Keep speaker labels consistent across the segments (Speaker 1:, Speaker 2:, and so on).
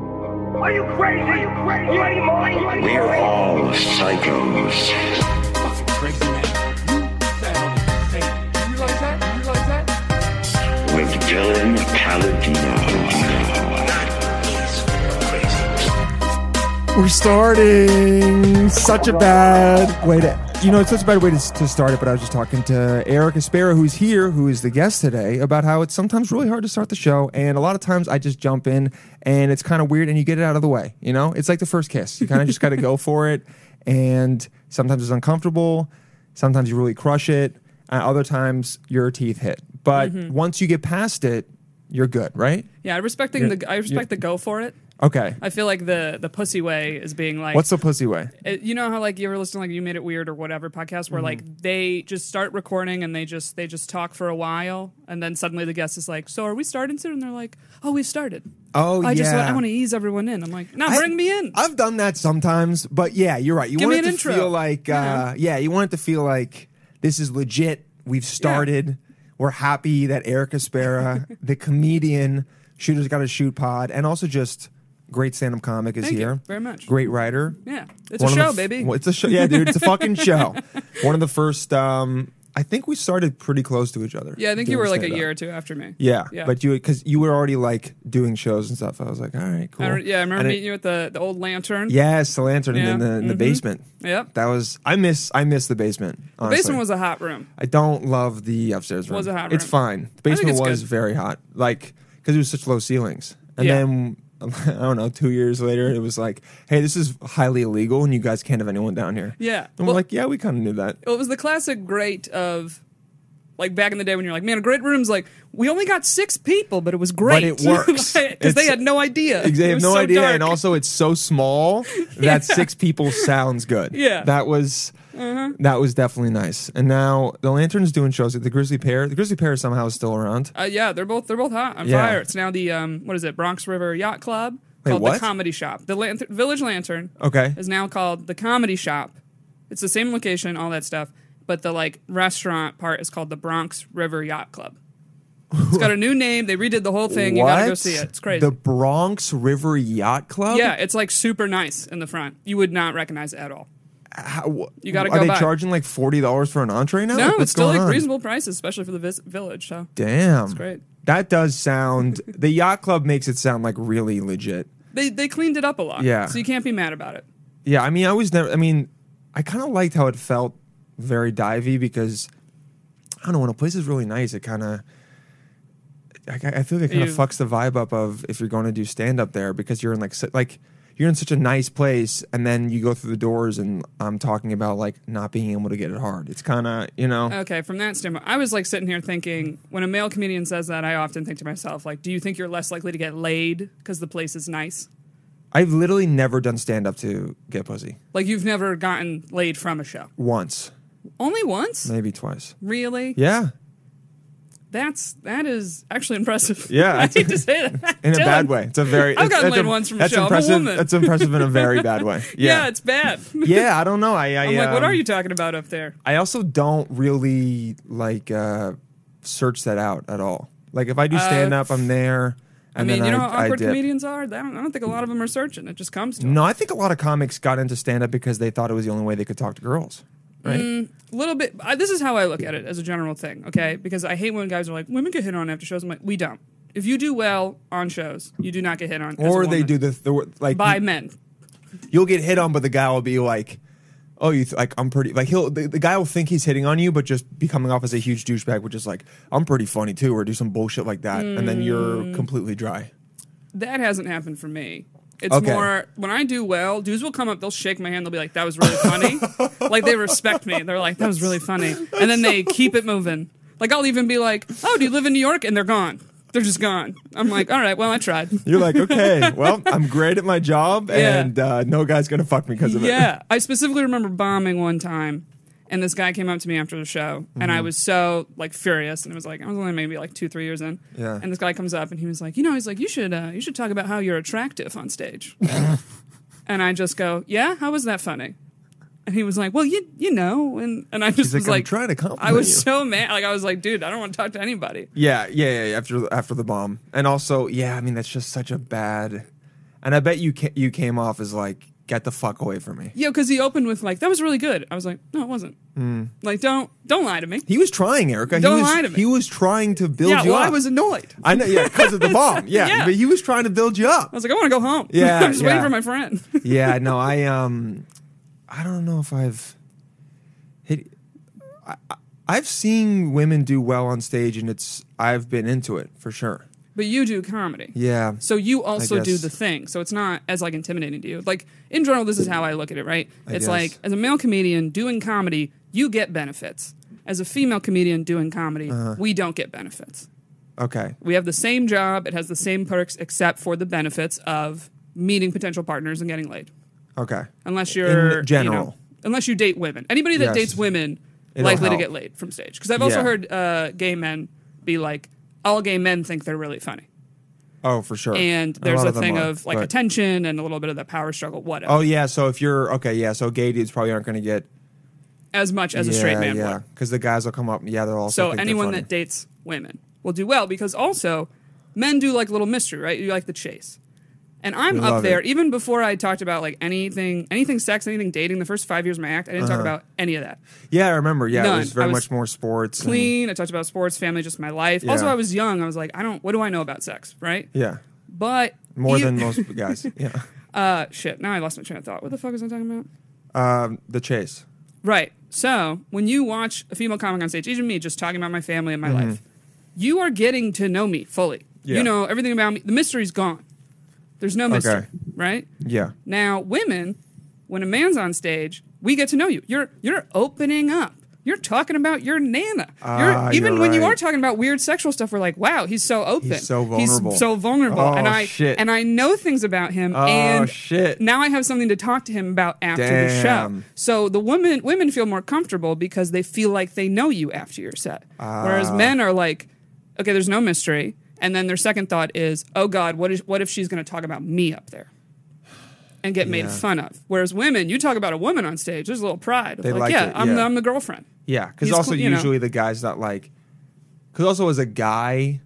Speaker 1: Are you crazy? Are you crazy? You ain't morning.
Speaker 2: We're all psychos.
Speaker 3: fucking crazy man. You sound insane. You like that? You like that?
Speaker 2: with Dylan Paladino.
Speaker 4: We're starting such a bad way to, you know, it's such a bad way to, to start it. But I was just talking to Eric Aspera, who's here, who is the guest today, about how it's sometimes really hard to start the show. And a lot of times I just jump in and it's kind of weird and you get it out of the way. You know, it's like the first kiss. You kind of just got to go for it. And sometimes it's uncomfortable. Sometimes you really crush it. And other times your teeth hit. But once you get past it, you're good, right?
Speaker 5: Yeah, I respecting the I respect the go for it.
Speaker 4: Okay.
Speaker 5: I feel like the the pussy way is being like
Speaker 4: What's the pussy way?
Speaker 5: it- you know how like you ever listen to like you made it weird or whatever podcast where
Speaker 4: Mm-hmm.
Speaker 5: like they just start recording and they just they just talk for a while and then suddenly the guest is like so are we starting soon and they're like oh we've started
Speaker 4: Oh,
Speaker 5: I just want,
Speaker 4: yeah.
Speaker 5: I want to ease everyone in I'm like no
Speaker 4: I-
Speaker 5: bring me in
Speaker 4: I've done that sometimes, but yeah, you're right. You
Speaker 5: Give
Speaker 4: want
Speaker 5: me
Speaker 4: it
Speaker 5: an
Speaker 4: to
Speaker 5: intro.
Speaker 4: feel like, uh, yeah. you want it to feel like this is legit. We've started. We're happy that Eric Aspera, the comedian, shooters got a shoot pod, and also just great stand-up comic is
Speaker 5: Thank you
Speaker 4: here.
Speaker 5: very much.
Speaker 4: Great writer.
Speaker 5: yeah it's a
Speaker 4: One of the
Speaker 5: show
Speaker 4: f-
Speaker 5: baby
Speaker 4: well, It's a show. Yeah, dude, it's a fucking show. One of the first. Um, I think we started pretty close to each other.
Speaker 5: yeah I think you
Speaker 4: doing
Speaker 5: were like a
Speaker 4: stand-up.
Speaker 5: year or two after me
Speaker 4: Yeah,
Speaker 5: yeah
Speaker 4: but you because you were already like doing shows and stuff. I was like, all right, cool.
Speaker 5: I don't- yeah I remember
Speaker 4: And it-
Speaker 5: meeting you at the the old lantern
Speaker 4: Yes, the lantern
Speaker 5: Yeah. Mm-hmm.
Speaker 4: in the in the basement.
Speaker 5: Yep.
Speaker 4: That was I miss I miss the basement.
Speaker 5: the basement was a hot room
Speaker 4: I don't love the upstairs room.
Speaker 5: Was a hot
Speaker 4: It's
Speaker 5: room.
Speaker 4: fine. The basement
Speaker 5: it's
Speaker 4: was
Speaker 5: good.
Speaker 4: very hot, like because it was such low ceilings. And
Speaker 5: Yeah.
Speaker 4: then I don't know, two years later, it was like, hey, this is highly illegal, and you guys can't have anyone down here.
Speaker 5: Yeah.
Speaker 4: and we're
Speaker 5: Well-
Speaker 4: like, yeah, we kind of knew that.
Speaker 5: Well, it was the classic great of like back in the day when you're like, man, a great room's like we only got six people, but it was great.
Speaker 4: it works.
Speaker 5: because they
Speaker 4: It's-
Speaker 5: had no idea.
Speaker 4: They
Speaker 5: It
Speaker 4: have
Speaker 5: was
Speaker 4: no
Speaker 5: so
Speaker 4: idea,
Speaker 5: dark.
Speaker 4: and also it's so small that six people sounds good.
Speaker 5: Yeah. Uh-huh.
Speaker 4: that was that was definitely nice. And now the Lantern's doing shows at the Grizzly Pear. The Grizzly Pear somehow is still around.
Speaker 5: uh, yeah, they're both they're both hot on
Speaker 4: Yeah.
Speaker 5: fire. It's now the um what is it Bronx River Yacht Club
Speaker 4: Wait,
Speaker 5: called
Speaker 4: what?
Speaker 5: the Comedy Shop. The Lanth- Village Lantern
Speaker 4: Okay.
Speaker 5: is now called the Comedy Shop. It's the same location, all that stuff, but the like restaurant part is called the Bronx River Yacht Club. It's got a new name. They redid the whole thing. You gotta go
Speaker 4: What?
Speaker 5: see it. It's crazy.
Speaker 4: The Bronx River Yacht Club.
Speaker 5: Yeah, it's like super nice in the front. You would not recognize it at all.
Speaker 4: How,
Speaker 5: You gotta
Speaker 4: are
Speaker 5: go
Speaker 4: they
Speaker 5: by.
Speaker 4: charging like forty dollars for an entree now?
Speaker 5: No,
Speaker 4: Like, what's
Speaker 5: it's still
Speaker 4: going
Speaker 5: like
Speaker 4: on?
Speaker 5: reasonable prices, especially for the vis- village. So
Speaker 4: Damn, that's
Speaker 5: great.
Speaker 4: That does sound. the Yacht Club makes it sound like really legit.
Speaker 5: they they cleaned it up a lot.
Speaker 4: Yeah.
Speaker 5: so you can't be mad about it.
Speaker 4: Yeah, I mean, I was never. I mean, I kind of liked how it felt very divey because I don't know when a place is really nice, it kind of. I, I feel like it kind
Speaker 5: You-
Speaker 4: of fucks the vibe up of if you're going to do stand up there because you're in like su- like you're in such a nice place and then you go through the doors and I'm talking about like not being able to get it hard. It's kind of you know
Speaker 5: Okay, from that standpoint, I was like sitting here thinking when a male comedian says that, I often think to myself like, do you think you're less likely to get laid because the place is nice?
Speaker 4: I've literally never done stand up to get pussy
Speaker 5: Like you've never gotten laid from a show,
Speaker 4: once
Speaker 5: only once,
Speaker 4: maybe twice.
Speaker 5: really?
Speaker 4: Yeah,
Speaker 5: That's that is actually impressive.
Speaker 4: Yeah.
Speaker 5: I hate to say that
Speaker 4: in a
Speaker 5: Dylan.
Speaker 4: bad way. It's a very
Speaker 5: I've
Speaker 4: it's-
Speaker 5: gotten
Speaker 4: that's
Speaker 5: laid
Speaker 4: im-
Speaker 5: once from a
Speaker 4: that's
Speaker 5: show. I'm a
Speaker 4: Impressive.
Speaker 5: woman.
Speaker 4: That's impressive in a very bad way.
Speaker 5: Yeah,
Speaker 4: Yeah,
Speaker 5: it's bad.
Speaker 4: yeah, I don't know. I, I
Speaker 5: I'm like, what
Speaker 4: um,
Speaker 5: are you talking about up there?
Speaker 4: I also don't really like uh, search that out at all. Like if I do stand up, I'm there.
Speaker 5: Uh, I
Speaker 4: And
Speaker 5: mean,
Speaker 4: then
Speaker 5: you know
Speaker 4: I,
Speaker 5: how awkward
Speaker 4: I dip.
Speaker 5: comedians are? I don't, I don't think a lot of them are searching. It just comes to them.
Speaker 4: No, I think a lot of comics got into stand up because they thought it was the only way they could talk to girls. Right?
Speaker 5: A little bit. I, this is how I look at it as a general thing, okay? Because I hate when guys are like, women get hit on after shows. I'm like, we don't. If you do well on shows, you do not get hit on. as a
Speaker 4: Or they
Speaker 5: woman.
Speaker 4: do the, the like
Speaker 5: By men.
Speaker 4: you'll get hit on, but the guy will be like, "Oh, you th- like I'm pretty." Like he'll the, the guy will think he's hitting on you, but just be coming off as a huge douchebag, which is like, "I'm pretty funny too," or do some bullshit like that, and then you're
Speaker 5: Mm.
Speaker 4: completely dry.
Speaker 5: That hasn't happened for me. It's
Speaker 4: Okay.
Speaker 5: more when I do well, dudes will come up, they'll shake my hand, they'll be like, that was really funny. like they respect me. They're like, that was really funny. And then they keep it moving. Like I'll even be like, oh, do you live in New York? And they're gone. They're just gone. I'm like, all right, well, I tried.
Speaker 4: You're like, "Okay, well, I'm great at my job,
Speaker 5: Yeah.
Speaker 4: and uh, no guy's gonna fuck me because of it."
Speaker 5: Yeah, I specifically remember bombing one time, and this guy came up to me after the show, and
Speaker 4: Mm-hmm.
Speaker 5: I was so like furious, and it was like I was only maybe like two, three years in.
Speaker 4: Yeah.
Speaker 5: And this guy comes up, and he was like, you know, he's like, you should, uh, you should talk about how you're attractive on stage. and I just go, yeah, how was that funny? And he was like, well, you, you know, and and I just
Speaker 4: He's like,
Speaker 5: was
Speaker 4: "I'm
Speaker 5: like,
Speaker 4: trying to compliment
Speaker 5: I was
Speaker 4: you."
Speaker 5: so mad, like I was like, dude, I don't want to talk to anybody.
Speaker 4: Yeah, yeah, yeah, yeah, After after the bomb, and also, yeah, I mean, that's just such a bad. And I bet you ca- you came off as like, get the fuck away from me.
Speaker 5: Yeah, because he opened with like that was really good. I was like, no, it wasn't. Like, don't don't lie to me.
Speaker 4: Mm. He was trying, Erica.
Speaker 5: Don't
Speaker 4: he was,
Speaker 5: lie to me.
Speaker 4: He was trying to build
Speaker 5: Yeah,
Speaker 4: you
Speaker 5: well,
Speaker 4: up.
Speaker 5: I was annoyed. I
Speaker 4: I know, yeah, because of the bomb. Yeah,
Speaker 5: Yeah.
Speaker 4: but he was trying to build you up.
Speaker 5: was like, I want to go home.
Speaker 4: Yeah,
Speaker 5: I'm just waiting
Speaker 4: yeah.
Speaker 5: for my friend.
Speaker 4: yeah, no, I um, I don't know if I've hit. I, I, I've seen women do well on stage, and it's I've been into it for sure.
Speaker 5: but you do comedy.
Speaker 4: Yeah.
Speaker 5: So you also do
Speaker 4: guess.
Speaker 5: the thing. So it's not as like intimidating to you. Like in general, this is how I look at it, right? it's
Speaker 4: guess.
Speaker 5: like as a male comedian doing comedy, you get benefits. As a female comedian doing comedy,
Speaker 4: Uh-huh.
Speaker 5: we don't get benefits.
Speaker 4: Okay.
Speaker 5: We have the same job, it has the same perks except for the benefits of meeting potential partners and getting laid.
Speaker 4: Okay.
Speaker 5: Unless you're
Speaker 4: general.
Speaker 5: you know, unless you date women. Anybody that
Speaker 4: Yes.
Speaker 5: dates women
Speaker 4: It'll
Speaker 5: likely
Speaker 4: help.
Speaker 5: to get laid from stage. Because I've also
Speaker 4: Yeah.
Speaker 5: heard uh, gay men be like, all gay men think they're really funny
Speaker 4: Oh, for sure.
Speaker 5: and
Speaker 4: A
Speaker 5: there's
Speaker 4: lot
Speaker 5: a,
Speaker 4: them
Speaker 5: thing
Speaker 4: are,
Speaker 5: of like
Speaker 4: but-
Speaker 5: attention and a little bit of the power struggle, whatever,
Speaker 4: Oh yeah, so if you're okay, yeah, so gay dudes probably aren't going to get
Speaker 5: as much as
Speaker 4: yeah,
Speaker 5: a straight man
Speaker 4: yeah,
Speaker 5: would.
Speaker 4: because the guys will come up. Yeah, they're all
Speaker 5: So anyone that dates women will do well because also men do like little mystery, right? You like the chase. And I'm
Speaker 4: We
Speaker 5: up
Speaker 4: love
Speaker 5: there,
Speaker 4: it.
Speaker 5: even before I talked about like anything, anything sex, anything dating. The first five years of my act, I didn't
Speaker 4: Uh-huh.
Speaker 5: talk about any of that.
Speaker 4: yeah, I remember. Yeah, it
Speaker 5: None.
Speaker 4: was very
Speaker 5: I was
Speaker 4: much more sports. and-
Speaker 5: Clean. I talked about sports, family, just my life. Also,
Speaker 4: Yeah.
Speaker 5: I was young. I was like, I don't. What do I know about sex, right?
Speaker 4: yeah,
Speaker 5: But
Speaker 4: more
Speaker 5: ev-
Speaker 4: than most guys. Yeah,
Speaker 5: Uh, shit. Now I lost my train of thought. What the fuck was I talking about?
Speaker 4: um, the chase.
Speaker 5: Right. So when you watch a female comic on stage, even me, just talking about my family and my life, you are getting to know me fully.
Speaker 4: Mm-hmm. Yeah.
Speaker 5: You know everything about me. The mystery's gone. There's no mystery,
Speaker 4: Okay.
Speaker 5: right?
Speaker 4: Yeah,
Speaker 5: Now, women, when a man's on stage, we get to know you. You're you're opening up. You're talking about your nana.
Speaker 4: Ah,
Speaker 5: you're, even
Speaker 4: you're
Speaker 5: when you
Speaker 4: right.
Speaker 5: are talking about weird sexual stuff, we're like, wow, he's so open.
Speaker 4: so vulnerable.
Speaker 5: He's so vulnerable.
Speaker 4: Oh,
Speaker 5: and I
Speaker 4: shit.
Speaker 5: and I know things about him.
Speaker 4: Oh,
Speaker 5: and
Speaker 4: shit.
Speaker 5: now I have something to talk to him about after the
Speaker 4: Damn.
Speaker 5: show. So the women women feel more comfortable because they feel like they know you after your set. Whereas
Speaker 4: Ah.
Speaker 5: men are like, okay, there's no mystery. And then their second thought is, oh God, what, is, what if she's going to talk about me up there? and get made
Speaker 4: Yeah.
Speaker 5: fun of. Whereas women, you talk about a woman on stage, there's a little pride. Of
Speaker 4: They
Speaker 5: like,
Speaker 4: like
Speaker 5: yeah,
Speaker 4: it,
Speaker 5: I'm,
Speaker 4: yeah.
Speaker 5: The, I'm the girlfriend.
Speaker 4: yeah, because
Speaker 5: He's
Speaker 4: also
Speaker 5: cl- you know.
Speaker 4: usually the guys that like, because also as a guy,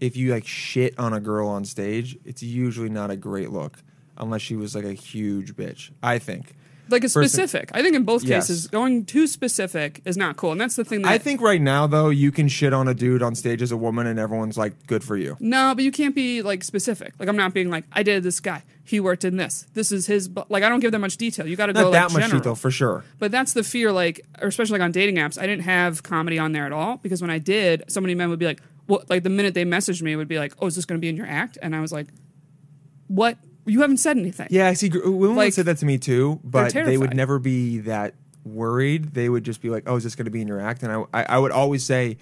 Speaker 4: if you like shit on a girl on stage, it's usually not a great look unless she was like a huge bitch. I think.
Speaker 5: Like a
Speaker 4: Person-
Speaker 5: specific. I think in both
Speaker 4: Yes.
Speaker 5: cases, going too specific is not cool. And that's the thing that
Speaker 4: I think right now though, you can shit on a dude on stage as a woman, and everyone's like, "Good for you."
Speaker 5: No, but you can't be like specific. Like I'm not being like, I dated this guy. He worked in this. This is his. bu-" Like I don't give that much detail. You got to
Speaker 4: Not
Speaker 5: go
Speaker 4: that
Speaker 5: like,
Speaker 4: much
Speaker 5: general.
Speaker 4: detail for sure.
Speaker 5: But that's the fear, like, or especially like on dating apps, I didn't have comedy on there at all because when I did, so many men would be like, "What?" Like the minute they messaged me, it would be like, "Oh, is this going to be in your act?" And I was like, "What? You haven't said anything."
Speaker 4: Yeah, I see. gr- Women would
Speaker 5: Like,
Speaker 4: say that to me too, but they would
Speaker 5: terrified.
Speaker 4: never be that worried. They would just be like, "Oh, is this going to be in your act?" And I, I, I would always say,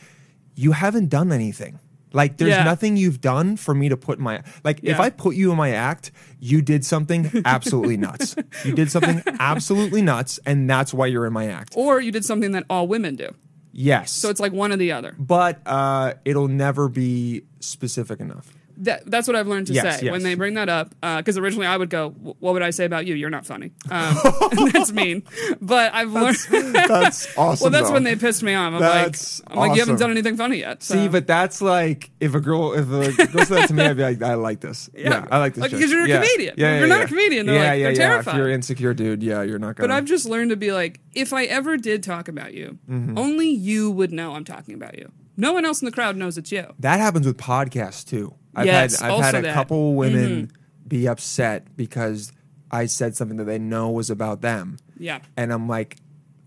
Speaker 4: "You haven't done anything. Like, there's
Speaker 5: Yeah.
Speaker 4: nothing you've done for me to put in my like. If
Speaker 5: Yeah.
Speaker 4: I put you in my act, you did something absolutely nuts. You did something absolutely nuts, and that's why you're in my act.
Speaker 5: Or you did something that all women do.
Speaker 4: Yes.
Speaker 5: So it's like one or the other.
Speaker 4: but uh, it'll never be specific enough.
Speaker 5: That, that's what I've learned to
Speaker 4: Yes,
Speaker 5: say
Speaker 4: yes.
Speaker 5: when they bring that up. Because originally I would go, "Wh- "What would I say about you? You're not funny." Um, that's mean. But I've learned.
Speaker 4: That's awesome.
Speaker 5: well, that's
Speaker 4: though.
Speaker 5: when they pissed me off. I'm
Speaker 4: That's
Speaker 5: like, I'm like, you haven't
Speaker 4: awesome.
Speaker 5: done anything funny yet. So.
Speaker 4: See, but that's like if a girl if a girl said that to me, I'd be like, I like this. Yeah, I like this.
Speaker 5: Like,
Speaker 4: chick.
Speaker 5: because you're a
Speaker 4: Yeah.
Speaker 5: comedian.
Speaker 4: Yeah,
Speaker 5: If
Speaker 4: yeah,
Speaker 5: you're not a
Speaker 4: yeah.
Speaker 5: comedian, they're
Speaker 4: yeah,
Speaker 5: like-
Speaker 4: yeah,
Speaker 5: they're
Speaker 4: yeah.
Speaker 5: terrified.
Speaker 4: If you're an insecure, dude, yeah, you're not gonna.
Speaker 5: But I've just learned to be like, if I ever did talk about you,
Speaker 4: Mm-hmm.
Speaker 5: only you would know I'm talking about you. No one else in the crowd knows it's you.
Speaker 4: that happens with podcasts too. I've
Speaker 5: Yes,
Speaker 4: had I've had
Speaker 5: also
Speaker 4: a
Speaker 5: that. Mm-hmm.
Speaker 4: couple women be upset because I said something that they know was about them.
Speaker 5: Yeah.
Speaker 4: and I'm like,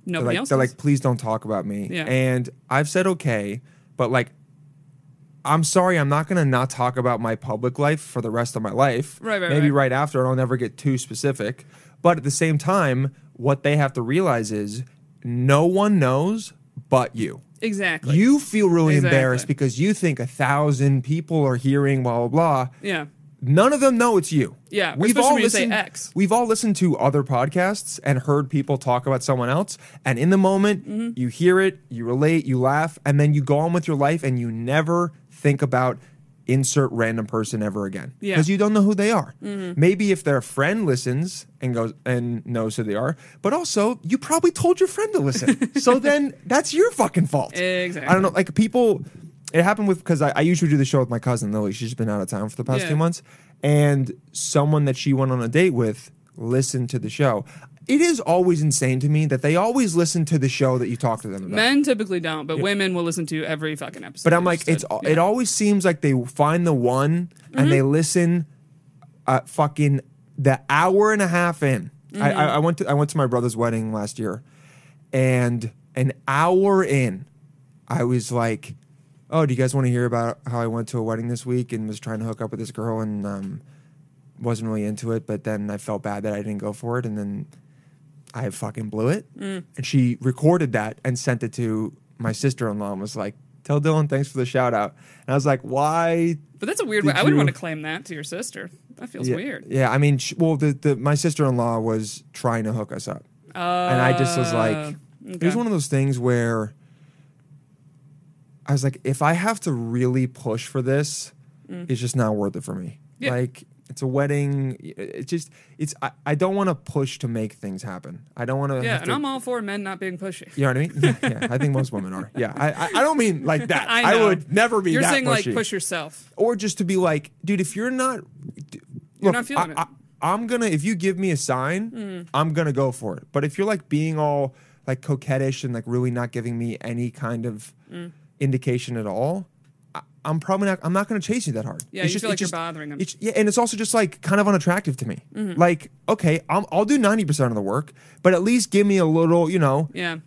Speaker 4: they're
Speaker 5: Nobody
Speaker 4: like,
Speaker 5: else.
Speaker 4: they're
Speaker 5: knows.
Speaker 4: like, please don't talk about me.
Speaker 5: Yeah.
Speaker 4: And I've said okay, but like, I'm sorry, I'm not gonna not talk about my public life for the rest of my life.
Speaker 5: Right, right,
Speaker 4: Maybe
Speaker 5: right.
Speaker 4: right, after, and I'll never get too specific. But at the same time, what they have to realize is no one knows but you.
Speaker 5: exactly.
Speaker 4: You feel really
Speaker 5: Exactly.
Speaker 4: embarrassed because you think a thousand people are hearing blah blah blah.
Speaker 5: Yeah.
Speaker 4: None of them know it's you.
Speaker 5: Yeah, especially when you say X.
Speaker 4: We've all listened to other podcasts and heard people talk about someone else, and in the moment,
Speaker 5: Mm-hmm.
Speaker 4: you hear it, you relate, you laugh, and then you go on with your life, and you never think about insert random person ever again
Speaker 5: Yeah. Mm-hmm.
Speaker 4: because you don't know who they are. Maybe if their friend listens and goes and knows who they are, but also you probably told your friend to listen, so then that's your fucking fault. I
Speaker 5: Exactly.
Speaker 4: don't know, like people. it happened with because I, I usually do the show with my cousin Lily. She's been out of town for the past
Speaker 5: Yeah.
Speaker 4: two months, and someone that she went on a date with listened to the show. It is always insane to me that they always listen to the show that you talk to them about.
Speaker 5: Men typically don't, but women will listen to every fucking episode.
Speaker 4: But I'm like, it's al- it always seems like they find the one and they listen, uh, fucking the hour and a half in. I, I, I went to I went to my brother's wedding last year, and an hour in, I was like, "Oh, do you guys want to hear about how I went to a wedding this week and was trying to hook up with this girl and um, wasn't really into it, but then I felt bad that I didn't go for it, and then I fucking blew it.
Speaker 5: Mm.
Speaker 4: And she recorded that and sent it to my sister in law and was like, Tell Dylan thanks for the shout out. And I was like, Why?
Speaker 5: But that's a weird
Speaker 4: Did
Speaker 5: way. I wouldn't
Speaker 4: you-
Speaker 5: want to claim that to your sister. That feels
Speaker 4: Yeah,
Speaker 5: weird.
Speaker 4: Yeah, I mean, sh well, the, the my sister in law was trying to hook us up. and I just was like, It was
Speaker 5: Oh, okay.
Speaker 4: one of those things where I was like, If I have to really push for this, it's just not worth it for me.
Speaker 5: Mm. Yeah.
Speaker 4: Like, it's a wedding. It- It's just, it's, I, I don't want to push to make things happen. I don't want to.
Speaker 5: Yeah, and I'm all for men not being pushy.
Speaker 4: You know what I mean? Yeah, yeah, I think most women are. Yeah, I, I, I don't mean like that.
Speaker 5: I,
Speaker 4: I,
Speaker 5: know.
Speaker 4: would never be.
Speaker 5: You're
Speaker 4: that
Speaker 5: saying
Speaker 4: pushy.
Speaker 5: like push yourself.
Speaker 4: or just to be like, dude, if you're not, d- look,
Speaker 5: not feeling
Speaker 4: I,
Speaker 5: it. Mm.
Speaker 4: I, am gonna if you give me a sign, I'm gonna go for it. But if you're like being all like coquettish and like really not giving me any kind of
Speaker 5: Mm.
Speaker 4: indication at all. I- I'm probably not. I'm not going to chase you that hard.
Speaker 5: Yeah, you feel like you're bothering Mm-hmm. 'em.
Speaker 4: it's- yeah, and it's also just like kind of unattractive to me. Like, okay, I'm, I'll do ninety percent of the work, but at least give me a little, you know,
Speaker 5: Yeah.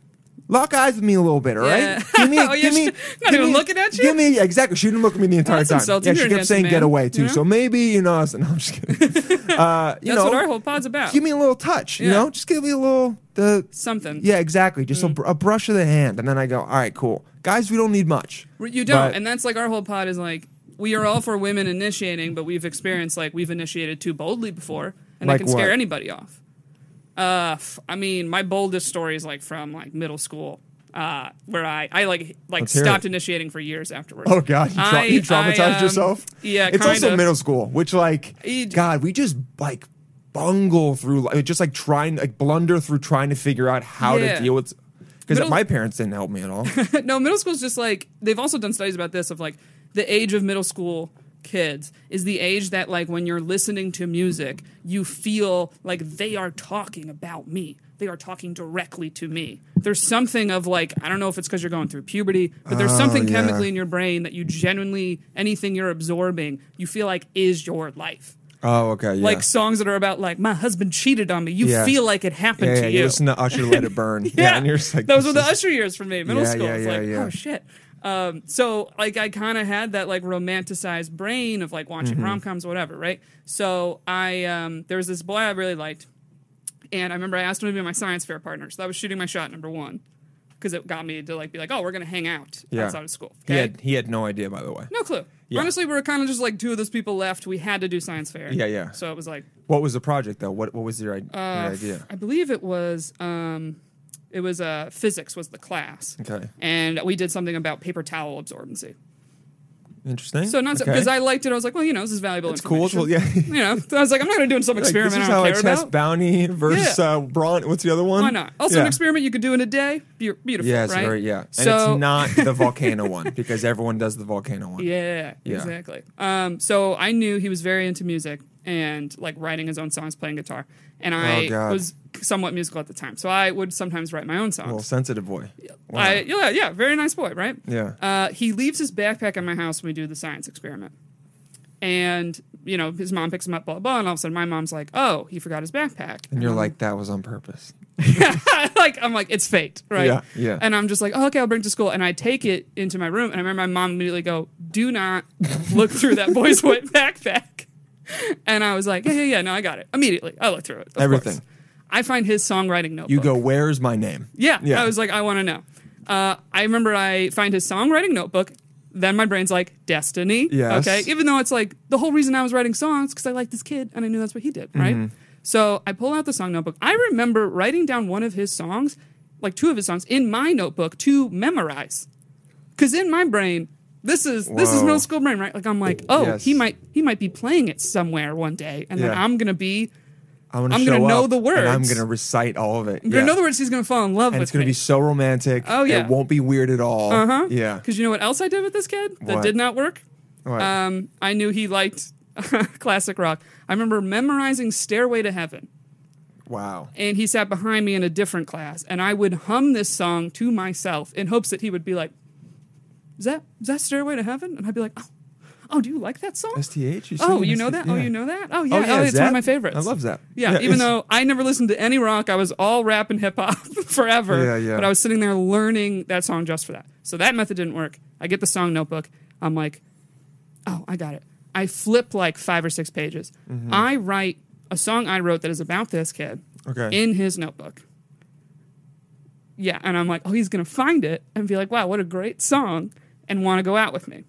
Speaker 4: lock eyes with me a little bit, all right?
Speaker 5: Yeah.
Speaker 4: Give me, a,
Speaker 5: Oh, yeah,
Speaker 4: give me,
Speaker 5: she- not
Speaker 4: give
Speaker 5: even
Speaker 4: me-
Speaker 5: looking at you?
Speaker 4: Give me, yeah, exactly. She didn't look at me the entire
Speaker 5: that's
Speaker 4: time.
Speaker 5: insulting.
Speaker 4: Yeah,
Speaker 5: You're
Speaker 4: she
Speaker 5: a
Speaker 4: kept saying
Speaker 5: handsome
Speaker 4: "get
Speaker 5: man,"
Speaker 4: away" too.
Speaker 5: you know?
Speaker 4: So maybe you know, I was- no, I'm just kidding. uh, you
Speaker 5: That's
Speaker 4: know,
Speaker 5: what our whole pod's about.
Speaker 4: give me a little touch. You
Speaker 5: Yeah. Mm.
Speaker 4: know, just give me a little the.
Speaker 5: Something.
Speaker 4: Yeah, exactly. Just a br- a, brush of the hand, and then I go, all right, cool, guys. We don't need much.
Speaker 5: You don't.
Speaker 4: But-
Speaker 5: and that's like our whole pod is like, we are all for women initiating, but we've experienced like we've initiated too boldly before, and
Speaker 4: Like
Speaker 5: it can scare
Speaker 4: what?
Speaker 5: anybody off. Uh, f- I mean, my boldest story is like from like middle school, uh, where I I like like
Speaker 4: Let's hear
Speaker 5: stopped
Speaker 4: it.
Speaker 5: initiating for years afterwards.
Speaker 4: Oh God, you, tra-
Speaker 5: I-
Speaker 4: you traumatized
Speaker 5: I, um,
Speaker 4: yourself.
Speaker 5: Yeah, E,
Speaker 4: it's
Speaker 5: kind
Speaker 4: also
Speaker 5: of.
Speaker 4: middle school, which like
Speaker 5: It-
Speaker 4: God, we just like bungle through, like, just like trying, like blunder through trying to figure out how
Speaker 5: Yeah.
Speaker 4: to deal with. Because
Speaker 5: Middle-
Speaker 4: my parents didn't help me at all.
Speaker 5: no, middle school's just like they've also done studies about this of like the age of middle school kids is the age that like when you're listening to music, you feel like they are talking about me. They are talking directly to me. There's something of like I don't know if it's because you're going through puberty, but there's
Speaker 4: Oh,
Speaker 5: something
Speaker 4: yeah.
Speaker 5: chemically in your brain that you genuinely anything you're absorbing, you feel like is your life.
Speaker 4: oh, okay, yeah.
Speaker 5: Like songs that are about like my husband cheated on me. You
Speaker 4: Yeah.
Speaker 5: feel like it happened
Speaker 4: yeah, yeah,
Speaker 5: to
Speaker 4: you listen to Usher, "Let It Burn." yeah. and you're just like
Speaker 5: those
Speaker 4: this
Speaker 5: were the
Speaker 4: is-
Speaker 5: Usher years for me, middle
Speaker 4: Yeah,
Speaker 5: school.
Speaker 4: yeah,
Speaker 5: it's
Speaker 4: yeah,
Speaker 5: like,
Speaker 4: yeah.
Speaker 5: oh shit. Um, so like I kind of had that like romanticized brain of like watching
Speaker 4: Mm-hmm.
Speaker 5: rom coms or whatever, right? So I um, there was this boy I really liked, and I remember I asked him to be my science fair partner. So that was shooting my shot number one because it got me to like be like, oh, we're gonna hang out
Speaker 4: Yeah.
Speaker 5: outside of school.
Speaker 4: He
Speaker 5: Okay?
Speaker 4: had he had no idea, by the way.
Speaker 5: no clue.
Speaker 4: Yeah.
Speaker 5: Honestly, we were kind of just like two of those people left. We had to do science fair.
Speaker 4: Yeah, yeah.
Speaker 5: So it was like
Speaker 4: What was the project though? What what was your,
Speaker 5: Uh,
Speaker 4: i- your idea?
Speaker 5: I believe it was um, it was uh, physics was the class.
Speaker 4: Okay.
Speaker 5: And we did something about paper towel absorbency.
Speaker 4: Interesting.
Speaker 5: So not
Speaker 4: Okay.
Speaker 5: because I liked it, I was like, well, you know, this is valuable.
Speaker 4: It's cool. It's- well, yeah.
Speaker 5: You know, so I was like, I'm not going to do some
Speaker 4: Like,
Speaker 5: experiment
Speaker 4: this is
Speaker 5: I
Speaker 4: how
Speaker 5: don't
Speaker 4: I
Speaker 5: care
Speaker 4: test
Speaker 5: about.
Speaker 4: Bounty versus
Speaker 5: Yeah.
Speaker 4: uh, Braun. What's the other one?
Speaker 5: Why not? Also, an
Speaker 4: Yeah.
Speaker 5: experiment you could do in a day. Be- beautiful,
Speaker 4: Yeah, it's
Speaker 5: right?
Speaker 4: very yeah. And
Speaker 5: So
Speaker 4: it's not the volcano one because everyone does the volcano one.
Speaker 5: Yeah,
Speaker 4: Yeah.
Speaker 5: exactly. Um, so I knew he was very into music and like writing his own songs, playing guitar, and I
Speaker 4: Oh, God.
Speaker 5: was somewhat musical at the time. So I would sometimes write my own songs.
Speaker 4: Well, sensitive boy. Wow.
Speaker 5: I, yeah, yeah, very nice boy, right?
Speaker 4: Yeah.
Speaker 5: Uh, he leaves his backpack in my house when we do the science experiment. And, you know, his mom picks him up, blah, blah, and all of a sudden my mom's like, oh, he forgot his backpack.
Speaker 4: and you're like, that was on purpose.
Speaker 5: like, I'm like, it's fate, right?
Speaker 4: Yeah, yeah.
Speaker 5: And I'm just like, oh, okay, I'll bring it to school. And I take it into my room, and I remember my mom immediately go, do not look through that boy's white backpack. And I was like, yeah, yeah, yeah, no, I got it. Immediately, I look through it. of
Speaker 4: Everything.
Speaker 5: course. I find his songwriting notebook.
Speaker 4: You go, where's my name?
Speaker 5: Yeah.
Speaker 4: Yeah.
Speaker 5: I was like, I want to know. Uh, I remember I find his songwriting notebook. Then my brain's like, destiny.
Speaker 4: Yes.
Speaker 5: Okay. Even though it's like the whole reason I was writing songs because I liked this kid and I knew that's what he did. Right.
Speaker 4: Mm-hmm.
Speaker 5: So I pull out the song notebook. I remember writing down one of his songs, like two of his songs, in my notebook to memorize. Because in my brain, this is this is
Speaker 4: Whoa.
Speaker 5: middle school brain, right? Like I'm like, oh,
Speaker 4: Yes.
Speaker 5: he might he might be playing it somewhere one day, and then
Speaker 4: Yeah.
Speaker 5: I'm gonna be
Speaker 4: I'm gonna,
Speaker 5: I'm
Speaker 4: show
Speaker 5: gonna know
Speaker 4: up,
Speaker 5: the
Speaker 4: and I'm
Speaker 5: words.
Speaker 4: gonna recite all of it.
Speaker 5: But in other words, he's gonna fall in love
Speaker 4: and
Speaker 5: with
Speaker 4: it's gonna
Speaker 5: me.
Speaker 4: be so romantic.
Speaker 5: Oh, yeah.
Speaker 4: it won't be weird at all.
Speaker 5: uh huh.
Speaker 4: Yeah.
Speaker 5: Because you know what else I did with this kid that
Speaker 4: What?
Speaker 5: did not work?
Speaker 4: All right.
Speaker 5: Um, I knew he liked classic rock. I remember memorizing "Stairway to Heaven,"
Speaker 4: wow.
Speaker 5: and he sat behind me in a different class, and I would hum this song to myself in hopes that he would be like, "Is that is that Stairway to Heaven?" And I'd be like, "Oh, oh, do you like that song?"
Speaker 4: STH. you
Speaker 5: Oh,
Speaker 4: singing
Speaker 5: you know
Speaker 4: STH?
Speaker 5: that? Oh,
Speaker 4: Yeah.
Speaker 5: you know that? Oh, yeah.
Speaker 4: Oh,
Speaker 5: Oh,
Speaker 4: yeah,
Speaker 5: it's one
Speaker 4: Zap.
Speaker 5: of my favorites.
Speaker 4: I love Zap.
Speaker 5: that. Yeah,
Speaker 4: Yeah,
Speaker 5: even
Speaker 4: it's-
Speaker 5: though I never listened to any rock, I was all rap and hip hop forever.
Speaker 4: Yeah, yeah.
Speaker 5: But I was sitting there learning that song just for that. So that method didn't work. I get the song notebook. I'm like, oh, I got it. I flip like five or six pages.
Speaker 4: Mm-hmm.
Speaker 5: I write a song I wrote that is about this kid
Speaker 4: Okay.
Speaker 5: in his notebook. Yeah, and I'm like, oh, he's gonna find it and be like, wow, what a great song, and want to go out with me.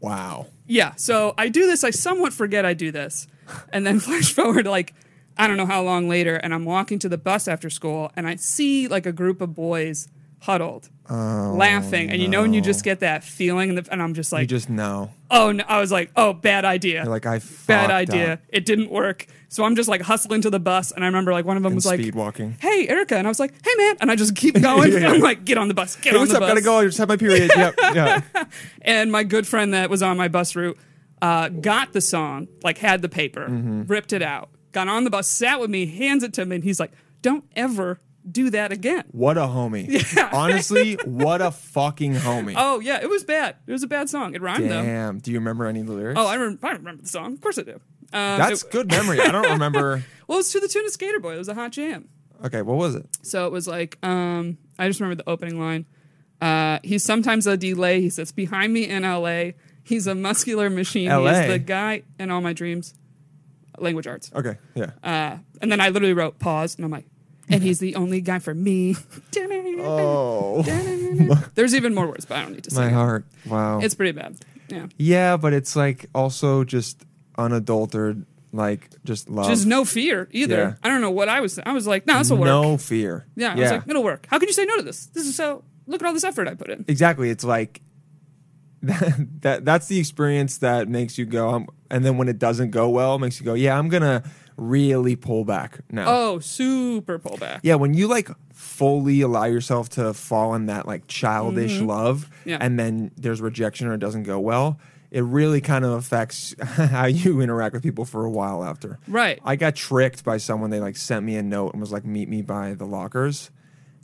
Speaker 4: wow.
Speaker 5: Yeah, so I do this. I somewhat forget I do this, and then flash forward like I don't know how long later, and I'm walking to the bus after school, and I see like a group of boys huddled, laughing, and you know, and you just get that feeling, and, the, and I'm just
Speaker 4: Oh, You
Speaker 5: like,
Speaker 4: just know.
Speaker 5: oh, no. I was like, oh, bad idea,
Speaker 4: You're like I
Speaker 5: bad
Speaker 4: fucked
Speaker 5: idea,
Speaker 4: up
Speaker 5: it didn't work. So I'm just like hustling to the bus, and I remember like one of them
Speaker 4: and
Speaker 5: was like,
Speaker 4: speed walking.
Speaker 5: hey, Erica, and I was like, hey, man, and I just keep going.
Speaker 4: Yeah.
Speaker 5: I'm like, get on the bus, get
Speaker 4: Hey,
Speaker 5: on
Speaker 4: what's
Speaker 5: the
Speaker 4: up?
Speaker 5: bus,
Speaker 4: Gotta go. I just had my period. yep. Yeah.
Speaker 5: and my good friend that was on my bus route uh, got the song, like had the paper, ripped it out, got on the bus, sat with me, hands it to me, and he's like, "Don't ever do that again."
Speaker 4: What a homie. Honestly, what a fucking homie.
Speaker 5: Oh yeah, it was bad. It was a bad song. It rhymed though.
Speaker 4: Damn. Do you remember any of the lyrics?
Speaker 5: Oh, I remember. I remember the song. Of course I do. Um,
Speaker 4: That's
Speaker 5: it-
Speaker 4: good memory. I don't remember.
Speaker 5: Well, it's to the tune of Skater Boy. It was a hot jam.
Speaker 4: Okay, what was it?
Speaker 5: So it was like, um, I just remember the opening line. Uh, he's sometimes a delay. He sits behind me in L.A. He's a muscular machine.
Speaker 4: LA.
Speaker 5: He's the guy in all my dreams. Language arts.
Speaker 4: Okay, yeah.
Speaker 5: Uh, and then I literally wrote pause, and I'm like, and he's the only guy for me.
Speaker 4: oh,
Speaker 5: There's even more words, but I don't need to
Speaker 4: my Um,
Speaker 5: say. it.
Speaker 4: heart. Wow.
Speaker 5: It's pretty bad. Yeah.
Speaker 4: yeah, but it's like also just unadulterated, like just love.
Speaker 5: Just no fear either.
Speaker 4: Yeah.
Speaker 5: I don't know what I was. I was like, no, this will work.
Speaker 4: no fear.
Speaker 5: Yeah, I was like, it'll work. How can you say no to this? This is so. Look at all this effort I put in.
Speaker 4: exactly. It's like that, that. That's the experience that makes you go. i and then when it doesn't go well, it makes you go. Yeah, I'm gonna really pull back now.
Speaker 5: Oh, super pullback.
Speaker 4: Yeah, when you like fully allow yourself to fall in that like childish love,
Speaker 5: Mm-hmm. Yeah.
Speaker 4: and then there's rejection or it doesn't go well, it really kind of affects how you interact with people for a while after.
Speaker 5: Right.
Speaker 4: I got tricked by someone. They like sent me a note and was like, "Meet me by the lockers,"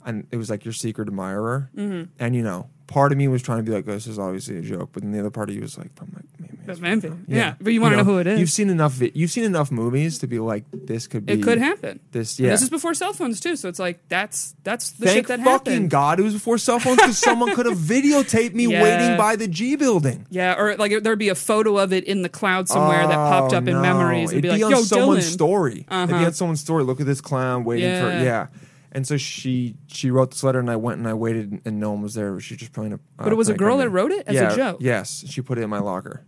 Speaker 4: and it was like your secret admirer. Mm-hmm. And you know, part of me was trying to be like, "This is obviously a joke," but then the other part of you was like, "But my." maybe
Speaker 5: But
Speaker 4: it's-
Speaker 5: maybe. Yeah. But you want to know, who it is.
Speaker 4: You've seen enough. vi- You've seen enough movies to be like, this could be.
Speaker 5: it could happen.
Speaker 4: This,
Speaker 5: And
Speaker 4: yeah.
Speaker 5: This is before cell phones too, so it's like that's that's the
Speaker 4: Thank
Speaker 5: shit that
Speaker 4: fucking
Speaker 5: happened.
Speaker 4: God it was before cell phones because someone could have videotaped me
Speaker 5: Yeah.
Speaker 4: waiting by the G building.
Speaker 5: Yeah, or like there'd be a photo of it in the cloud somewhere that popped
Speaker 4: Oh,
Speaker 5: up in
Speaker 4: no.
Speaker 5: memories and
Speaker 4: It'd
Speaker 5: be, like,
Speaker 4: on
Speaker 5: "Yo,
Speaker 4: someone's
Speaker 5: Dylan."
Speaker 4: story. It'd be
Speaker 5: Uh-huh.
Speaker 4: on someone's story. Look at this clown waiting
Speaker 5: Yeah.
Speaker 4: for yeah. And so she she wrote this letter, and I went and I waited, and no one was there. She was just playing a. uh,
Speaker 5: But it was a girl that wrote it as a
Speaker 4: yeah,
Speaker 5: joke?
Speaker 4: Yes, she put it in my locker.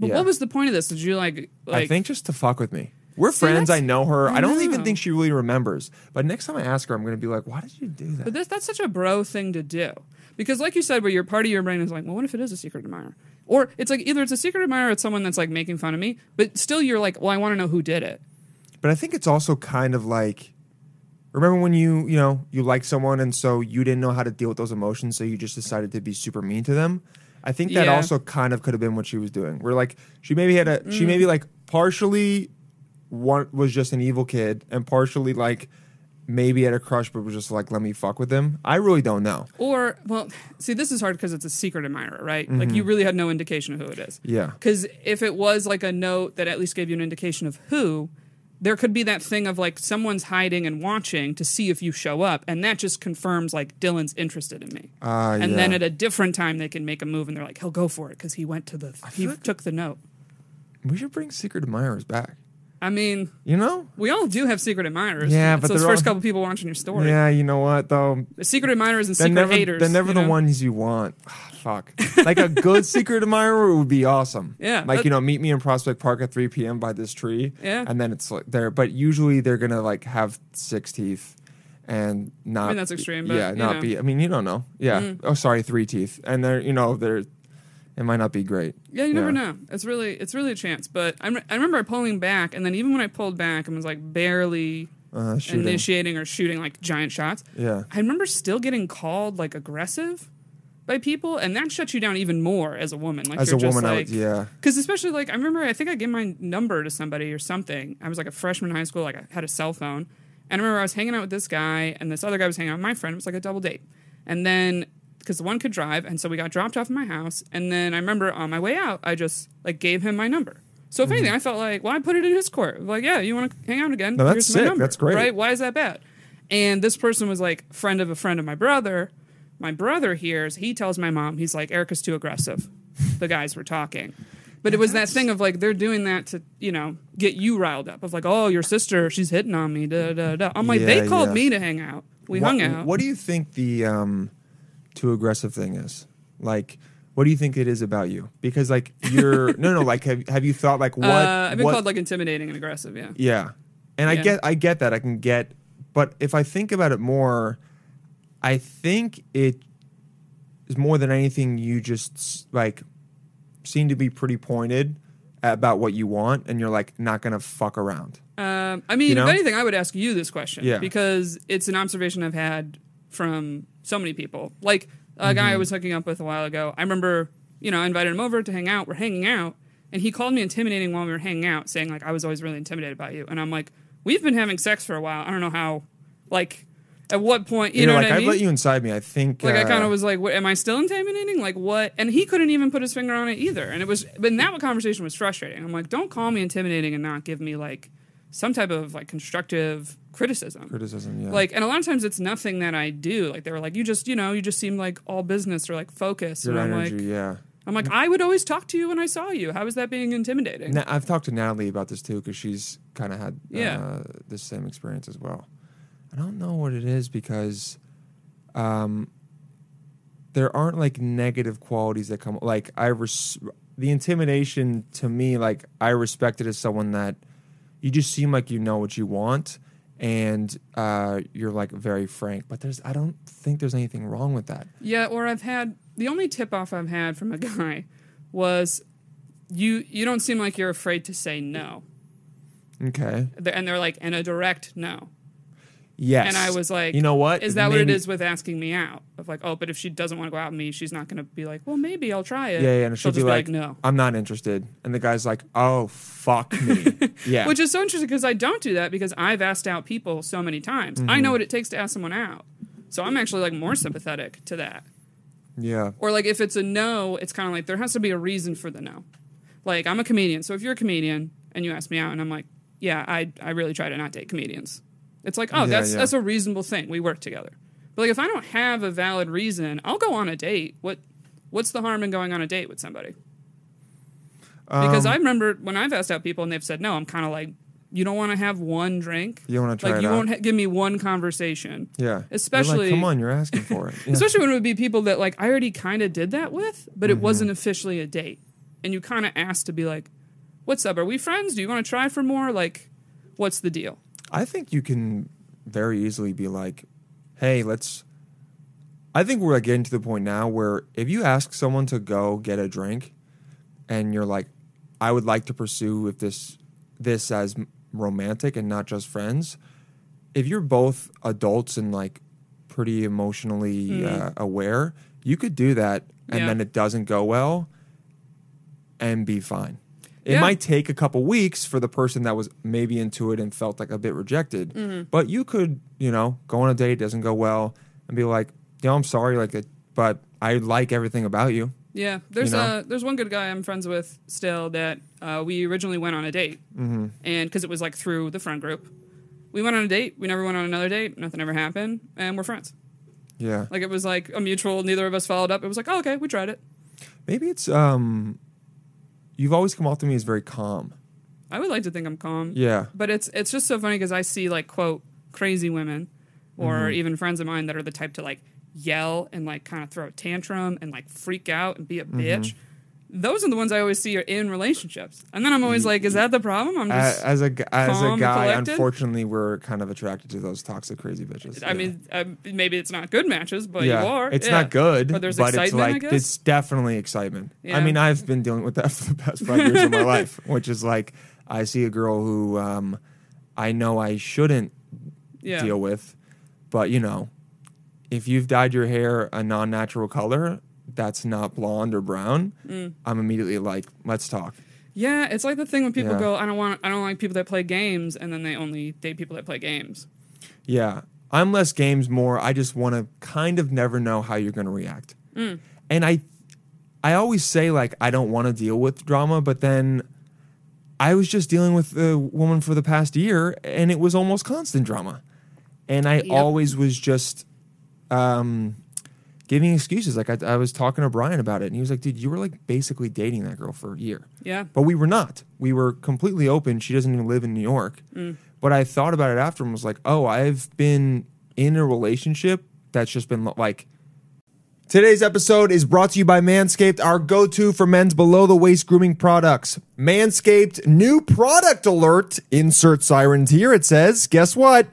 Speaker 5: But
Speaker 4: Yeah.
Speaker 5: what was the point of this? Did you like? like
Speaker 4: I think just to fuck with me. We're
Speaker 5: See,
Speaker 4: friends. I
Speaker 5: that's-
Speaker 4: know her. I, don't
Speaker 5: know.
Speaker 4: even think she really remembers. But next time I ask her, I'm going to be like, "Why did you do that?"
Speaker 5: But this, that's such a bro thing to do. Because, like you said, where your part of your brain is like, well, what if it is a secret admirer? Or it's like either it's a secret admirer or it's someone that's like making fun of me, but still you're like, well, I want to know who did it.
Speaker 4: But I think it's also kind of like remember when you, you know, you like someone and so you didn't know how to deal with those emotions, so you just decided to be super mean to them. I think that
Speaker 5: Yeah.
Speaker 4: also kind of could have been what she was doing. Where like she maybe had a
Speaker 5: Mm.
Speaker 4: she maybe like partially one was just an evil kid and partially like maybe had a crush but was just like let me fuck with him. I really don't know.
Speaker 5: Or, well, see, this is hard because it's a secret admirer, right? Like you really had no indication of who it is.
Speaker 4: Mm-hmm. Yeah.
Speaker 5: Because if it was like a note that at least gave you an indication of who, there could be that thing of like someone's hiding and watching to see if you show up, and that just confirms like Dylan's interested in me.
Speaker 4: Ah,
Speaker 5: and then
Speaker 4: yeah.
Speaker 5: at a different time they can make a move, and they're like, he'll go for it because he went to the he
Speaker 4: feel like-
Speaker 5: took the note.
Speaker 4: We should bring secret admirers back.
Speaker 5: I mean,
Speaker 4: You know?
Speaker 5: we all do have secret admirers.
Speaker 4: Yeah,
Speaker 5: It's
Speaker 4: but
Speaker 5: those
Speaker 4: they're
Speaker 5: first
Speaker 4: all-
Speaker 5: couple people watching your story.
Speaker 4: Yeah, you know what though?
Speaker 5: The secret admirers and
Speaker 4: They're
Speaker 5: secret
Speaker 4: never,
Speaker 5: haters.
Speaker 4: They're never
Speaker 5: you
Speaker 4: the
Speaker 5: know?
Speaker 4: ones you want. Ah, fuck. Like a good secret admirer would be awesome.
Speaker 5: Yeah,
Speaker 4: Like,
Speaker 5: that-
Speaker 4: you know, meet me in Prospect Park at 3 p.m. by this tree.
Speaker 5: Yeah.
Speaker 4: And then it's like there, but usually they're going to like have six teeth and not.
Speaker 5: mean, that's extreme, but,
Speaker 4: yeah,
Speaker 5: you
Speaker 4: not
Speaker 5: know. Mm-hmm.
Speaker 4: be. I mean, you don't know. Yeah. Oh, sorry, three teeth. And they're, you know, they're. It might not be great.
Speaker 5: Yeah, you never know. It's really it's really a chance. But I, rem- I remember pulling back, and then even when I pulled back and was like barely
Speaker 4: Uh, shooting.
Speaker 5: initiating or shooting like giant shots,
Speaker 4: Yeah.
Speaker 5: I remember still getting called like aggressive by people, and that shuts you down even more as a woman. Like
Speaker 4: As
Speaker 5: you're
Speaker 4: a
Speaker 5: just
Speaker 4: woman, I
Speaker 5: like,
Speaker 4: would- yeah.
Speaker 5: Because especially like I remember, I think I gave my number to somebody or something. I was like a freshman in high school, like I had a cell phone, and I remember I was hanging out with this guy, and this other guy was hanging out with my friend. It was like a double date, and then because the one could drive, and so we got dropped off at my house, and then I remember on my way out, I just like gave him my number. So if
Speaker 4: Mm-hmm.
Speaker 5: anything, I felt like, well, I put it in his court. Like, yeah, you want to hang out again?
Speaker 4: No, that's
Speaker 5: Here's my
Speaker 4: sick.
Speaker 5: number,
Speaker 4: That's great.
Speaker 5: Right? Why is that bad? And this person was like friend of a friend of my brother. My brother hears, he tells my mom, he's like, Erica's too aggressive. The guys were talking. But it was that thing of like they're doing that to, you know, get you riled up of like, oh, your sister, she's hitting on me, da da da. I'm like,
Speaker 4: Yeah,
Speaker 5: they called
Speaker 4: yeah.
Speaker 5: me to hang out. We
Speaker 4: Wha-
Speaker 5: hung out.
Speaker 4: What do you think the um, too aggressive thing is? Like, what do you think it is about you? Because like you're no no like have have you thought like what?
Speaker 5: uh, I've been
Speaker 4: what-
Speaker 5: called like intimidating and aggressive, yeah.
Speaker 4: yeah, and I
Speaker 5: Yeah.
Speaker 4: get I get that I can get, but if I think about it more, I think it is more than anything you just s- like seem to be pretty pointed about what you want, and you're like not gonna fuck around.
Speaker 5: Um, I mean,
Speaker 4: You know?
Speaker 5: if anything, I would ask you this question
Speaker 4: Yeah.
Speaker 5: because it's an observation I've had from so many people. Like a
Speaker 4: Mm-hmm.
Speaker 5: guy I was hooking up with a while ago, I remember, you know, I invited him over to hang out. We're hanging out, and he called me intimidating while we were hanging out, saying like I was always really intimidated by you. And I'm like, we've been having sex for a while. I don't know how, like, at what point, you, know,
Speaker 4: like
Speaker 5: what I
Speaker 4: I've
Speaker 5: mean?
Speaker 4: let you inside me. I think
Speaker 5: Like I
Speaker 4: uh,
Speaker 5: kind of was like, what, "Am I still intimidating? Like what?" And he couldn't even put his finger on it either. And it was, but that conversation was frustrating. I'm like, "Don't call me intimidating and not give me like some type of like constructive criticism."
Speaker 4: criticism. Yeah,
Speaker 5: Like, and a lot of times it's nothing that I do. Like they were like, "You just, you know, you just seem like all business or like focus."
Speaker 4: your
Speaker 5: and I'm
Speaker 4: energy.
Speaker 5: like,
Speaker 4: yeah.
Speaker 5: I'm like, I would always talk to you when I saw you. How is that being intimidating?
Speaker 4: Na- I've talked to Natalie about this too because she's kind of had
Speaker 5: Yeah.
Speaker 4: uh, the same experience as well. I don't know what it is because um, there aren't like negative qualities that come. Like I res- the intimidation to me, like I respect it as someone that you just seem like you know what you want and uh, you're like very frank. But there's I don't think there's anything wrong with that.
Speaker 5: Yeah, or I've had the only tip off I've had from a guy was, "You, you don't seem like you're afraid to say no."
Speaker 4: Okay.
Speaker 5: They're- and they're like, and a direct no.
Speaker 4: Yes.
Speaker 5: And I was like,
Speaker 4: you know what?
Speaker 5: Is that what it
Speaker 4: Maybe-
Speaker 5: is with asking me out? Of like, oh, but if she doesn't want to go out with me, she's not going to be like, well, maybe I'll try it.
Speaker 4: Yeah, yeah, and
Speaker 5: she'll
Speaker 4: she'll
Speaker 5: just
Speaker 4: be like, "Oh,
Speaker 5: no.
Speaker 4: I'm not interested." And the guy's like, "Oh, fuck me." yeah,
Speaker 5: Which is so interesting because I don't do that because I've asked out people so many times. I
Speaker 4: Mm-hmm.
Speaker 5: know what it takes to ask someone out. So I'm actually like more sympathetic to that.
Speaker 4: yeah,
Speaker 5: Or like if it's a no, it's kind of like there has to be a reason for the no. Like I'm a comedian, so if you're a comedian and you ask me out, and I'm like, yeah, I I really try to not date comedians. It's like, oh,
Speaker 4: Yeah,
Speaker 5: that's
Speaker 4: yeah.
Speaker 5: that's a reasonable thing. We work together. But like if I don't have a valid reason, I'll go on a date. What what's the harm in going on a date with somebody? Because
Speaker 4: Um,
Speaker 5: I remember when I've asked out people and they've said no, I'm kind of like, you don't want to have one drink.
Speaker 4: You don't wanna try
Speaker 5: like
Speaker 4: it
Speaker 5: you
Speaker 4: out.
Speaker 5: won't ha- give me one conversation.
Speaker 4: yeah. You're like,
Speaker 5: especially
Speaker 4: come on, you're asking for it. Yeah.
Speaker 5: especially when it would be people that like I already kind of did that with, but it
Speaker 4: Mm-hmm.
Speaker 5: wasn't officially a date, and you kind of asked to be like, "What's up? Are we friends? Do you want to try for more? Like, what's the deal?"
Speaker 4: I think you can very easily be like, "Hey, let's." I think we're like getting to the point now where if you ask someone to go get a drink, and you're like, "I would like to pursue if this this as m- romantic and not just friends," if you're both adults and like pretty emotionally uh, aware, you could do that, and
Speaker 5: Yeah.
Speaker 4: then it doesn't go well, and be fine. It
Speaker 5: Yeah.
Speaker 4: might take a couple weeks for the person that was maybe into it and felt like a bit rejected,
Speaker 5: Mm-hmm.
Speaker 4: but you could, you know, go on a date doesn't go well, and be like, "Yo, I'm sorry, like, it, but I like everything about you."
Speaker 5: Yeah, there's
Speaker 4: You know?
Speaker 5: uh there's one good guy I'm friends with still that uh, we originally went on a date, mm-hmm. and because it was like through the friend group, we went on a date. We never went on another date. Nothing ever happened, and we're friends.
Speaker 4: Yeah,
Speaker 5: Like it was like a mutual. Neither of us followed up. It was like, oh, okay, we tried it.
Speaker 4: maybe it's um, you've always come off to me as very calm.
Speaker 5: I would like to think I'm calm.
Speaker 4: Yeah,
Speaker 5: But it's it's just so funny because I see like quote crazy women, or
Speaker 4: Mm-hmm.
Speaker 5: even friends of mine that are
Speaker 4: Mm-hmm.
Speaker 5: the type to like yell and like kind of throw a tantrum and like freak out and be a bitch, those are the ones I always see are in relationships. And then I'm always like, is that the problem? I'm
Speaker 4: A-
Speaker 5: just.
Speaker 4: As a gu- as a
Speaker 5: calm,
Speaker 4: guy,
Speaker 5: collected?
Speaker 4: unfortunately, we're kind of attracted to those toxic, crazy bitches.
Speaker 5: I mean, uh, maybe it's not good matches, but
Speaker 4: yeah,
Speaker 5: you are.
Speaker 4: it's
Speaker 5: Yeah.
Speaker 4: not good,
Speaker 5: But there's
Speaker 4: but
Speaker 5: excitement,
Speaker 4: it's like
Speaker 5: I guess.
Speaker 4: it's definitely excitement. I
Speaker 5: Yeah.
Speaker 4: mean, I've been dealing with that for the past five years of my life, which is like I see a girl who um, I know I shouldn't
Speaker 5: yeah.
Speaker 4: deal with, but you know, if you've dyed your hair a non-natural color that's not blonde or brown,
Speaker 5: Mm.
Speaker 4: I'm immediately like, let's talk.
Speaker 5: Yeah, it's like the thing when people
Speaker 4: Yeah.
Speaker 5: go, I don't want, I don't like people that play games, and then they only date people that play games.
Speaker 4: Yeah. I'm less games more. I just want to kind of never know how you're going to react. And I I always say like I don't want to deal with drama, but then I was just dealing with the woman for the past year and it was almost constant drama. And I always was just um giving excuses. Like I, I was talking to Brian about it and he was like, "Dude, you were like basically dating that girl for a year."
Speaker 5: Yeah.
Speaker 4: But we were not. We were completely open. She doesn't even live in New York. But I thought about it after and was like, oh, I've been in a relationship that's just been lo- like. Today's episode is brought to you by Manscaped, our go to for men's below the waist grooming products. Manscaped, new product alert. Insert sirens here. It says, guess what?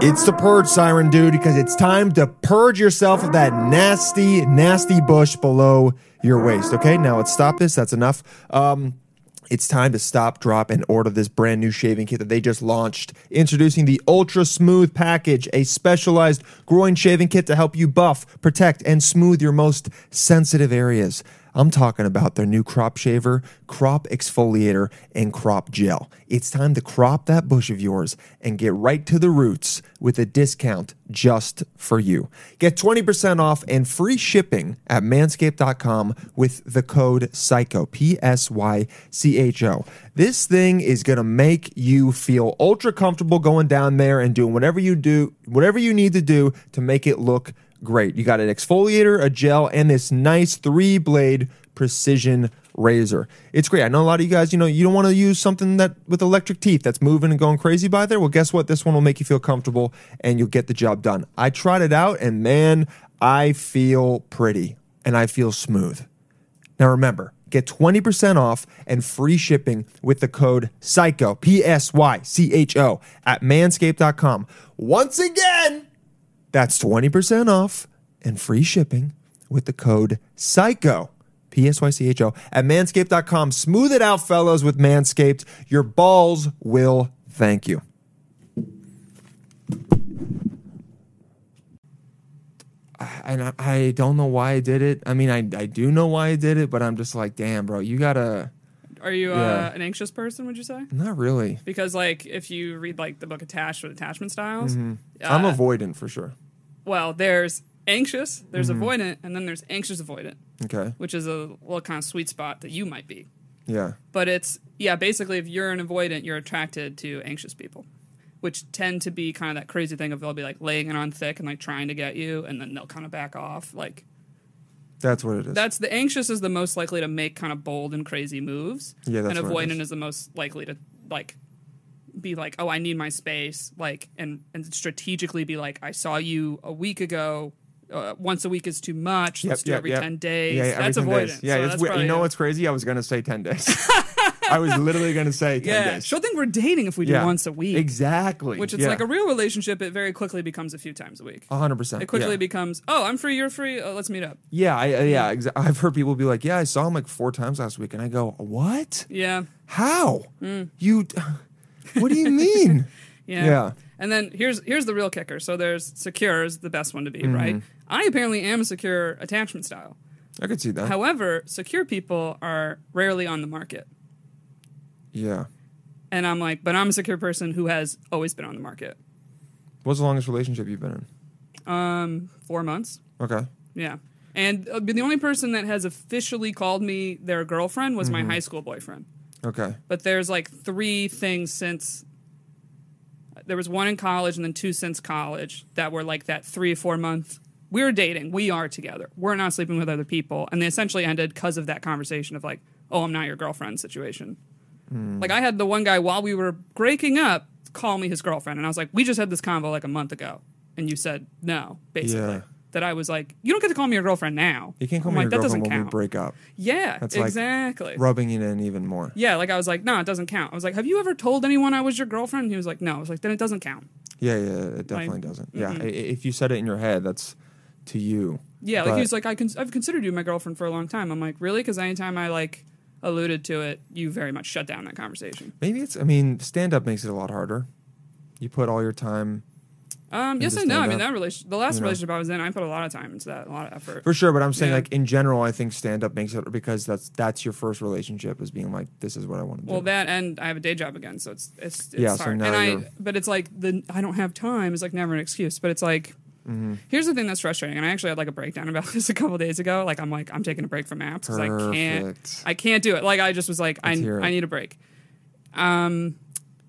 Speaker 4: It's the purge siren, dude, because it's time to purge yourself of that nasty, nasty bush below your waist. Okay, now let's stop this. That's enough. Um, it's time to stop, drop, and order this brand new shaving kit that they just launched. Introducing the Ultra Smooth Package, a specialized groin shaving kit to help you buff, protect, and smooth your most sensitive areas. I'm talking about their new crop shaver, crop exfoliator, and crop gel. It's time to crop that bush of yours and get right to the roots with a discount just for you. Get 20% off and free shipping at manscaped.com with the code PSYCHO, P S Y C H O. This thing is going to make you feel ultra comfortable going down there and doing whatever you do, whatever you need to do to make it look great. You got an exfoliator, a gel, and this nice three blade precision razor. It's great. I know a lot of you guys, you know, you don't want to use something that with electric teeth that's moving and going crazy by there. Well, guess what? This one will make you feel comfortable and you'll get the job done. I tried it out and man, I feel pretty and I feel smooth. Now remember, get 20% off and free shipping with the code PSYCHO, P S Y C H O, at manscaped.com. Once again, that's 20% off and free shipping with the code PSYCHO, P S Y C H O, at manscaped.com. Smooth it out, fellas, with Manscaped. Your balls will thank you. I- And I, I don't know why I did it. I mean, I, I do know why I did it, but I'm just like, damn, bro, you gotta.
Speaker 5: Are you
Speaker 4: Yeah.
Speaker 5: uh, an anxious person? Would you say?
Speaker 4: Not really.
Speaker 5: Because like, if you read like the book Attached with attachment styles,
Speaker 4: I'm
Speaker 5: uh,
Speaker 4: avoidant for sure.
Speaker 5: well, there's anxious, there's avoidant, and then there's anxious avoidant,
Speaker 4: Okay.
Speaker 5: which is a little kind of sweet spot that you might be.
Speaker 4: Yeah.
Speaker 5: But it's yeah, basically, if you're an avoidant, you're attracted to anxious people, which tend to be kind of that crazy thing of they'll be like laying it on thick and like trying to get you, and then they'll kind of back off. Like
Speaker 4: That's what it is.
Speaker 5: that's the anxious is the most likely to make kind of bold and crazy moves.
Speaker 4: Yeah, that's
Speaker 5: and
Speaker 4: what it
Speaker 5: avoidant
Speaker 4: is.
Speaker 5: is. the most likely to like be like, oh, I need my space, like, and and strategically be like, I saw you a week ago. Uh, once a week is too much.
Speaker 4: Yep,
Speaker 5: Let's do
Speaker 4: yep,
Speaker 5: every
Speaker 4: yep.
Speaker 5: ten days.
Speaker 4: Yeah, yeah, every
Speaker 5: that's
Speaker 4: 10 days.
Speaker 5: avoidant.
Speaker 4: Yeah,
Speaker 5: So
Speaker 4: it's
Speaker 5: that's
Speaker 4: weird. You
Speaker 5: probably
Speaker 4: know
Speaker 5: it.
Speaker 4: what's crazy? I was gonna say ten days. I was literally gonna say ten
Speaker 5: Yeah,
Speaker 4: days.
Speaker 5: she'll think we're dating if we do once a week.
Speaker 4: Exactly.
Speaker 5: Which it's like a real relationship, it very quickly becomes a few times a week.
Speaker 4: hundred percent.
Speaker 5: It quickly
Speaker 4: Uh-huh. yeah.
Speaker 5: becomes, oh, I'm free, you're free, uh, let's meet up.
Speaker 4: Yeah, I, I- yeah. Exa- I've heard people be like, "Yeah, I saw him like four times last week," and I go, "What?
Speaker 5: Yeah,
Speaker 4: How? You? d- What do you mean?"
Speaker 5: Mm. yeah.
Speaker 4: Yeah.
Speaker 5: And then here's here's the real kicker. So there's secure is the best one to be, right? I apparently am a secure attachment style.
Speaker 4: I could see that.
Speaker 5: However, secure people are rarely on the market.
Speaker 4: yeah.
Speaker 5: And I'm like, but I'm a secure person who has always been on the market.
Speaker 4: What's the longest relationship you've been
Speaker 5: Four months.
Speaker 4: in? Okay.
Speaker 5: Yeah. And uh, the only person that has officially called me their girlfriend was my high school boyfriend.
Speaker 4: Okay.
Speaker 5: but there's like three things since there was one in college and then two since college that were like that three four month we're dating we are together we're not sleeping with other people and they essentially ended because of that conversation of like oh i'm not your girlfriend situation
Speaker 4: Hmm.
Speaker 5: like i had the one guy while we were breaking up call me his girlfriend and i was like we just had this convo like a month ago and you said no basically
Speaker 4: Yeah.
Speaker 5: that I was like, you don't get to call me your girlfriend now.
Speaker 4: You can't call
Speaker 5: I'm
Speaker 4: me
Speaker 5: like, that
Speaker 4: your girlfriend
Speaker 5: doesn't
Speaker 4: when
Speaker 5: count.
Speaker 4: we break up.
Speaker 5: Yeah,
Speaker 4: That's like
Speaker 5: exactly.
Speaker 4: Rubbing it in even more.
Speaker 5: yeah, like I was like, no, it doesn't count. I was like, have you ever told anyone I was your girlfriend? And he was like, no. I was like, then it doesn't count.
Speaker 4: Yeah, yeah, it definitely doesn't. Yeah, i- i- if you said it in your head, that's to you.
Speaker 5: mm-hmm. Yeah, like
Speaker 4: But-
Speaker 5: he was like, I cons- I've considered you my girlfriend for a long time. I'm like, really? Because anytime I like alluded to it, you very much shut down that conversation.
Speaker 4: Maybe it's. I mean, stand up makes it a lot harder. You put all your time
Speaker 5: Um, yes and
Speaker 4: Understand
Speaker 5: no. I
Speaker 4: that.
Speaker 5: mean, that relation, the last
Speaker 4: You know.
Speaker 5: relationship I was in, I put a lot of time into that, a lot of effort.
Speaker 4: for sure. But I'm saying,
Speaker 5: Yeah.
Speaker 4: like in general, I think stand up makes it because that's that's your first relationship is being like, this is what I want to do.
Speaker 5: Well, that and I have a day job again, so it's it's, it's
Speaker 4: Yeah, so
Speaker 5: hard.
Speaker 4: now
Speaker 5: and I,
Speaker 4: you're-
Speaker 5: but it's like the I don't have time is like never an excuse. But it's like,
Speaker 4: Mm-hmm.
Speaker 5: here's the thing that's frustrating, and I actually had like a breakdown about this a couple days ago. Like I'm like I'm taking a break from apps because I can't
Speaker 4: Perfect.
Speaker 5: I can't do it. Like I just was like I
Speaker 4: Let's hear it.
Speaker 5: I need a break. Um,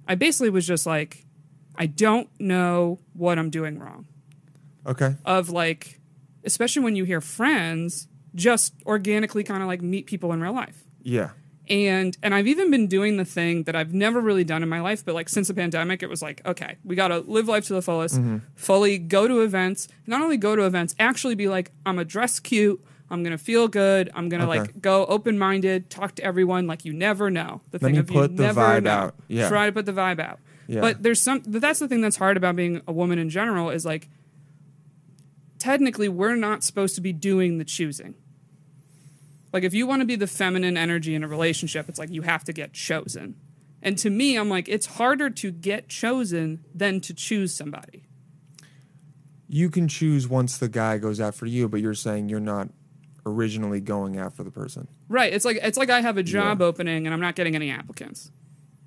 Speaker 5: I basically was just like, I don't know what I'm doing wrong
Speaker 4: okay.
Speaker 5: of like, especially when you hear friends just organically kind of like meet people in real life.
Speaker 4: Yeah.
Speaker 5: And and I've even been doing the thing that I've never really done in my life, but like since the pandemic, it was like, okay, we gotta live life to the fullest,
Speaker 4: Mm-hmm.
Speaker 5: fully go to events, not only go to events, actually be like, I'm a dress cute, I'm gonna feel good, I'm gonna
Speaker 4: Okay.
Speaker 5: like go open minded, talk to everyone, like you never know. The
Speaker 4: Let
Speaker 5: thing
Speaker 4: me
Speaker 5: of
Speaker 4: put
Speaker 5: you
Speaker 4: the
Speaker 5: never
Speaker 4: vibe
Speaker 5: know.
Speaker 4: out. Yeah.
Speaker 5: Try to put the vibe out.
Speaker 4: Yeah.
Speaker 5: But there's some but that's the thing that's hard about being a woman in general is like technically we're not supposed to be doing the choosing. Like if you want to be the feminine energy in a relationship, it's like you have to get chosen. And to me, I'm like it's harder to get chosen than to choose somebody.
Speaker 4: You can choose once the guy goes after you, but you're saying you're not originally going after the person.
Speaker 5: Right. It's like it's like I have a job opening and I'm not getting any applicants.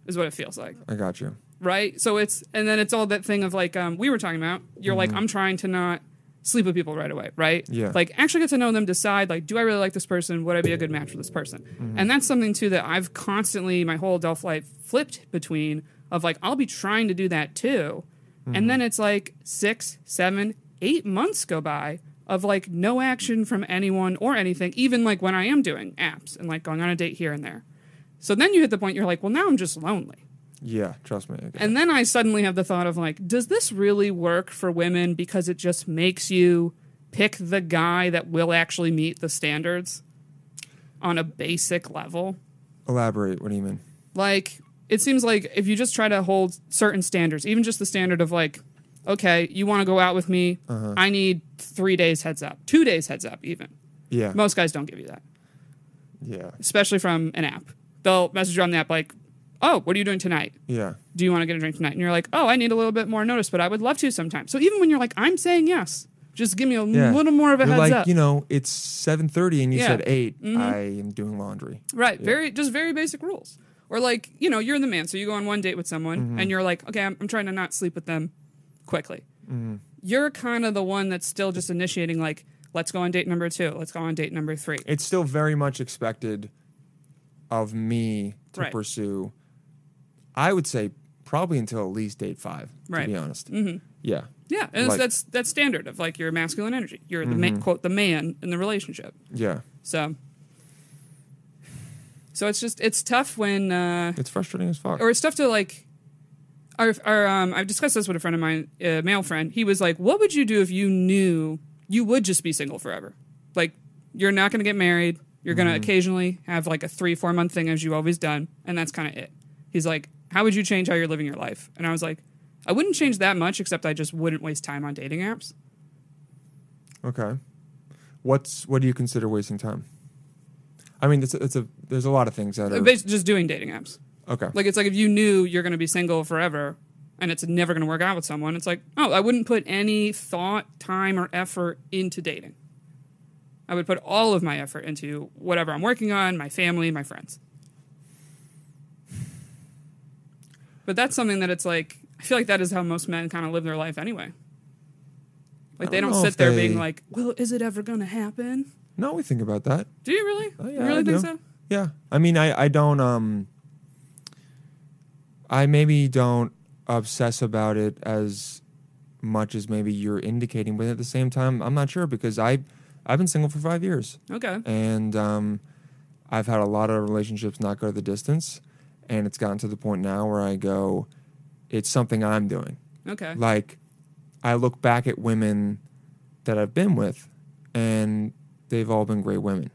Speaker 5: Is what it feels like.
Speaker 4: I got you.
Speaker 5: right? So it's and then it's all that thing of like um, we were talking about. You're like I'm trying to not sleep with people right away, right?
Speaker 4: Yeah.
Speaker 5: Like actually get to know them, decide like do I really like this person? Would I be a good match for this person? And that's something too that I've constantly my whole adult life flipped between of like I'll be trying to do that too, and then it's like six, seven, eight months go by. Of like no action from anyone or anything, even like when I am doing apps and like going on a date here and there. So then you hit the point you're like, well, now I'm just lonely.
Speaker 4: Yeah, trust me. I got
Speaker 5: And then I suddenly have the thought of like, does this really work for women because it just makes you pick the guy that will actually meet the standards on a basic level?
Speaker 4: it. Elaborate. What do you mean?
Speaker 5: Like, it seems like if you just try to hold certain standards, even just the standard of like, okay, you want to go out with me, I need three days heads up, two days heads up, even.
Speaker 4: Yeah.
Speaker 5: Most guys don't give you that,
Speaker 4: yeah.
Speaker 5: especially from an app. They'll message you on the app like, oh, what are you doing tonight?
Speaker 4: Yeah.
Speaker 5: do you want to get a drink tonight? And you're like, oh, I need a little bit more notice, but I would love to sometime. So even when you're like, I'm saying yes, just give me a
Speaker 4: Yeah.
Speaker 5: little more of a
Speaker 4: You're
Speaker 5: heads
Speaker 4: like,
Speaker 5: up.
Speaker 4: you know, it's 7:30 and you
Speaker 5: Yeah. Mm-hmm.
Speaker 4: said 8. I am doing laundry.
Speaker 5: right. Very, just very basic rules. Or like, you know, you're the man. So you go on one date with someone
Speaker 4: Mm-hmm.
Speaker 5: and you're like, okay, I'm, I'm trying to not sleep with them quickly.
Speaker 4: Mm-hmm.
Speaker 5: You're kind of the one that's still just initiating, like, let's go on date number two. Let's go on date number three.
Speaker 4: It's still very much expected of me to
Speaker 5: Right.
Speaker 4: pursue I would say probably until at least date 5
Speaker 5: Right.
Speaker 4: to be honest. Mm-hmm. Yeah.
Speaker 5: yeah. And it's
Speaker 4: Like- Mm-hmm.
Speaker 5: that's, that's standard of like your masculine energy. You're the man, quote, the man in the relationship.
Speaker 4: Yeah.
Speaker 5: So. So it's just it's tough when uh,
Speaker 4: It's frustrating as fuck.
Speaker 5: or stuff to like our, our um I've discussed this with a friend of mine, a male friend. He was like, "What would you do if you knew you would just be single forever? Like you're not going to get married. You're going to occasionally have like a 3-4 month thing as you've always done, and that's kind of it." He's like, "How would you change how you're living your life?" And I was like, "I wouldn't change that much except I just wouldn't waste time on dating apps."
Speaker 4: Okay. What's what do you consider wasting time? I mean, it's a, it's a there's a lot of things that are
Speaker 5: Basically just doing dating apps.
Speaker 4: okay.
Speaker 5: Like it's like if you knew you're going to be single forever and it's never going to work out with someone, it's like, oh, I wouldn't put any thought, time, or effort into dating. I would put all of my effort into whatever I'm working on, my family, my friends. But that's something that it's like I feel like that is how most men kind of live their life anyway. Like
Speaker 4: I
Speaker 5: they
Speaker 4: don't
Speaker 5: don't
Speaker 4: know
Speaker 5: sit
Speaker 4: if
Speaker 5: there
Speaker 4: they-
Speaker 5: being like, "Well, is it ever going to happen?"
Speaker 4: no, we think about that.
Speaker 5: Do you really?
Speaker 4: Oh, yeah,
Speaker 5: you really
Speaker 4: I
Speaker 5: think
Speaker 4: do.
Speaker 5: so?
Speaker 4: Yeah. I mean, I, I don't, um, I maybe don't obsess about it as much as maybe you're indicating, but at the same time, I'm not sure because I, I've been single for five years
Speaker 5: Okay.
Speaker 4: and, um, I've had a lot of relationships not go the distance. And it's gotten to the point now where I go, it's something I'm doing
Speaker 5: Okay.
Speaker 4: like I look back at women that I've been with, and they've all been great women.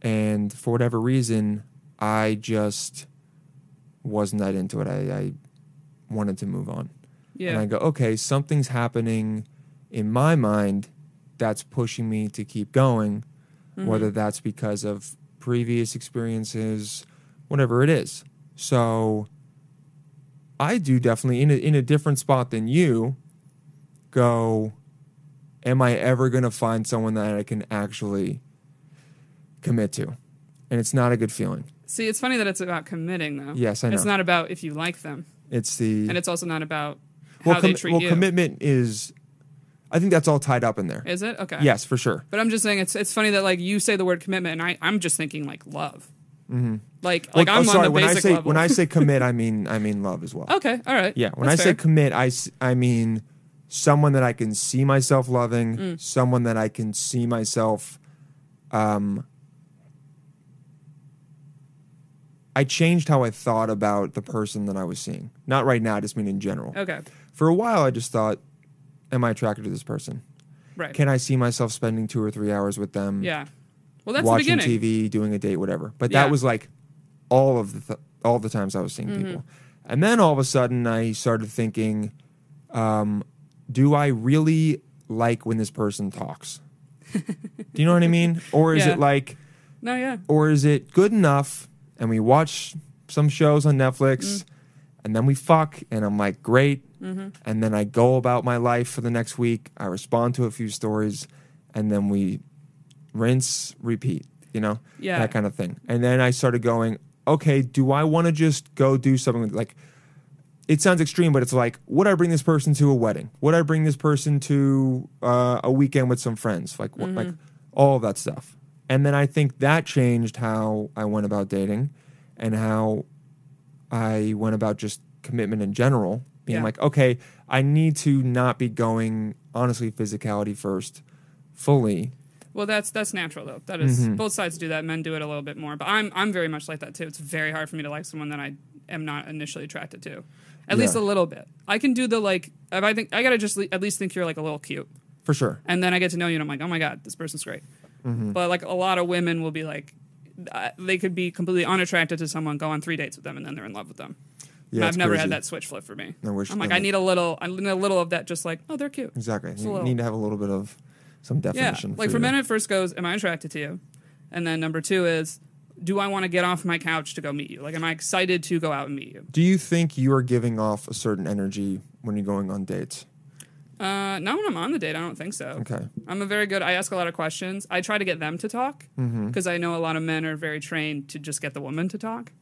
Speaker 4: And for whatever reason, I just wasn't that into it. I, I wanted to move on. And
Speaker 5: Yeah.
Speaker 4: I go, okay, something's happening in my mind that's pushing me to keep going,
Speaker 5: Mm-hmm.
Speaker 4: whether that's because of previous experiences, whatever it is. So I do definitely, in a, in a different spot than you, go, am I ever going to find someone that I can actually commit to? And it's not a good feeling.
Speaker 5: See, it's funny that it's about committing, though.
Speaker 4: Yes, I
Speaker 5: It's
Speaker 4: know.
Speaker 5: not about if you like them,
Speaker 4: It's the
Speaker 5: and it's also not about how
Speaker 4: well,
Speaker 5: they
Speaker 4: commi-
Speaker 5: treat
Speaker 4: well
Speaker 5: you.
Speaker 4: commitment is. I think that's all tied up in there.
Speaker 5: Is it okay?
Speaker 4: Yes, for sure.
Speaker 5: But I'm just saying it's it's funny that like you say the word commitment, and I I'm just thinking like love. Mm-hmm. Like like,
Speaker 4: oh,
Speaker 5: I'm
Speaker 4: sorry,
Speaker 5: on the
Speaker 4: when
Speaker 5: basic
Speaker 4: I say
Speaker 5: level.
Speaker 4: when I say commit, I mean I mean love as well.
Speaker 5: okay, all right.
Speaker 4: Yeah, when
Speaker 5: That's
Speaker 4: I
Speaker 5: fair.
Speaker 4: say commit, I s- I mean someone that I can see myself loving,
Speaker 5: Mm.
Speaker 4: someone that I can see myself. Um, I changed how I thought about the person that I was seeing. Not right now, I just mean in general.
Speaker 5: okay,
Speaker 4: For a while, I just thought, "Am I attracted to this person?
Speaker 5: right?
Speaker 4: Can I see myself spending two or three hours with them?
Speaker 5: yeah. Well, that's the
Speaker 4: watching
Speaker 5: beginning.
Speaker 4: TV, doing a date, whatever. But
Speaker 5: Yeah.
Speaker 4: that was like all of the th- all the times I was seeing people,
Speaker 5: Mm-hmm.
Speaker 4: and then all of a sudden I started thinking, um, do I really like when this person talks? do you know what I mean? Or is
Speaker 5: Yeah.
Speaker 4: it like,
Speaker 5: No, yeah.
Speaker 4: or is it good enough? And we watch some shows on Netflix,
Speaker 5: Mm.
Speaker 4: and then we fuck, and I'm like, great. And then I go about my life for the next week. I respond to a few stories, and then we rinse, repeat, you know,
Speaker 5: Yeah.
Speaker 4: that kind of thing. And then I started going, okay, do I want to just go do something with- like, it sounds extreme, but it's like, would I bring this person to a wedding? Would I bring this person to uh, a weekend with some friends? Like, what, like all of that stuff. And then I think that changed how I went about dating and how I went about just commitment in general, being
Speaker 5: Yeah.
Speaker 4: like, okay, I need to not be going, honestly, physicality first fully.
Speaker 5: Well, that's that's natural though. That is-
Speaker 4: Mm-hmm.
Speaker 5: both sides do that. Men do it a little bit more, but I'm I'm very much like that too. It's very hard for me to like someone that I am not initially attracted to, at least a
Speaker 4: Yeah.
Speaker 5: little bit. I can do the like. If I think I gotta just le- at least think you're like a little cute,
Speaker 4: For sure.
Speaker 5: and then I get to know you, and I'm like, oh my god, this person's great.
Speaker 4: Mm-hmm.
Speaker 5: But like a lot of women will be like, uh, they could be completely unattracted to someone, go on three dates with them, and then they're in love with them.
Speaker 4: Yeah,
Speaker 5: I've
Speaker 4: it's
Speaker 5: never
Speaker 4: crazy.
Speaker 5: had that switch flip for me.
Speaker 4: I wish-
Speaker 5: I'm like, I
Speaker 4: I wish-
Speaker 5: need a little, I need a little of that, just like, oh, they're cute.
Speaker 4: Exactly.
Speaker 5: It's a
Speaker 4: You
Speaker 5: little-
Speaker 4: need to have a little bit of some
Speaker 5: yeah,
Speaker 4: definition.
Speaker 5: like for
Speaker 4: for your-
Speaker 5: men, it first goes, am I attracted to you? And then number two is, do I want to get off my couch to go meet you? Like, am I excited to go out and meet you?
Speaker 4: Do you think you are giving off a certain energy when you're going on dates?
Speaker 5: Uh, not when I'm on the date. I don't think so.
Speaker 4: Okay.
Speaker 5: I'm a very good. I ask a lot of questions. I try to get them to talk because
Speaker 4: Mm-hmm.
Speaker 5: I know a lot of men are very trained to just get the woman to talk.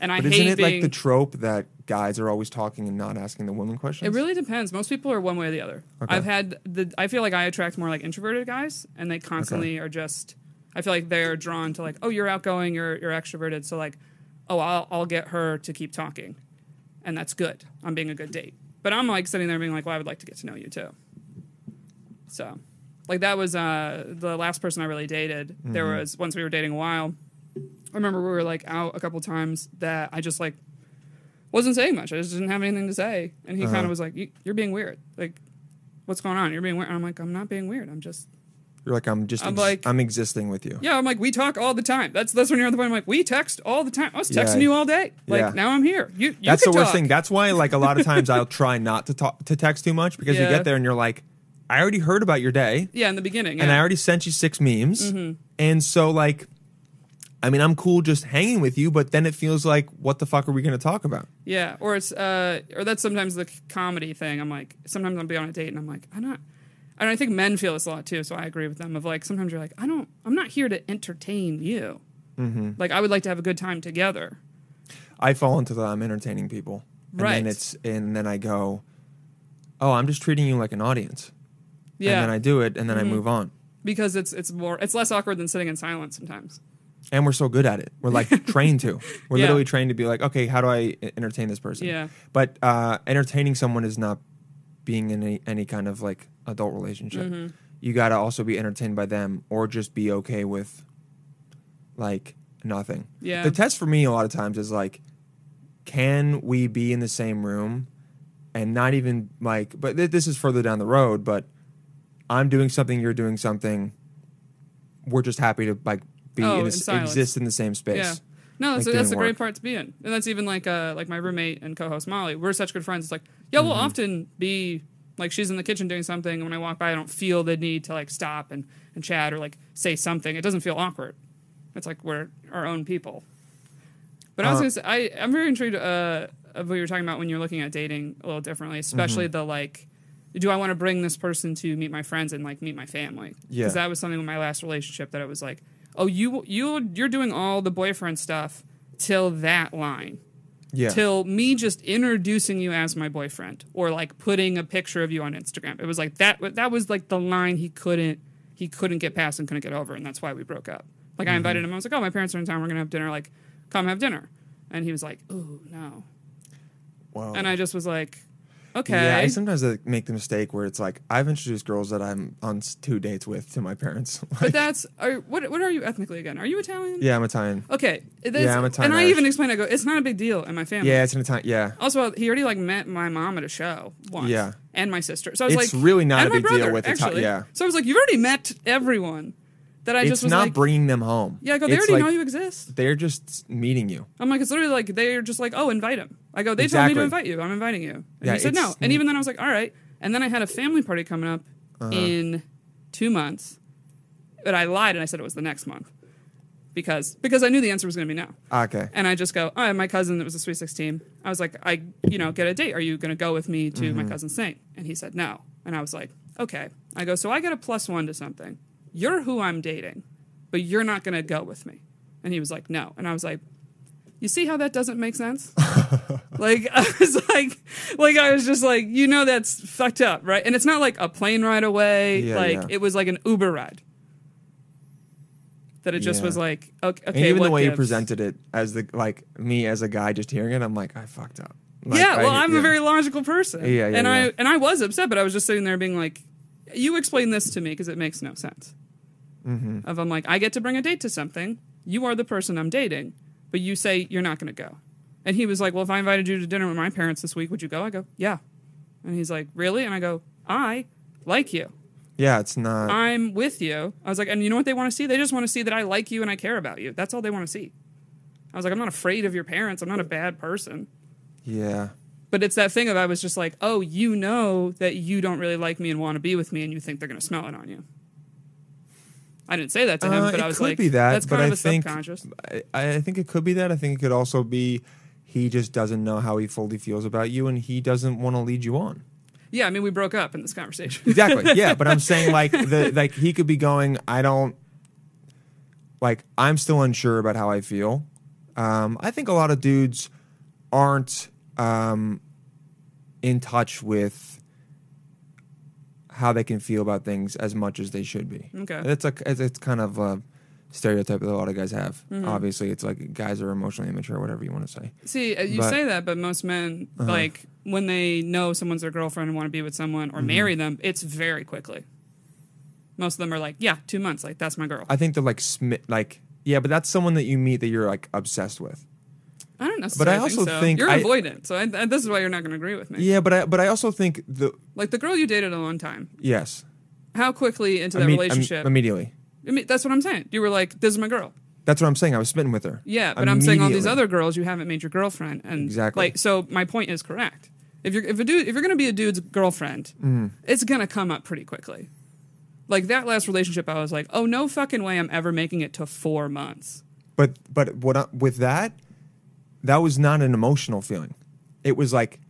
Speaker 5: And I
Speaker 4: But
Speaker 5: hate
Speaker 4: isn't it
Speaker 5: being.
Speaker 4: like the trope that guys are always talking and not asking the woman questions?
Speaker 5: it really depends. Most people are one way or the other.
Speaker 4: Okay.
Speaker 5: I've had the. I feel like I attract more like introverted guys, and they constantly are just. I feel like they're drawn to like, oh, you're outgoing, you're you're extroverted, so like, oh, I'll I'll get her to keep talking, and that's good. I'm being a good date. But I'm like sitting there being like, well, I would like to get to know you too. So, like that was uh, the last person I really dated. There was once we were dating a while. I remember we were like out a couple times that I just like wasn't saying much. I just didn't have anything to say, and he
Speaker 4: Uh-huh.
Speaker 5: kind of was like, "You- "You're being weird. Like, what's going on? You're being weird." And I'm like, "I'm not being weird. I'm just
Speaker 4: You're like I'm just
Speaker 5: I'm
Speaker 4: I'm,
Speaker 5: like-
Speaker 4: I'm existing with you.
Speaker 5: yeah." I'm like, "We talk all the time. That's that's when you're at the point. I'm like, we text all the time. I was
Speaker 4: Yeah.
Speaker 5: texting you all day. Like
Speaker 4: Yeah.
Speaker 5: now I'm here. You, you
Speaker 4: That's the
Speaker 5: could
Speaker 4: worst
Speaker 5: talk.
Speaker 4: thing. That's why like a lot of times I'll try not to talk to text too much because
Speaker 5: Yeah.
Speaker 4: you get there and you're like, I already heard about your day.
Speaker 5: yeah, in the beginning.
Speaker 4: and
Speaker 5: yeah. Mm-hmm.
Speaker 4: I already sent you six memes. And so, like, I mean, I'm cool just hanging with you, but then it feels like, what the fuck are we going to talk about?
Speaker 5: Yeah, or it's uh, or that's sometimes the c- comedy thing. I'm like, sometimes I'll be on a date and I'm like, I don't. And I think men feel this a lot too, so I agree with them. Of like, sometimes you're like, I don't, I'm not here to entertain you.
Speaker 4: Mm-hmm.
Speaker 5: Like, I would like to have a good time together.
Speaker 4: I fall into the I'm entertaining people, and
Speaker 5: Right.
Speaker 4: Then it's and then I go, oh, I'm just treating you like an audience,
Speaker 5: Yeah, Mm-hmm.
Speaker 4: and then I do it, and then I move on.
Speaker 5: because it's it's more, it's less awkward than sitting in silence sometimes.
Speaker 4: And we're so good at it. We're like trained to. We're
Speaker 5: Yeah.
Speaker 4: literally trained to be like, okay, how do I e- entertain this person?
Speaker 5: Yeah.
Speaker 4: But uh, entertaining someone is not being in any, any kind of like adult relationship.
Speaker 5: Mm-hmm.
Speaker 4: You got to also be entertained by them or just be okay with like nothing.
Speaker 5: Yeah.
Speaker 4: The test for me a lot of times is like, can we be in the same room and not even like, but th- this is further down the road, but I'm doing something, you're doing something. We're just happy to like be
Speaker 5: Oh,
Speaker 4: in a,
Speaker 5: in silence.
Speaker 4: exist in the same space.
Speaker 5: Yeah. No, that's,
Speaker 4: Like,
Speaker 5: that's
Speaker 4: didn't
Speaker 5: a great
Speaker 4: work.
Speaker 5: part to be in, and that's even like uh like my roommate and co-host Molly. We're such good friends. It's like yeah,
Speaker 4: Mm-hmm.
Speaker 5: we'll often be like she's in the kitchen doing something, and when I walk by, I don't feel the need to like stop and and chat or like say something. It doesn't feel awkward. It's like we're our own people. But I was
Speaker 4: Uh,
Speaker 5: gonna say I I'm very intrigued uh of what you're talking about when you're looking at dating a little differently, especially the like. Do I want to bring this person to meet my friends and like meet my family?
Speaker 4: Yeah.
Speaker 5: Because that was something with my last relationship that it was like, oh, you you you're doing all the boyfriend stuff till that line,
Speaker 4: Yeah.
Speaker 5: till me just introducing you as my boyfriend or like putting a picture of you on Instagram. It was like that that was like the line he couldn't he couldn't get past and couldn't get over, and that's why we broke up. Like
Speaker 4: Mm-hmm.
Speaker 5: I invited him, I was like, oh, my parents are in town, we're gonna have dinner. Like, come have dinner, and he was like, oh no,
Speaker 4: Wow.
Speaker 5: and I just was like, okay.
Speaker 4: Yeah, I sometimes uh, make the mistake where it's like I've introduced girls that I'm on s- two dates with to my parents.
Speaker 5: but that's are, what? What are you ethnically again? Are you Italian?
Speaker 4: yeah, I'm Italian.
Speaker 5: Okay. it is-
Speaker 4: Yeah, I'm Italian
Speaker 5: And I even
Speaker 4: Irish.
Speaker 5: explained. I go, it's not a big deal in my family.
Speaker 4: Yeah, it's an Italian. Yeah,
Speaker 5: Also, uh, he already like met my mom at a show once.
Speaker 4: Yeah.
Speaker 5: And my sister. So I was
Speaker 4: It's
Speaker 5: like,
Speaker 4: really not
Speaker 5: and
Speaker 4: a
Speaker 5: my
Speaker 4: big deal
Speaker 5: brother,
Speaker 4: with Ita-
Speaker 5: actually.
Speaker 4: yeah.
Speaker 5: So I was like, you've already met everyone. That I just
Speaker 4: it's
Speaker 5: was
Speaker 4: not
Speaker 5: like,
Speaker 4: bringing them home.
Speaker 5: yeah. I go, they
Speaker 4: It's
Speaker 5: already
Speaker 4: like,
Speaker 5: know you exist.
Speaker 4: They're just meeting you.
Speaker 5: I'm like, it's literally like they're just like, oh, invite him. I go, they told me to
Speaker 4: Exactly.
Speaker 5: invite you. I'm inviting you. And
Speaker 4: Yeah,
Speaker 5: he said no.
Speaker 4: it's-
Speaker 5: And even then, I was like, all right. And then I had a family party coming up
Speaker 4: Uh-huh.
Speaker 5: in two months, but I lied and I said it was the next month because because I knew the answer was going to be no.
Speaker 4: Ah, Okay.
Speaker 5: And I just go, oh, and my cousin that was a Sweet 16. I was like, I, you know, get a date. Are you going to go with me to
Speaker 4: Mm-hmm.
Speaker 5: my cousin's thing? And he said no. And I was like, okay. I go, so I get a plus one to something. You're who I'm dating, but you're not going to go with me. And he was like, no. And I was like, you see how that doesn't make sense? like I was like, like I was just like, you know, that's fucked up, right? And it's not like a plane ride away.
Speaker 4: Yeah,
Speaker 5: like
Speaker 4: yeah.
Speaker 5: it was like an Uber ride. That it just
Speaker 4: Yeah.
Speaker 5: was like, okay, okay
Speaker 4: and even the
Speaker 5: what
Speaker 4: way you
Speaker 5: gives?
Speaker 4: presented it as the like me as a guy just hearing it, I'm like I fucked up. Like,
Speaker 5: yeah, well,
Speaker 4: I,
Speaker 5: I'm
Speaker 4: yeah.
Speaker 5: a very logical person.
Speaker 4: Yeah, yeah,
Speaker 5: And I
Speaker 4: yeah.
Speaker 5: and I was upset, but I was just sitting there being like, "You explain this to me because it makes no sense." Mm-hmm. Of I'm like, I get to bring a date to something. You are the person I'm dating, but you say you're not going to go. And he was like, "Well, if I invited you to dinner with my parents this week, would you go?" I go, "Yeah." And he's like, "Really?" And I go, "I like you.
Speaker 4: yeah. It's not.
Speaker 5: I'm with you." I was like, "And you know what they want to see? They just want to see that I like you and I care about you. That's all they want to see." I was like, "I'm not afraid of your parents. I'm not a bad person."
Speaker 4: yeah.
Speaker 5: But it's that thing of I was just like, oh, you know that you don't really like me and want to be with me, and you think they're going to smell it on you. I didn't say that to him,
Speaker 4: Uh,
Speaker 5: but
Speaker 4: it
Speaker 5: I was
Speaker 4: could
Speaker 5: like,
Speaker 4: be that,
Speaker 5: that's
Speaker 4: but
Speaker 5: kind of
Speaker 4: I
Speaker 5: a
Speaker 4: think-
Speaker 5: subconscious.
Speaker 4: I, I think it could be that. I think it could also be he just doesn't know how he fully feels about you, and he doesn't want to lead you on.
Speaker 5: Yeah, I mean, we broke up in this conversation.
Speaker 4: Exactly. Yeah, but I'm saying like the like he could be going. I don't like. I'm still unsure about how I feel. Um, I think a lot of dudes aren't um, in touch with how they can feel about things as much as they should be.
Speaker 5: Okay.
Speaker 4: It's like it's, it's kind of a stereotype that a lot of guys have. Obviously, it's like guys are emotionally immature, whatever you want to say.
Speaker 5: See, uh, you
Speaker 4: But- Uh-huh.
Speaker 5: say that, but most men, like, when they know someone's their girlfriend and want to be with someone
Speaker 4: Mm-hmm.
Speaker 5: or marry them, it's very quickly. Most of them are like, yeah, two months, like, that's my girl. I,
Speaker 4: I think they're like smi- like yeah, but that's someone that you meet that you're like obsessed with.
Speaker 5: don't necessarily
Speaker 4: also
Speaker 5: think so.
Speaker 4: think
Speaker 5: You're
Speaker 4: I-
Speaker 5: avoidant, so I, I, this is why you're not going to agree with me.
Speaker 4: Yeah, but I but I also think the
Speaker 5: Like, the girl you dated a long time,
Speaker 4: yes.
Speaker 5: how quickly into that
Speaker 4: Imme- im-
Speaker 5: relationship?
Speaker 4: immediately.
Speaker 5: I mean, that's what I'm saying. You were like, "This is my girl."
Speaker 4: That's what I'm saying. I was smitten with her.
Speaker 5: Yeah, but I'm saying all these
Speaker 4: Immediately.
Speaker 5: other girls you haven't made your girlfriend, and
Speaker 4: Exactly.
Speaker 5: Like, so my point is correct. If you're if a dude if you're gonna be a dude's girlfriend,
Speaker 4: Mm-hmm.
Speaker 5: it's gonna come up pretty quickly. Like that last relationship, I was like, "Oh no fucking way, I'm ever making it to four months."
Speaker 4: But but what I, with that, that was not an emotional feeling. It was like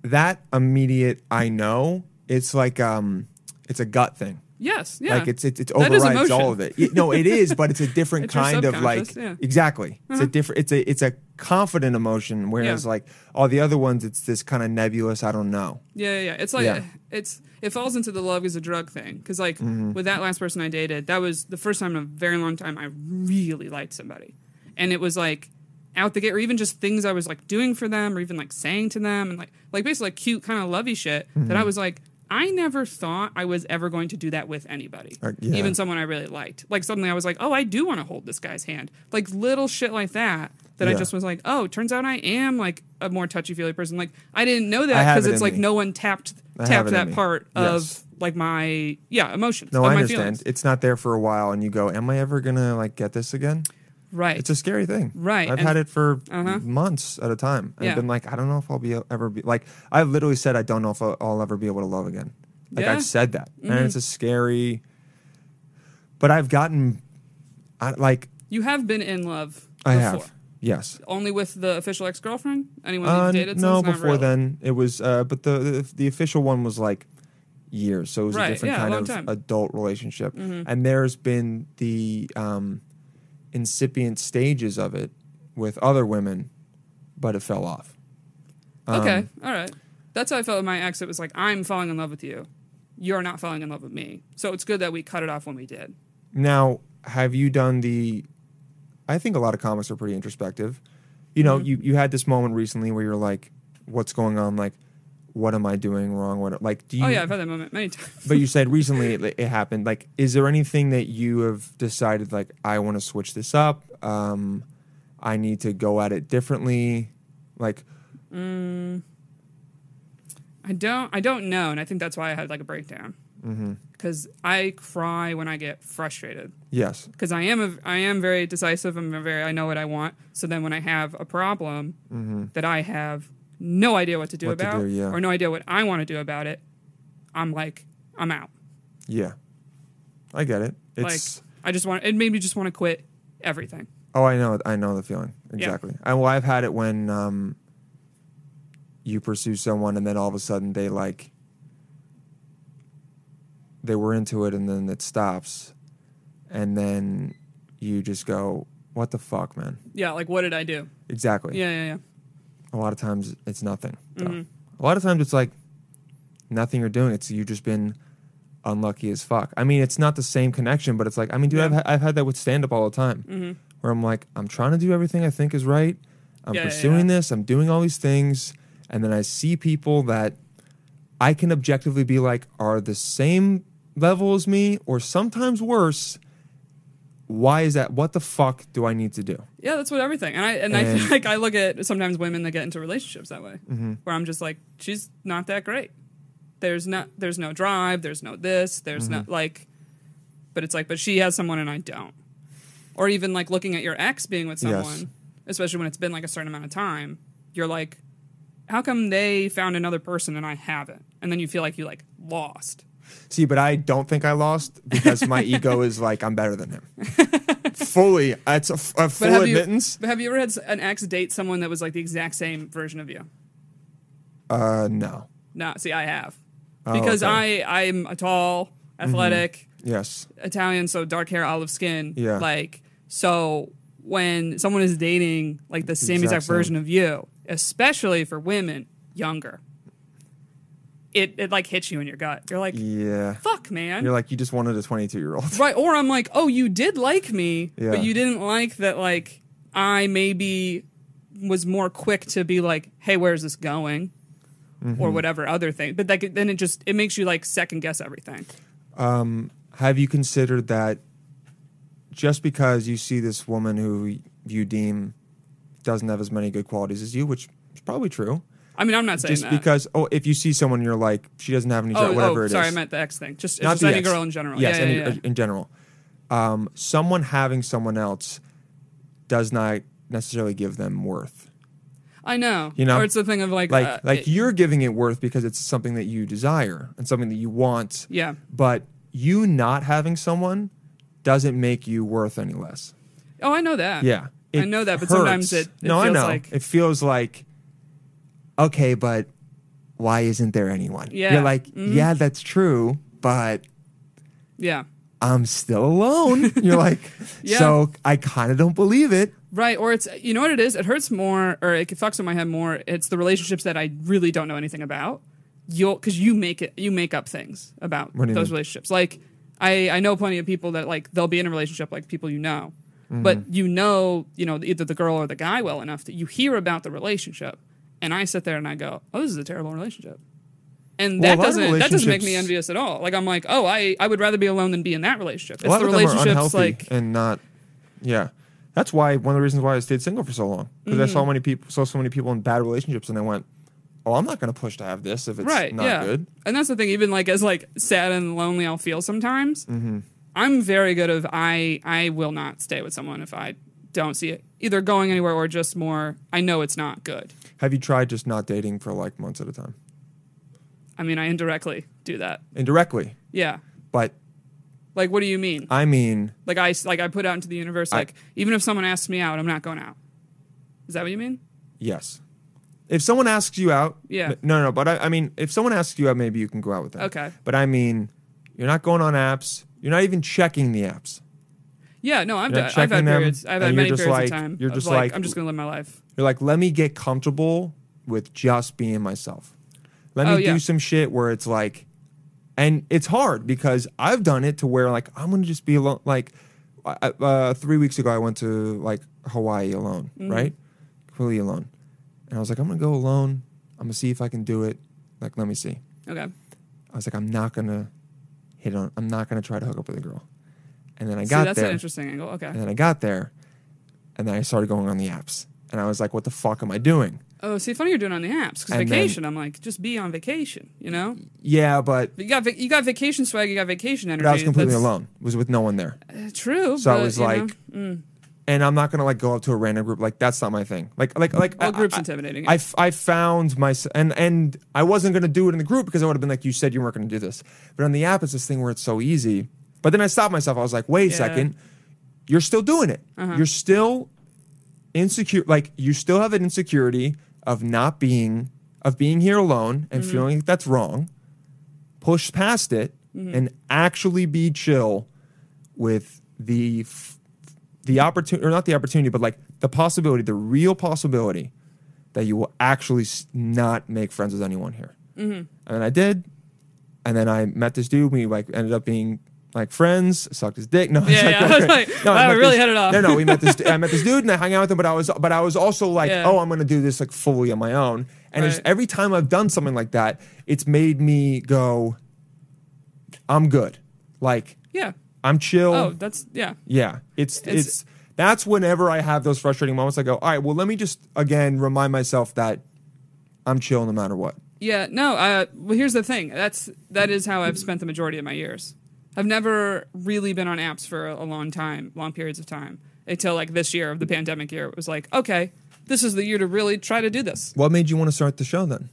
Speaker 4: that immediate. I know. It's like um, it's a gut thing.
Speaker 5: Yes, yeah.
Speaker 4: Like it's it, it
Speaker 5: That is
Speaker 4: overrides all
Speaker 5: emotion.
Speaker 4: of it. Y- No, it is, but it's a different
Speaker 5: It's your
Speaker 4: kind of like
Speaker 5: subconscious, yeah. Uh-huh.
Speaker 4: exactly. It's a different. It's a it's a confident emotion, whereas
Speaker 5: Yeah.
Speaker 4: like all the other ones, it's this kind of nebulous. I don't know.
Speaker 5: Yeah, yeah, yeah. It's like
Speaker 4: Yeah.
Speaker 5: it's it falls into the love is a drug thing because like
Speaker 4: Mm-hmm.
Speaker 5: with that last person I dated, that was the first time in a very long time I really liked somebody, and it was like out the gate, or even just things I was like doing for them, or even like saying to them, and like like basically like cute kind of lovey shit that I
Speaker 4: Mm-hmm.
Speaker 5: was like. I never thought I was ever going to do that with anybody,
Speaker 4: Uh, yeah.
Speaker 5: even someone I really liked. Like suddenly I was like, "Oh, I do want to hold this guy's hand." Like little shit like that that I
Speaker 4: Yeah.
Speaker 5: just was like, "Oh, turns out I am like a more touchy feely person." Like I didn't know that
Speaker 4: have
Speaker 5: because
Speaker 4: it
Speaker 5: it's
Speaker 4: in
Speaker 5: like
Speaker 4: me.
Speaker 5: no one tapped
Speaker 4: I have
Speaker 5: tapped
Speaker 4: it in
Speaker 5: that
Speaker 4: me.
Speaker 5: part
Speaker 4: Yes.
Speaker 5: of like my yeah emotions.
Speaker 4: No,
Speaker 5: of
Speaker 4: I
Speaker 5: my
Speaker 4: understand.
Speaker 5: Feelings.
Speaker 4: It's not there for a while, and you go, "Am I ever gonna like get this again?"
Speaker 5: Right.
Speaker 4: It's a scary thing,
Speaker 5: Right,
Speaker 4: I've
Speaker 5: and-
Speaker 4: had it for
Speaker 5: Uh-huh.
Speaker 4: months at a time. And
Speaker 5: Yeah.
Speaker 4: I've been like, I don't know if I'll be ever be like. I literally said, I don't know if I'll, I'll ever be able to love again. Like
Speaker 5: Yeah. Mm-hmm.
Speaker 4: I've said that, and it's a scary. But I've gotten, I, like
Speaker 5: you have been in love.
Speaker 4: I
Speaker 5: before.
Speaker 4: have, yes.
Speaker 5: Only with the official ex girlfriend? Anyone
Speaker 4: Uh,
Speaker 5: you've dated
Speaker 4: no,
Speaker 5: since? Not
Speaker 4: before
Speaker 5: really.
Speaker 4: then it was. Uh, but the, the the official one was like years, so it was
Speaker 5: Right,
Speaker 4: a different
Speaker 5: yeah, a
Speaker 4: kind
Speaker 5: long
Speaker 4: of
Speaker 5: time. Mm-hmm.
Speaker 4: adult relationship. And there's been the um, incipient stages of it with other women, but it fell off. um,
Speaker 5: Okay, all right. That's how I felt with my ex. It was like, I'm falling in love with you. You're not falling in love with me. So it's good that we cut it off when we did.
Speaker 4: Now, have you done the? I think a lot of comics are pretty introspective. You know,
Speaker 5: Mm-hmm.
Speaker 4: you you had this moment recently where you're like, "What's going on? Like, what am I doing wrong? What like do you?"
Speaker 5: Oh, yeah, I've had that moment many times.
Speaker 4: but you said recently it, it happened. Like, is there anything that you have decided like I want to switch this up? Um, I need to go at it differently. Like,
Speaker 5: I don't, I don't know. And I think that's why I had like a breakdown.
Speaker 4: Mm-hmm.
Speaker 5: Because I cry when I get frustrated.
Speaker 4: yes,
Speaker 5: because I am a, I am very decisive. I'm a very I know what I want. So then when I have a problem that I have no idea what to do
Speaker 4: Mm-hmm. What to
Speaker 5: about
Speaker 4: do, yeah.
Speaker 5: or no idea what I want to do about it, I'm like I'm out.
Speaker 4: yeah, I get it. It's
Speaker 5: like I just want it made me just want to quit everything.
Speaker 4: oh, I know, it. I know the feeling exactly. And well, I've had it when um, you pursue someone and then all of a sudden they like they were into it and then it stops, and then you just go, "What the fuck, man."
Speaker 5: Yeah, like what did I do?
Speaker 4: Exactly.
Speaker 5: Yeah, yeah, yeah.
Speaker 4: a lot of times it's nothing. though.
Speaker 5: Mm-hmm.
Speaker 4: A lot of times it's like nothing you're doing. It's you just been unlucky as fuck. I mean, it's not the same connection, but it's like I mean, dude, I've,
Speaker 5: Yeah. Mm-hmm.
Speaker 4: ha- I've had that with stand up all the time, where I'm like, I'm trying to do everything I think is right. I'm
Speaker 5: Yeah, yeah,
Speaker 4: pursuing
Speaker 5: yeah.
Speaker 4: this. I'm doing all these things, and then I see people that I can objectively be like are the same level as me, or sometimes worse. Why is that? What the fuck do I need to do?
Speaker 5: Yeah, that's what everything. And I and, I
Speaker 4: And- Mm-hmm.
Speaker 5: feel like I look at sometimes women that get into relationships that way, where I'm just like, she's not that great. There's not there's no drive. There's no this. There's
Speaker 4: Mm-hmm.
Speaker 5: not like, but it's like, but she has someone and I don't. Or even like looking at your ex being with
Speaker 4: Yes.
Speaker 5: someone, especially when it's been like a certain amount of time, you're like, how come they found another person and I haven't? And then you feel like you like lost.
Speaker 4: See, but I don't think I lost because my ego is like I'm better than him. fully, it's a, f- a
Speaker 5: But
Speaker 4: full
Speaker 5: have you
Speaker 4: admittance.
Speaker 5: but have you ever had s- an ex date someone that was like the exact same version of you?
Speaker 4: Uh, no.
Speaker 5: No, see, I have because
Speaker 4: Oh, okay. Mm-hmm.
Speaker 5: I I'm a tall, athletic
Speaker 4: Yes.
Speaker 5: Italian, so dark hair, olive skin.
Speaker 4: Yeah.
Speaker 5: like so when someone is dating like the same
Speaker 4: Exact
Speaker 5: exact,
Speaker 4: same.
Speaker 5: version of you, especially for women younger, it it like hits you in your gut. You're like,
Speaker 4: Yeah.
Speaker 5: fuck, man.
Speaker 4: You're like you just wanted a 22 year old.
Speaker 5: Right, or I'm like, oh, you did like me,
Speaker 4: Yeah.
Speaker 5: but you didn't like that. Like, I maybe was more quick to be like, hey, where's this going,
Speaker 4: Mm-hmm.
Speaker 5: or whatever other thing. But like, then it just it makes you like second guess everything.
Speaker 4: Have you considered that just because you see this woman who you deem doesn't have as many good qualities as you, which is probably true,
Speaker 5: I mean, I'm not saying
Speaker 4: just
Speaker 5: that.
Speaker 4: because oh, if you see someone you're like she doesn't have any
Speaker 5: oh,
Speaker 4: job, whatever
Speaker 5: oh,
Speaker 4: it is.
Speaker 5: sorry, I meant the X thing. Just, it's
Speaker 4: not
Speaker 5: just
Speaker 4: the
Speaker 5: any
Speaker 4: ex.
Speaker 5: girl in general.
Speaker 4: Yes,
Speaker 5: yeah,
Speaker 4: any,
Speaker 5: yeah, yeah.
Speaker 4: in general. Um, someone having someone else does not necessarily give them worth.
Speaker 5: I know.
Speaker 4: uh, You know?
Speaker 5: or it's the thing of like,
Speaker 4: Like
Speaker 5: uh,
Speaker 4: like
Speaker 5: it-
Speaker 4: you're giving it worth because it's something that you desire and something that you want.
Speaker 5: Yeah.
Speaker 4: But you not having someone doesn't make you worth any less.
Speaker 5: oh, I know that.
Speaker 4: Yeah.
Speaker 5: I
Speaker 4: It
Speaker 5: know that, but
Speaker 4: hurts.
Speaker 5: sometimes it, it
Speaker 4: no,
Speaker 5: feels
Speaker 4: I know.
Speaker 5: like
Speaker 4: it feels like okay, but why isn't there anyone?
Speaker 5: Yeah. Mm-hmm.
Speaker 4: You're like, yeah, that's true, but
Speaker 5: yeah.
Speaker 4: I'm still alone. You're like,
Speaker 5: Yeah.
Speaker 4: so I kind of don't believe it.
Speaker 5: Right, or it's you know what it is. It hurts more, or it fucks with my head more. It's the relationships that I really don't know anything about. You'll because you make it, you make up things about
Speaker 4: What do you
Speaker 5: those
Speaker 4: mean?
Speaker 5: relationships. Like I, I know plenty of people that like they'll be in a relationship like people you know,
Speaker 4: Mm-hmm.
Speaker 5: but you know, you know either the girl or the guy well enough that you hear about the relationship, and I sit there and I go, oh, this is a terrible relationship, and
Speaker 4: Well, a
Speaker 5: that
Speaker 4: lot of
Speaker 5: doesn't that doesn't make me
Speaker 4: relationships-
Speaker 5: envious at all. Like I'm like, oh, I I would rather be alone than be in that relationship. It's
Speaker 4: a lot
Speaker 5: the
Speaker 4: of
Speaker 5: relationships
Speaker 4: them are unhealthy
Speaker 5: like
Speaker 4: and not. Yeah, that's
Speaker 5: Mm.
Speaker 4: why one of the reasons why I stayed single for so long because I saw many people, saw so many people in bad relationships, and I went, oh, I'm not going to push to have this if it's
Speaker 5: right
Speaker 4: not
Speaker 5: yeah
Speaker 4: good.
Speaker 5: and that's the thing even like as like sad and lonely i'll feel sometimes
Speaker 4: Mm-hmm.
Speaker 5: i'm very good of i i will not stay with someone if i don't see it either going anywhere or just more i know it's not good
Speaker 4: Have you tried just not dating for like months at a time?
Speaker 5: i mean i indirectly do that
Speaker 4: Indirectly.
Speaker 5: yeah
Speaker 4: But
Speaker 5: like what do you mean
Speaker 4: I mean,
Speaker 5: like i like i put out into the universe
Speaker 4: I-
Speaker 5: like even if someone asks me out i'm not going out is that what you mean
Speaker 4: yes. If someone asks you out,
Speaker 5: Yeah.
Speaker 4: n- no, no, but I, I mean, if someone asks you out, maybe you can go out with them.
Speaker 5: Okay.
Speaker 4: But I mean, you're not going on apps. You're not even checking the apps.
Speaker 5: yeah no i've, done,
Speaker 4: You're not
Speaker 5: I've
Speaker 4: checking
Speaker 5: had
Speaker 4: them,
Speaker 5: periods i've had
Speaker 4: and you're
Speaker 5: many
Speaker 4: just
Speaker 5: periods of
Speaker 4: like-
Speaker 5: time
Speaker 4: you're
Speaker 5: of,
Speaker 4: just like-
Speaker 5: i'm just gonna live my life
Speaker 4: You're like, let me get comfortable with just being myself. Let me
Speaker 5: Oh, yeah.
Speaker 4: do some shit where it's like, and it's hard because I've done it to where like I'm gonna just be alone. Like I- I- uh, three weeks ago, I went to like Hawaii alone,
Speaker 5: Mm-hmm.
Speaker 4: right? Completely alone, and I was like, I'm gonna go alone. I'm gonna see if I can do it. Like, let me see.
Speaker 5: okay
Speaker 4: I was like, I'm not gonna hit on. I'm not gonna try to hook up with a girl. And then I
Speaker 5: See,
Speaker 4: got
Speaker 5: that's
Speaker 4: there.
Speaker 5: an interesting angle okay
Speaker 4: And then I got there, and then I started going on the apps, and I was like, what the fuck am I doing?
Speaker 5: Oh, see, funny you're doing it on the apps because
Speaker 4: And then-
Speaker 5: vacation. I'm like, just be on vacation, you know.
Speaker 4: Yeah, but
Speaker 5: But you got vac- you got vacation swag, you got vacation energy.
Speaker 4: But I was completely
Speaker 5: That's-
Speaker 4: alone. Was with no one there.
Speaker 5: uh, true.
Speaker 4: So I
Speaker 5: but,
Speaker 4: was
Speaker 5: you know, mm.
Speaker 4: like, and I'm not gonna like go up to a random group. Like that's not my thing. Like like like
Speaker 5: Well,
Speaker 4: I-
Speaker 5: group's
Speaker 4: I-
Speaker 5: intimidating.
Speaker 4: I, f- I found my and and I wasn't gonna do it in the group because I would have been like, you said you weren't gonna do this. But on the app, it's this thing where it's so easy. But then I stopped myself. I was like, wait a
Speaker 5: Yeah.
Speaker 4: second, you're still doing it. You're still insecure. Like you still have an insecurity of not being of being here alone and feeling like that's wrong. Push past it and actually be chill with the f- the opportunity or not the opportunity but like the possibility the real possibility that you will actually s- not make friends with anyone here
Speaker 5: Mm-hmm.
Speaker 4: and then i did and then i met this dude we like ended up being like friends sucked his dick no it's
Speaker 5: Yeah,
Speaker 4: like,
Speaker 5: yeah, I was like, wow,
Speaker 4: met
Speaker 5: we really
Speaker 4: this-
Speaker 5: hit it off.
Speaker 4: no no we met this i met this dude and i hung out with him but i was but i was also like
Speaker 5: Yeah.
Speaker 4: oh i'm gonna do this like fully on my own and it's
Speaker 5: Right.
Speaker 4: every time i've done something like that it's made me go i'm good like
Speaker 5: yeah.
Speaker 4: i'm chill
Speaker 5: Oh, that's yeah.
Speaker 4: yeah, it's it's,
Speaker 5: It's-
Speaker 4: that's whenever I have those frustrating moments. I go, all right, well, let me just again remind myself that I'm chill no matter what.
Speaker 5: Yeah, no. Uh, well, here's the thing. That's that is how I've spent the majority of my years. I've never really been on apps for a long time, long periods of time, until like this year of the pandemic year. It was like, okay, this is the year to really try to do this.
Speaker 4: What made you want to start the show then?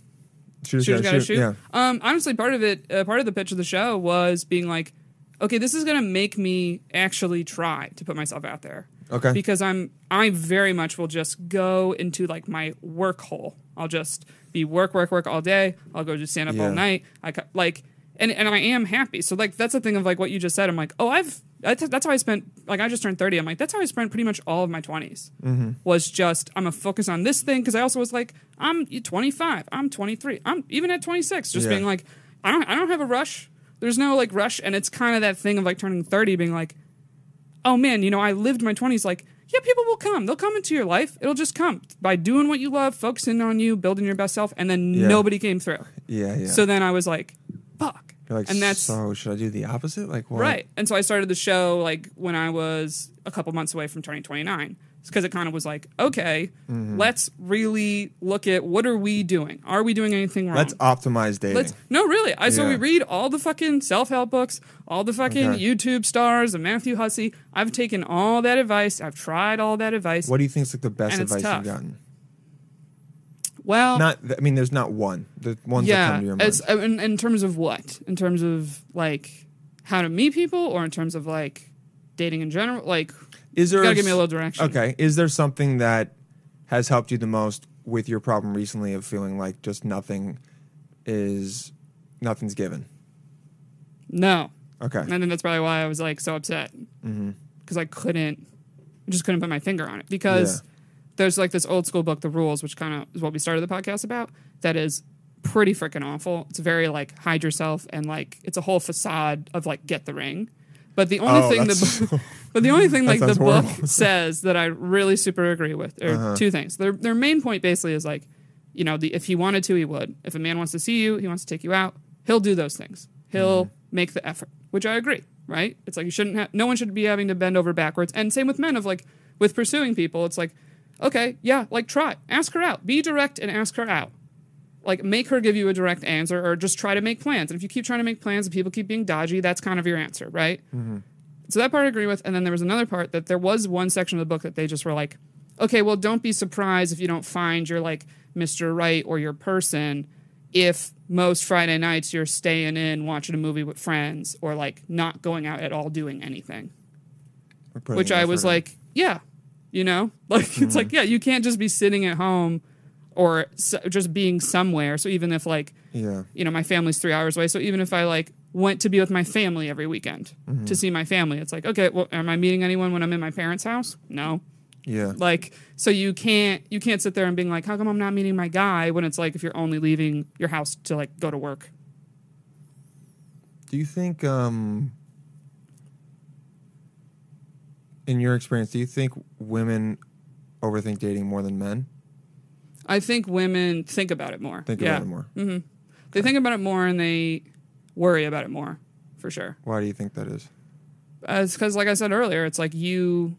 Speaker 4: Shooters
Speaker 5: Shooters
Speaker 4: Gotta
Speaker 5: gotta shoot.
Speaker 4: Yeah,
Speaker 5: Um, honestly, part of it, uh, part of the pitch of the show was being like, okay, this is gonna make me actually try to put myself out there.
Speaker 4: Okay.
Speaker 5: Because I'm, I very much will just go into like my work hole. I'll just be work, work, work all day. I'll go just stand up all
Speaker 4: Yeah.
Speaker 5: night. I cu- like, and and I am happy. So like, that's the thing of like what you just said. I'm like, oh, I've. That's, that's how I spent. Like I just turned thirty. I'm like, that's how I spent pretty much all of my 20s
Speaker 4: Mm-hmm.
Speaker 5: Was just I'm gonna focus on this thing because I also was like, I'm 25. I'm 23. I'm even at 26. Just
Speaker 4: Yeah.
Speaker 5: being like, I don't I don't have a rush. There's no like rush, and it's kind of that thing of like turning 30, being like, oh man, you know, I lived my 20s like, yeah, people will come. They'll come into your life. It'll just come by doing what you love, focusing on you, building your best self, and then
Speaker 4: Yeah.
Speaker 5: nobody came through.
Speaker 4: yeah, yeah.
Speaker 5: So then I was like, fuck.
Speaker 4: You're like,
Speaker 5: and that's
Speaker 4: so. Should I do the opposite? Like, what?
Speaker 5: right. And so I started the show like when I was a couple months away from turning 29 because it kind of was like, okay,
Speaker 4: Mm-hmm.
Speaker 5: let's really look at what are we doing? Are we doing anything wrong?
Speaker 4: Let's optimize dating.
Speaker 5: Let's no, really. I so
Speaker 4: Yeah.
Speaker 5: we read all the fucking self help books, all the fucking
Speaker 4: Okay.
Speaker 5: YouTube stars, and Matthew Hussey. I've taken all that advice. I've tried all that advice.
Speaker 4: what do you think is like the best
Speaker 5: And it's
Speaker 4: advice
Speaker 5: tough.
Speaker 4: you've gotten?
Speaker 5: Well,
Speaker 4: Not, th- I mean, there's not one. The ones that
Speaker 5: yeah.
Speaker 4: come to your mind.
Speaker 5: It's uh, in, in terms of what? In terms of like how to meet people, or in terms of like dating in general. Like
Speaker 4: Is there?
Speaker 5: gotta
Speaker 4: a
Speaker 5: give me a
Speaker 4: s-
Speaker 5: little direction.
Speaker 4: Okay. Is there something that has helped you the most with your problem recently of feeling like just nothing is nothing's given?
Speaker 5: no.
Speaker 4: Okay.
Speaker 5: And I think that's probably why I was like so upset
Speaker 4: Mm-hmm.
Speaker 5: because I couldn't, I just couldn't put my finger on it because
Speaker 4: Yeah.
Speaker 5: there's like this old school book, The Rules, which kind of is what we started the podcast about. That is pretty freaking awful. It's very like hide yourself and like it's a whole facade of like get the ring. But the only
Speaker 4: Oh,
Speaker 5: thing
Speaker 4: that's-
Speaker 5: the book, but the only thing like the
Speaker 4: sounds
Speaker 5: book
Speaker 4: horrible. Uh-huh.
Speaker 5: says that I really super agree with are two things. Their their main point basically is like, you know, the, if he wanted to, he would. If a man wants to see you, he wants to take you out. He'll do those things. He'll
Speaker 4: Mm-hmm.
Speaker 5: make the effort, which I agree. Right? It's like you shouldn't. Ha- no one should be having to bend over backwards. And same with men. Of like with pursuing people, it's like, okay, yeah, like try, ask her out, be direct and ask her out. like make her give you a direct answer or just try to make plans. And if you keep trying to make plans and people keep being dodgy, that's kind of your answer, right? So that part I agree with. And then there was another part that there was one section of the book that they just were like, okay, well, don't be surprised if you don't find your like Mr. Right or your person if most Friday nights you're staying in watching a movie with friends or like not going out at all doing anything.
Speaker 4: We're putting
Speaker 5: Which I
Speaker 4: effort
Speaker 5: was
Speaker 4: in.
Speaker 5: like, yeah, you know, like it's like, yeah, you can't just be sitting at home or s just being somewhere. So even if like,
Speaker 4: yeah,
Speaker 5: you know, my family's three hours away. So even if I like went to be with my family every weekend
Speaker 4: Mm-hmm.
Speaker 5: to see my family, it's like, okay, well, am I meeting anyone when I'm in my parents' house? No.
Speaker 4: yeah,
Speaker 5: Like, so you can't you can't sit there and being like, how come I'm not meeting my guy when it's like if you're only leaving your house to like go to work.
Speaker 4: Do you think, um, in your experience, do you think women overthink dating more than men?
Speaker 5: I think women think about it more.
Speaker 4: Think
Speaker 5: Yeah. Mm-hmm.
Speaker 4: about it more.
Speaker 5: They think about it more and they worry about it more, for sure.
Speaker 4: Why do you think that is?
Speaker 5: because like i said earlier it's like you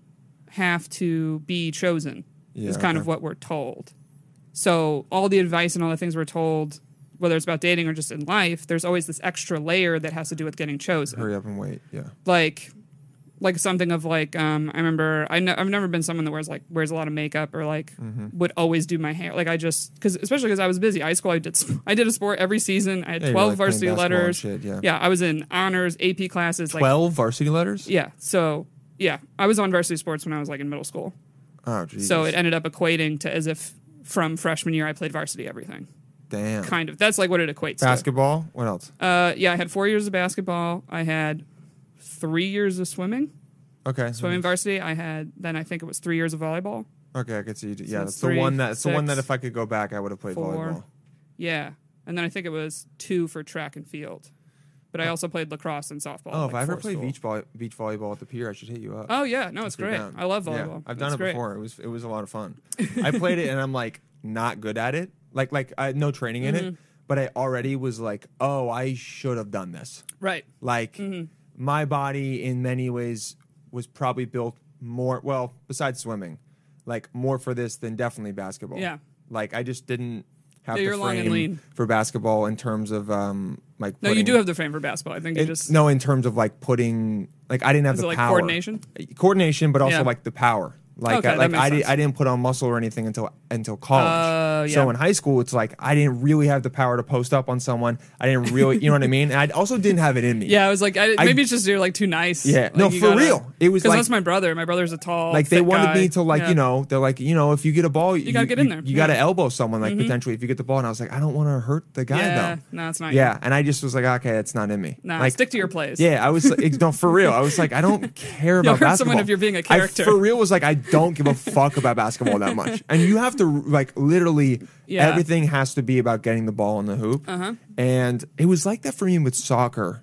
Speaker 5: have to be chosen
Speaker 4: Yeah,
Speaker 5: is kind of
Speaker 4: okay.
Speaker 5: what we're told so all the advice and all the things we're told whether it's about dating or just in life there's always this extra layer that has to do with getting chosen
Speaker 4: Hurry up and wait. Yeah,
Speaker 5: like like something of like um i remember I know, i've never been someone that wears like wears a lot of makeup or like
Speaker 4: Mm-hmm.
Speaker 5: would always do my hair like i just because especially because i was busy high school i did sp- i did a sport every season i had
Speaker 4: Yeah, you were,
Speaker 5: 12
Speaker 4: like, playing
Speaker 5: varsity
Speaker 4: basketball and
Speaker 5: letters
Speaker 4: shit, yeah.
Speaker 5: i was in honors ap classes like
Speaker 4: twelve varsity letters.
Speaker 5: yeah. So yeah, I was on varsity sports when I was like in middle school.
Speaker 4: Oh, Jesus.
Speaker 5: So it ended up equating to as if from freshman year I played varsity everything.
Speaker 4: damn
Speaker 5: Kind of. That's like what it equates
Speaker 4: basketball. What else?
Speaker 5: to. Uh, yeah, I had four years of basketball. I had three years of swimming,
Speaker 4: Okay,
Speaker 5: swimming varsity. I had then I think it was three years of volleyball.
Speaker 4: okay, I could see. You. do- Yeah,
Speaker 5: that's
Speaker 4: that's the
Speaker 5: three,
Speaker 4: one that. It's the one
Speaker 5: six,
Speaker 4: that if I could go back, I would have played
Speaker 5: four.
Speaker 4: volleyball.
Speaker 5: Yeah, and then I think it was two for track and field. But I also played lacrosse and softball.
Speaker 4: Oh,
Speaker 5: like,
Speaker 4: if I ever
Speaker 5: for
Speaker 4: play
Speaker 5: school.
Speaker 4: beach ball, beach volleyball at the pier, I should hit you up.
Speaker 5: Oh yeah, no, it's
Speaker 4: You're
Speaker 5: great.
Speaker 4: down.
Speaker 5: I love
Speaker 4: Yeah,
Speaker 5: volleyball.
Speaker 4: I've done
Speaker 5: It's
Speaker 4: it
Speaker 5: great.
Speaker 4: before. It was it was a lot of fun. I played it and I'm like not good at it. Like like I had no training in
Speaker 5: Mm-hmm.
Speaker 4: it, but I already was like, oh, I should have done this.
Speaker 5: Right.
Speaker 4: Like
Speaker 5: Mm-hmm.
Speaker 4: my body in many ways was probably built more well, besides swimming, like more for this than definitely basketball.
Speaker 5: Yeah.
Speaker 4: Like I just didn't have
Speaker 5: Yeah,
Speaker 4: the
Speaker 5: you're long and
Speaker 4: frame
Speaker 5: lean.
Speaker 4: for basketball in terms of um like
Speaker 5: No, you
Speaker 4: putting-
Speaker 5: do have the frame for basketball. I think you
Speaker 4: in-
Speaker 5: just
Speaker 4: no in terms of like putting like I didn't have
Speaker 5: Is
Speaker 4: the
Speaker 5: it, like,
Speaker 4: power Uh,
Speaker 5: coordination?
Speaker 4: coordination, but also
Speaker 5: Yeah.
Speaker 4: like the power. Like
Speaker 5: Okay,
Speaker 4: I,
Speaker 5: that
Speaker 4: like
Speaker 5: makes
Speaker 4: I, did,
Speaker 5: sense.
Speaker 4: I didn't put on muscle or anything until until college.
Speaker 5: Oh, yeah.
Speaker 4: So in high school, it's like I didn't really have the power to post up on someone. I didn't really, you know what I mean. And I also didn't have it in me.
Speaker 5: Yeah, I was like, I,
Speaker 4: I-
Speaker 5: maybe it's just you're like too nice.
Speaker 4: Yeah.
Speaker 5: Like,
Speaker 4: No,
Speaker 5: you
Speaker 4: for real. It was
Speaker 5: 'cause
Speaker 4: like-
Speaker 5: that's my brother. My brother's a tall.
Speaker 4: Like they
Speaker 5: thick
Speaker 4: wanted
Speaker 5: guy.
Speaker 4: me to like
Speaker 5: Yeah.
Speaker 4: you know they're like you know if you get a ball you,
Speaker 5: gotta get in
Speaker 4: you-
Speaker 5: there.
Speaker 4: you gotta
Speaker 5: Yeah. Mm-hmm.
Speaker 4: elbow someone like potentially if you get the ball and I was like I don't want to hurt the guy
Speaker 5: Yeah,
Speaker 4: though
Speaker 5: no, it's not. you.
Speaker 4: yeah and I just was like okay that's not in me
Speaker 5: Nah,
Speaker 4: like
Speaker 5: stick to your plays.
Speaker 4: Yeah, I was like, no, for real. I was like, I don't care about
Speaker 5: hurt
Speaker 4: basketball.
Speaker 5: someone if you're being a
Speaker 4: I
Speaker 5: character.
Speaker 4: for real was like, I don't give a fuck about basketball that much. And you have to like literally
Speaker 5: Yeah.
Speaker 4: everything has to be about getting the ball in the hoop. Uh-huh. And it was like that for me with soccer.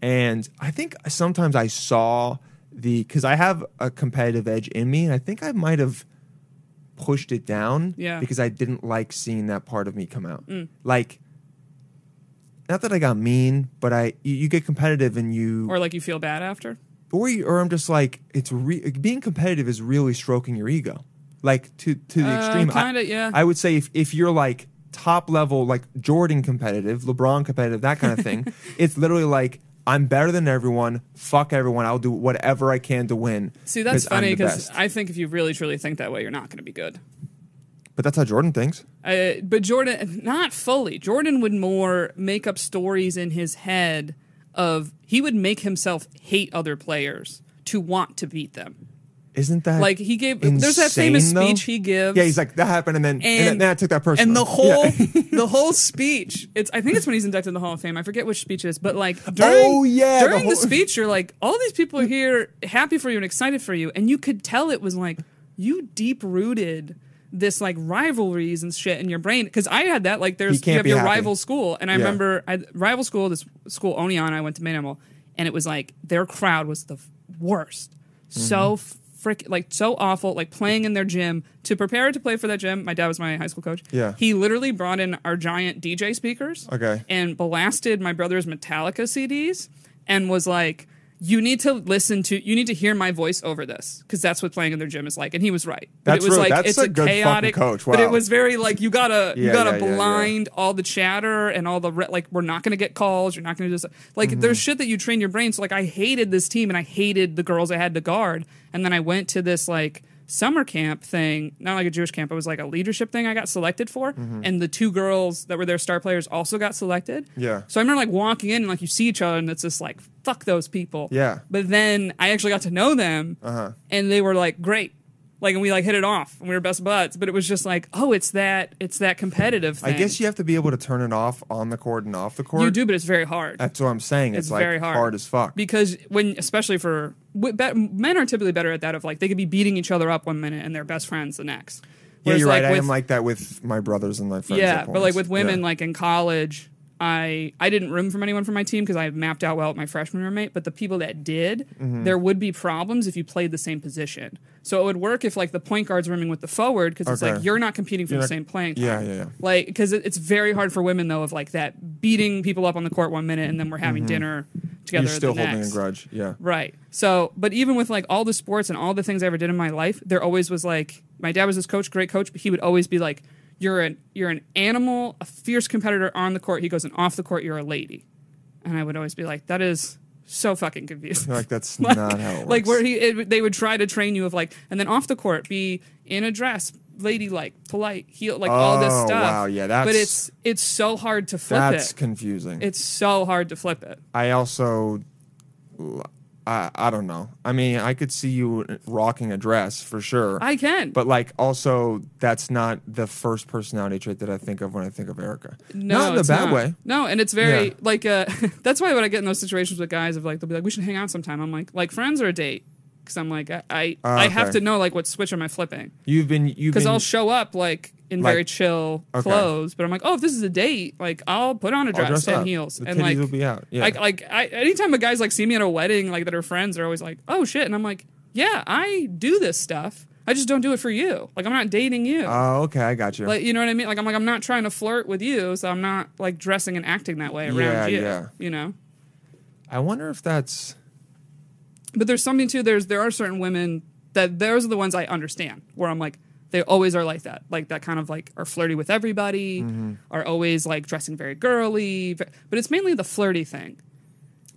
Speaker 4: And I think sometimes I saw the because I have a competitive edge in me, and I think I might have pushed it down
Speaker 5: Yeah. Mm.
Speaker 4: because I didn't like seeing that part of me come out. Like not that I got mean, but I you, you get competitive and you
Speaker 5: Or like you feel bad after.
Speaker 4: or you, or I'm just like it's re- being competitive is really stroking your ego, like to to the
Speaker 5: Uh,
Speaker 4: extreme. I-
Speaker 5: kinda, yeah.
Speaker 4: I would say if if you're like top level, like Jordan competitive, LeBron competitive, that kind of thing, it's literally like I'm better than everyone. Fuck everyone. I'll do whatever I can to win.
Speaker 5: See, that's
Speaker 4: I'm
Speaker 5: funny
Speaker 4: the
Speaker 5: because
Speaker 4: best.
Speaker 5: I think if you really truly think that way, you're not going to be good.
Speaker 4: but that's how Jordan thinks.
Speaker 5: Uh, but Jordan, not fully. Jordan would more make up stories in his head of he would make himself hate other players to want to beat them.
Speaker 4: Isn't that
Speaker 5: Like he gave, there's that famous
Speaker 4: insane, though?
Speaker 5: speech he gives.
Speaker 4: Yeah, he's like that happened, and then and, then, then I took that person.
Speaker 5: And the whole the whole speech. It's I think it's when he's inducted in the Hall of Fame. I forget which speech it is, but like during
Speaker 4: Oh, yeah, the
Speaker 5: during the,
Speaker 4: whole-
Speaker 5: speech, you're like all these people are here happy for you and excited for you, and you could tell it was like you deep rooted this like rivalries and shit in your brain because I had that like there's
Speaker 4: You can't
Speaker 5: you have
Speaker 4: be
Speaker 5: your
Speaker 4: happy.
Speaker 5: rival school and I
Speaker 4: Yeah.
Speaker 5: remember I, rival school this school Onion I went to Minimal and it was like their crowd was the f- worst
Speaker 4: Mm-hmm.
Speaker 5: so frick like so awful like playing in their gym to prepare to play for that gym my dad was my high school coach
Speaker 4: Yeah.
Speaker 5: he literally brought in our giant DJ speakers.
Speaker 4: Okay.
Speaker 5: And blasted my brother's Metallica CDs and was like, you need to listen to you need to hear my voice over this because that's what playing in their gym is like and he was right but
Speaker 4: That's
Speaker 5: it was
Speaker 4: rude.
Speaker 5: like
Speaker 4: That's
Speaker 5: it's
Speaker 4: a
Speaker 5: a,
Speaker 4: good fucking
Speaker 5: chaotic
Speaker 4: coach.
Speaker 5: but
Speaker 4: Wow.
Speaker 5: it was very like you gotta
Speaker 4: Yeah,
Speaker 5: you gotta
Speaker 4: yeah, yeah, yeah.
Speaker 5: blind all the chatter and all the re- like we're not gonna get calls you're not gonna just like
Speaker 4: Mm-hmm.
Speaker 5: there's shit that you train your brain so like i hated this team and i hated the girls i had to guard and then i went to this like summer camp thing not like a jewish camp it was like a leadership thing i got selected for
Speaker 4: Mm-hmm.
Speaker 5: and the two girls that were their star players also got selected
Speaker 4: Yeah.
Speaker 5: so I remember like walking in and like you see each other and it's just like fuck those people.
Speaker 4: Yeah. Uh-huh.
Speaker 5: But then I actually got to know them and they were like great. Like and we like hit it off and we were best buds. But it was just like, oh, it's that it's that competitive thing.
Speaker 4: I guess you have to be able to turn it off on the court and off the court.
Speaker 5: you do, but it's very hard.
Speaker 4: That's what I'm saying. It's,
Speaker 5: it's
Speaker 4: like
Speaker 5: very hard.
Speaker 4: as fuck.
Speaker 5: Because when, especially for wi- be- men, are typically better at that. Of like they could be beating each other up one minute and they're best friends the next.
Speaker 4: yeah,
Speaker 5: Whereas,
Speaker 4: you're right. I am
Speaker 5: with-
Speaker 4: like that with my brothers and my friends.
Speaker 5: yeah
Speaker 4: at
Speaker 5: but like
Speaker 4: points.
Speaker 5: with women
Speaker 4: Yeah.
Speaker 5: like in college i i didn't room from anyone from my team because i mapped out well with my freshman roommate but the people that did
Speaker 4: Mm-hmm.
Speaker 5: there would be problems if you played the same position so it would work if like the point guard's rooming with the forward because it's
Speaker 4: Okay.
Speaker 5: like you're not competing for
Speaker 4: You're
Speaker 5: the
Speaker 4: not-
Speaker 5: same playing time.
Speaker 4: Yeah, yeah, yeah.
Speaker 5: like because it, it's very hard for women though of like that beating people up on the court one minute and then we're having dinner together
Speaker 4: Mm-hmm. you're still
Speaker 5: the
Speaker 4: holding
Speaker 5: next.
Speaker 4: a grudge. Yeah.
Speaker 5: Right. So, but even with like all the sports and all the things I ever did in my life, there always was like my dad was this coach, great coach, but he would always be like, "You're an you're an animal, a fierce competitor on the court." He goes, "And off the court, you're a lady." And I would always be like, "That is so fucking confusing."
Speaker 4: You're like that's not how it works.
Speaker 5: like where he it, they would try to train you of like, and then off the court, be in a dress, ladylike, polite, heel, like all this
Speaker 4: Oh,
Speaker 5: stuff.
Speaker 4: wow. Yeah, that's-
Speaker 5: but it's it's so hard to flip
Speaker 4: that's
Speaker 5: it.
Speaker 4: confusing.
Speaker 5: it's so hard to flip it.
Speaker 4: I also, I, I don't know. I mean, I could see you rocking a dress for sure.
Speaker 5: I can.
Speaker 4: But like, also, that's not the first personality trait that I think of when I think of Erica.
Speaker 5: No,
Speaker 4: not in the
Speaker 5: it's
Speaker 4: bad
Speaker 5: not.
Speaker 4: way.
Speaker 5: No, and it's very
Speaker 4: Yeah.
Speaker 5: like uh, that's why when I get in those situations with guys of like they'll be like we should hang out sometime. I'm like like friends or a date because I'm like I I,
Speaker 4: Ah,
Speaker 5: I have
Speaker 4: okay.
Speaker 5: to know like what switch am I flipping
Speaker 4: You've been you've
Speaker 5: because
Speaker 4: been
Speaker 5: I'll show up like in very
Speaker 4: Like-
Speaker 5: chill
Speaker 4: okay.
Speaker 5: clothes, but I'm like oh if this is a date like I'll put on a dress,
Speaker 4: dress
Speaker 5: and
Speaker 4: up.
Speaker 5: heels
Speaker 4: The
Speaker 5: and
Speaker 4: titties
Speaker 5: like
Speaker 4: will be out. Yeah.
Speaker 5: like like I, anytime a guys like see me at a wedding like that are friends they're always like oh shit and I'm like yeah I do this stuff I just don't do it for you like I'm not dating you
Speaker 4: Oh, okay, I got you.
Speaker 5: like you know what I mean? Like I'm like I'm not trying to flirt with you, so I'm not like dressing and acting that way around
Speaker 4: Yeah,
Speaker 5: you.
Speaker 4: yeah.
Speaker 5: You know.
Speaker 4: I wonder if that's
Speaker 5: But there's something too. There's there are certain women that those are the ones I understand where I'm like they always are like that, like that kind of like are flirty with everybody,
Speaker 4: Mm-hmm.
Speaker 5: are always like dressing very girly. But but it's mainly the flirty thing.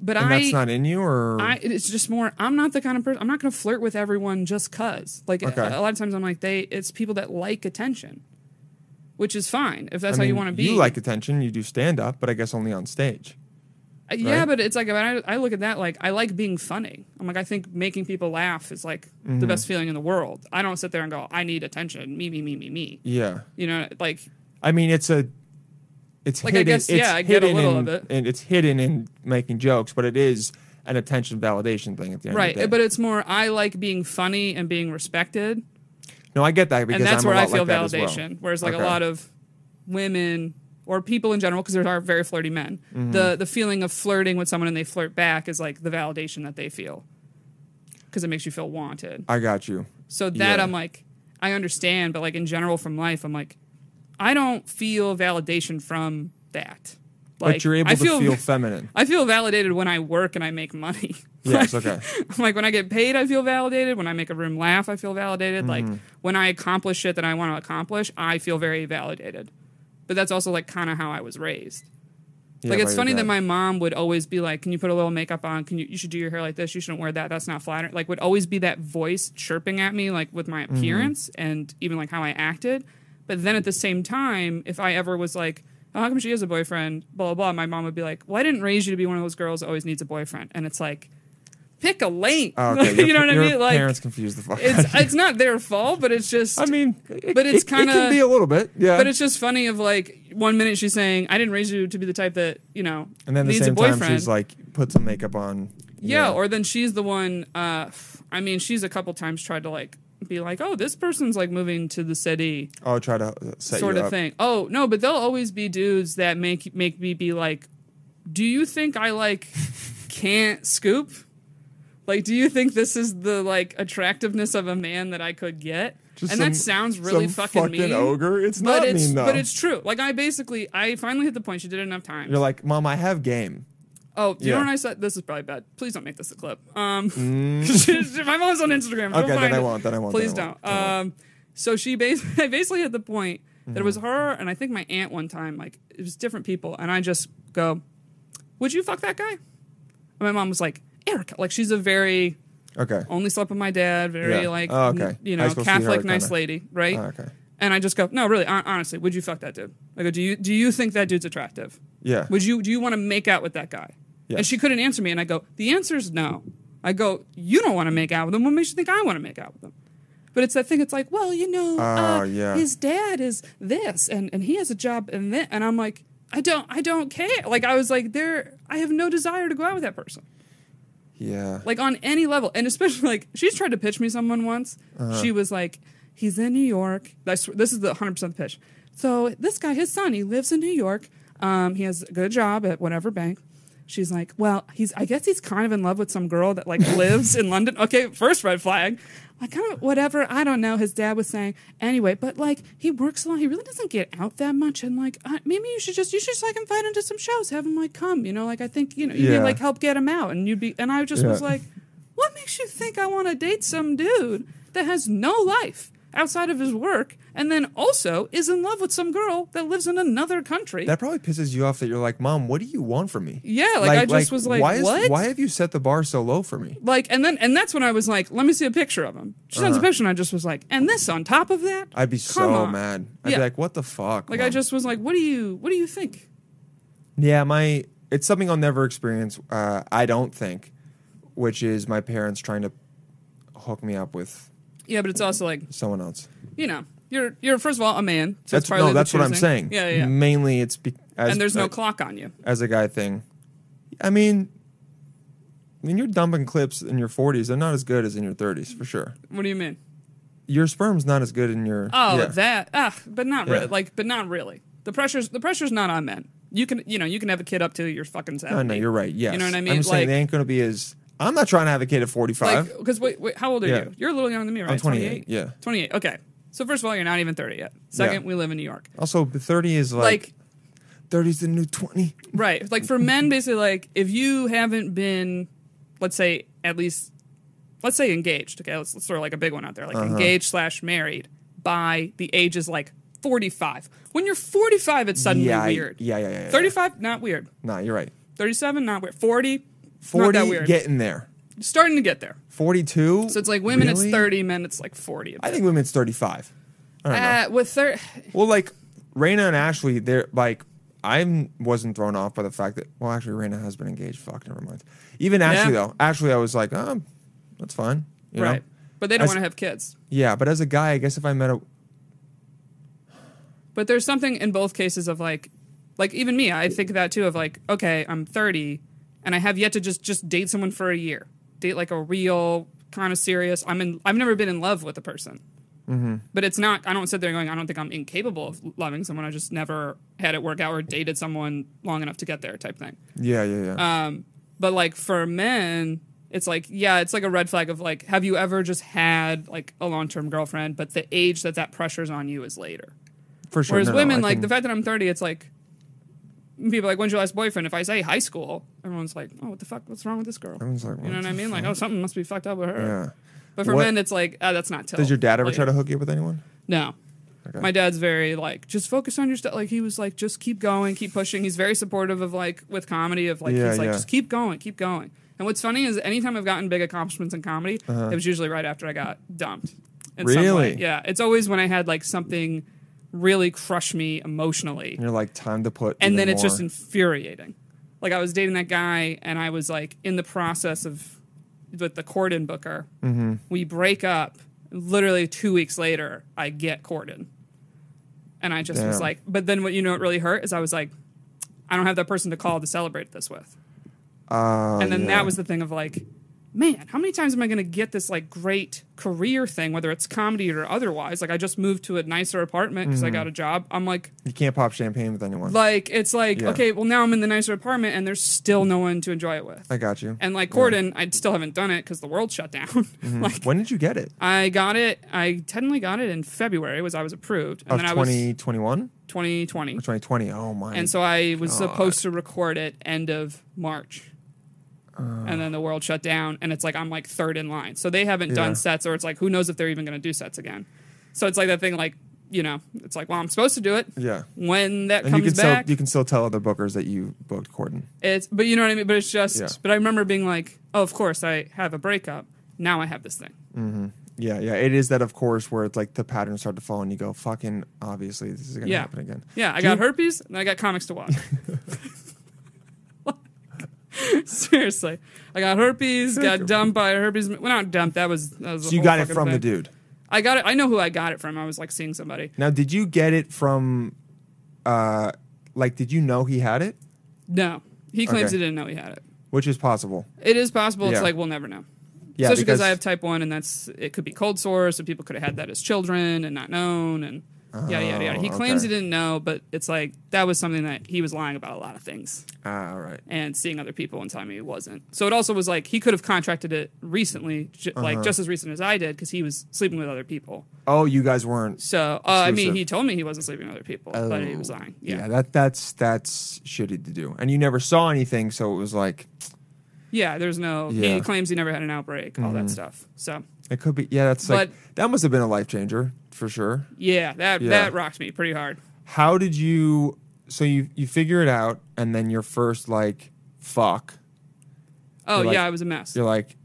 Speaker 5: But
Speaker 4: and
Speaker 5: I
Speaker 4: that's not in you, or
Speaker 5: I, it's just more. I'm not the kind of person. I'm not going to flirt with everyone just cause. Like
Speaker 4: Okay.
Speaker 5: a, a lot of times, I'm like they. It's people that like attention, which is fine if that's how you want to be.
Speaker 4: You like attention. You do stand up, but I guess only on stage.
Speaker 5: Uh, Yeah,
Speaker 4: right?
Speaker 5: but it's like when I, I look at that, like I like being funny. I'm like I think making people laugh is like
Speaker 4: Mm-hmm.
Speaker 5: the best feeling in the world. I don't sit there and go, I need attention, me, me, me, me, me.
Speaker 4: Yeah.
Speaker 5: You know, like
Speaker 4: I mean, it's a. It's
Speaker 5: Like, I
Speaker 4: hidden.
Speaker 5: guess,
Speaker 4: it's
Speaker 5: yeah, I get a
Speaker 4: hidden
Speaker 5: little
Speaker 4: in-
Speaker 5: of it.
Speaker 4: and it's hidden in making jokes, but it is an attention validation thing at the end
Speaker 5: right.
Speaker 4: of the day.
Speaker 5: But it's more I like being funny and being respected,
Speaker 4: no, I get that because
Speaker 5: and that's
Speaker 4: I'm
Speaker 5: where
Speaker 4: a
Speaker 5: I
Speaker 4: lot
Speaker 5: feel
Speaker 4: like that as well.
Speaker 5: validation. Whereas like
Speaker 4: Okay.
Speaker 5: a lot of women or people in general, because there are very flirty men,
Speaker 4: Mm-hmm.
Speaker 5: the the feeling of flirting with someone and they flirt back is like the validation that they feel, because it makes you feel wanted.
Speaker 4: I got you.
Speaker 5: So that
Speaker 4: Yeah.
Speaker 5: I'm like, I understand, but like in general from life, I'm like, I don't feel validation from that. Like,
Speaker 4: but you're able
Speaker 5: I
Speaker 4: to feel feminine.
Speaker 5: I feel validated when I work and I make money.
Speaker 4: Yes,
Speaker 5: Like,
Speaker 4: okay.
Speaker 5: I'm like when I get paid, I feel validated. When I make a room laugh, I feel validated.
Speaker 4: Mm-hmm.
Speaker 5: Like when I accomplish shit that I want to accomplish, I feel very validated. But that's also like kind of how I was raised.
Speaker 4: Yeah,
Speaker 5: Like
Speaker 4: by
Speaker 5: it's
Speaker 4: your
Speaker 5: funny that
Speaker 4: dad.
Speaker 5: my mom would always be like, "Can you put a little makeup on? Can you? You should do your hair like this. You shouldn't wear that. That's not flattering." Like would always be that voice chirping at me, like with my
Speaker 4: Mm-hmm.
Speaker 5: appearance and even like how I acted. But then at the same time, if I ever was like, oh, "How come she has a boyfriend?" blah blah blah, my mom would be like, "Well, I didn't raise you to be one of those girls that always needs a boyfriend." And it's like, pick a lane.
Speaker 4: Oh, okay. Your-
Speaker 5: you know what I
Speaker 4: your
Speaker 5: mean? Like
Speaker 4: parents confuse the fuck. out of
Speaker 5: it's
Speaker 4: you.
Speaker 5: it's not their fault, but it's just
Speaker 4: I mean, it-
Speaker 5: but it's
Speaker 4: it- it
Speaker 5: kinda-
Speaker 4: can be a little bit, yeah.
Speaker 5: But it's just funny of like one minute she's saying, I didn't raise you to be the type that, you know,
Speaker 4: and then at the
Speaker 5: needs a
Speaker 4: same time,
Speaker 5: boyfriend.
Speaker 4: she's like, put some makeup on.
Speaker 5: yeah, or then she's the one uh I mean, she's a couple times tried to like be like, "Oh, this person's like moving to the city."
Speaker 4: I'll try to uh, set
Speaker 5: sort
Speaker 4: you
Speaker 5: of
Speaker 4: up.
Speaker 5: thing. Oh, no, but there'll always be dudes that make make me be like, "Do you think I like can't scoop?" Like, do you think this is the like attractiveness of a man that I could get?
Speaker 4: Just
Speaker 5: and that
Speaker 4: some-
Speaker 5: sounds really
Speaker 4: some
Speaker 5: fucking, mean.
Speaker 4: ogre. It's
Speaker 5: But
Speaker 4: not
Speaker 5: it's
Speaker 4: mean though.
Speaker 5: but it's true. Like I basically I finally hit the point. She did it enough times.
Speaker 4: You're like, mom, I have game.
Speaker 5: Oh, you
Speaker 4: Yeah.
Speaker 5: know when I said this is probably bad. Please don't make this a clip. Um, my mom's on Instagram. Go
Speaker 4: Mm. Okay, then
Speaker 5: find
Speaker 4: I
Speaker 5: it.
Speaker 4: won't, then I won't, Mm.
Speaker 5: Please
Speaker 4: then I
Speaker 5: don't. Um, so she basically, I basically hit the point that it was her and I think my aunt one time. Like it was different people, and I just go, "Would you fuck that guy?" And my mom was like, "Erica," like she's a very
Speaker 4: Okay.
Speaker 5: only slept with my dad, very
Speaker 4: Yeah.
Speaker 5: like
Speaker 4: Oh, okay.
Speaker 5: you
Speaker 4: High
Speaker 5: know
Speaker 4: school
Speaker 5: Catholic,
Speaker 4: sweetheart
Speaker 5: nice
Speaker 4: kinda.
Speaker 5: lady, right?
Speaker 4: Oh, okay.
Speaker 5: And I just go, no, really, hon- honestly, would you fuck that dude? I go, do you do you think that dude's attractive?
Speaker 4: Yeah.
Speaker 5: Would you do you want to make out with that guy?
Speaker 4: Yes.
Speaker 5: And she couldn't answer me, and I go, the answer is no. I go, you don't want to make out with him. What makes you think I want to make out with him? But it's that thing. It's like, well, you know, uh,
Speaker 4: Oh, yeah.
Speaker 5: his dad is this, and and he has a job, and that, and I'm like, I don't, I don't care. Like I was like, there, I have no desire to go out with that person
Speaker 4: Yeah.
Speaker 5: like on any level and especially like she's tried to pitch me someone once
Speaker 4: Uh-huh.
Speaker 5: she was like he's in new york That's, this is the 100% pitch so this guy his son he lives in new york um, he has a good job at whatever bank she's like well he's i guess he's kind of in love with some girl that like lives in london okay first red flag like kind of whatever i don't know his dad was saying anyway but like he works a lot he really doesn't get out that much and like uh, maybe you should just you should just like invite him to some shows have him like come you know like i think you know you
Speaker 4: Yeah.
Speaker 5: need like help get him out and you'd be and i just was
Speaker 4: Yeah.
Speaker 5: like what makes you think i want to date some dude that has no life outside of his work and then also is in love with some girl that lives in another country
Speaker 4: that probably pisses you off that you're like, Mom, what do you want from me?
Speaker 5: Yeah, like, I just was like,
Speaker 4: why is-
Speaker 5: what?
Speaker 4: Why have you set the bar so low for me?
Speaker 5: like and then and that's when i was like let me see a picture of him she sends a picture and i just was like and this on top of that
Speaker 4: Uh-huh. I'd be
Speaker 5: Come
Speaker 4: so
Speaker 5: on.
Speaker 4: mad. I'd
Speaker 5: Yeah.
Speaker 4: be like, what the fuck?
Speaker 5: like i
Speaker 4: Mom?"
Speaker 5: just was like what do you what do you think
Speaker 4: Yeah, my it's something I'll never experience. Uh, I don't think, which is my parents trying to hook me up with
Speaker 5: yeah but it's also like
Speaker 4: someone else.
Speaker 5: you know you're you're first of all a man so it's
Speaker 4: that's
Speaker 5: partly
Speaker 4: no,
Speaker 5: the
Speaker 4: that's what I'm
Speaker 5: choosing.
Speaker 4: saying.
Speaker 5: yeah yeah, yeah.
Speaker 4: Mainly, it's be, as,
Speaker 5: and there's no
Speaker 4: uh,
Speaker 5: clock on you
Speaker 4: as a guy thing. I mean, when you're dumping clips in your 40s, they're not as good as in your 30s for sure.
Speaker 5: what do you mean
Speaker 4: Your sperm's not as good in your
Speaker 5: Oh,
Speaker 4: yeah.
Speaker 5: that. Ah, but not
Speaker 4: Yeah.
Speaker 5: really. Like, but not really. The pressure's the pressure's not on men. You can you know you can have a kid up to your fucking seventy.
Speaker 4: No, no, you're right. Yes,
Speaker 5: You know what I mean?
Speaker 4: I'm
Speaker 5: like,
Speaker 4: saying they ain't going to be as. I'm not trying to have a kid at 45.
Speaker 5: like because wait, wait, how old are
Speaker 4: Yeah.
Speaker 5: you? You're a little younger than me, right?
Speaker 4: 28, yeah.
Speaker 5: 28. Okay. So first of all, you're not even 30 yet. Second,
Speaker 4: Yeah.
Speaker 5: we live in New York.
Speaker 4: also, 30 is
Speaker 5: Like,
Speaker 4: like, 30's the new 20.
Speaker 5: right. Like for men, basically, like if you haven't been, let's say at least, let's say engaged. Okay, let's, let's throw like a big one out there, like
Speaker 4: Uh-huh.
Speaker 5: engaged slash married by the ages like 45. When you're 45, it's suddenly
Speaker 4: Yeah, I-
Speaker 5: weird.
Speaker 4: yeah, yeah, yeah, yeah.
Speaker 5: 35, not weird.
Speaker 4: Nah, you're right.
Speaker 5: 37, not weird. 40, 40 not that
Speaker 4: 40
Speaker 5: weird.
Speaker 4: getting there.
Speaker 5: Starting to get there.
Speaker 4: 42.
Speaker 5: So it's like women,
Speaker 4: Really?
Speaker 5: it's 30, men, it's like 40.
Speaker 4: I think women's 35. I don't know.
Speaker 5: uh, with 30,
Speaker 4: Well, like Raina and Ashley, they're like I wasn't thrown off by the fact that well, actually Raina has been engaged. Fuck, never mind. Even Ashley
Speaker 5: Yeah.
Speaker 4: though, Ashley, I was like, um, that's fine. You
Speaker 5: right.
Speaker 4: Know?
Speaker 5: But they don't
Speaker 4: As-
Speaker 5: want to have kids.
Speaker 4: Yeah, but as a guy, I guess if I met a
Speaker 5: But there's something in both cases of like, like even me, I think that too of like, okay, I'm 30 and I have yet to just just date someone for a year. Date like a real kind of serious. I'm in. I've never been in love with a person. But it's not. I don't sit there going. I don't think I'm incapable of loving someone. I just never had it work out or dated someone long enough to get there type thing.
Speaker 4: yeah, yeah, yeah.
Speaker 5: Uh, But like for men, it's like yeah, it's like a red flag of like, have you ever just had like a long term girlfriend? But the age that that pressure's on you is later.
Speaker 4: For sure.
Speaker 5: Whereas
Speaker 4: no, no,
Speaker 5: women,
Speaker 4: I
Speaker 5: like
Speaker 4: can-
Speaker 5: the fact that I'm 30, it's like people are like, when's your last boyfriend? If I say high school, everyone's like, oh, what the fuck? What's wrong with this girl?
Speaker 4: Everyone's like,
Speaker 5: you know
Speaker 4: what
Speaker 5: what I
Speaker 4: the
Speaker 5: mean? Like, oh, something must be fucked up with her.
Speaker 4: Yeah.
Speaker 5: But for
Speaker 4: What-
Speaker 5: men, it's like, ah, that's not till.
Speaker 4: Does your dad ever
Speaker 5: later."
Speaker 4: try to hook you up with anyone?
Speaker 5: No. My dad's very like just focus on your stuff. Like he was like just keep going, keep pushing. He's very supportive of like with comedy of like
Speaker 4: Yeah,
Speaker 5: he's like
Speaker 4: yeah.
Speaker 5: just keep going, keep going. And what's funny is anytime I've gotten big accomplishments in comedy, it was usually right after I got dumped. In Some way.
Speaker 4: Uh-huh. Really?
Speaker 5: Yeah. It's always when I had like something really crush me emotionally
Speaker 4: And you're like, time to put.
Speaker 5: and
Speaker 4: even
Speaker 5: then it's
Speaker 4: more.
Speaker 5: just infuriating. Like I was dating that guy, and I was like in the process of with the Corden Booker.
Speaker 4: Mm-hmm.
Speaker 5: We break up. Literally two weeks later, I get Corden, and I just was
Speaker 4: Damn.
Speaker 5: like, but then what you know what really hurt is I was like, I don't have that person to call to celebrate this with,
Speaker 4: Oh,
Speaker 5: and then
Speaker 4: yeah.
Speaker 5: that was the thing of like. man, how many times am I going to get this like great career thing, whether it's comedy or otherwise? Like, I just moved to a nicer apartment because I
Speaker 4: Mm-hmm.
Speaker 5: got a job. I'm like,
Speaker 4: You can't pop champagne with anyone.
Speaker 5: like it's like
Speaker 4: Yeah.
Speaker 5: okay, well now I'm in the nicer apartment and there's still no one to enjoy it with.
Speaker 4: I got you.
Speaker 5: And like Corden, I still haven't done it because the world shut down. like
Speaker 4: Mm. when did you get it?
Speaker 5: I got it. I technically got it in February was I was approved, and
Speaker 4: Of
Speaker 5: then I was
Speaker 4: 2021
Speaker 5: 2020,
Speaker 4: or 2020? Oh my.
Speaker 5: and so I was supposed to record it end of March,
Speaker 4: Uh.
Speaker 5: and then the world shut down, and it's like I'm like third in line, so they haven't
Speaker 4: Yeah.
Speaker 5: done sets, or it's like who knows if they're even going to do sets again. So it's like that thing, like you know, it's like well I'm supposed to do it.
Speaker 4: yeah.
Speaker 5: When that
Speaker 4: And you
Speaker 5: comes
Speaker 4: can
Speaker 5: back,
Speaker 4: still you can still tell other bookers that you booked Corden.
Speaker 5: It's but you know what I mean. But it's just.
Speaker 4: Yeah.
Speaker 5: But I remember being like, oh, of course I have a breakup. Now I have this thing.
Speaker 4: Yeah, yeah. It is that of course where it's like the patterns start to fall and you go, fucking obviously this is gonna
Speaker 5: Yeah.
Speaker 4: happen again.
Speaker 5: Yeah, I
Speaker 4: Do
Speaker 5: got
Speaker 4: you-
Speaker 5: herpes and I got comics to watch. Seriously, I got herpes. Got dumped by a herpes. Well, not dumped. That was that was. the
Speaker 4: So you
Speaker 5: whole
Speaker 4: got it
Speaker 5: fucking
Speaker 4: from the
Speaker 5: thing.
Speaker 4: dude.
Speaker 5: I got it. I know who I got it from. I was like seeing somebody.
Speaker 4: Now did you get it from uh like did you know he had it?
Speaker 5: No, he claims
Speaker 4: Okay.
Speaker 5: he didn't know he had it.
Speaker 4: Which is possible.
Speaker 5: It is possible.
Speaker 4: Yeah.
Speaker 5: It's like we'll never know.
Speaker 4: Yeah,
Speaker 5: Especially because I have type one, and that's it could be cold sore, so people could have had that as children and not known, and yada yada yada. He
Speaker 4: Oh,
Speaker 5: claims
Speaker 4: okay.
Speaker 5: he didn't know, but it's like that was something that he was lying about a lot of things
Speaker 4: Ah, all right.
Speaker 5: and seeing other people and telling me he wasn't. So it also was like he could have contracted it recently, j-
Speaker 4: Uh-huh.
Speaker 5: like just as recent as I did, because he was sleeping with other people.
Speaker 4: Oh, you guys weren't
Speaker 5: So uh, I mean,
Speaker 4: Exclusive.
Speaker 5: he told me he wasn't sleeping with other people, but he was lying.
Speaker 4: Oh, Yeah.
Speaker 5: Yeah, yeah.
Speaker 4: that that's that's shitty to do. And you never saw anything, so it was like
Speaker 5: there's no.
Speaker 4: Yeah. Mm-hmm.
Speaker 5: He claims he never had an outbreak, all that stuff. So
Speaker 4: it could be yeah, that's like
Speaker 5: But-
Speaker 4: that must have been a life changer for sure.
Speaker 5: yeah, that
Speaker 4: Yeah.
Speaker 5: that rocked me pretty hard.
Speaker 4: how did you so you you figure it out and then your first like fuck
Speaker 5: Oh
Speaker 4: You're like-
Speaker 5: yeah, I was a mess.
Speaker 4: you're like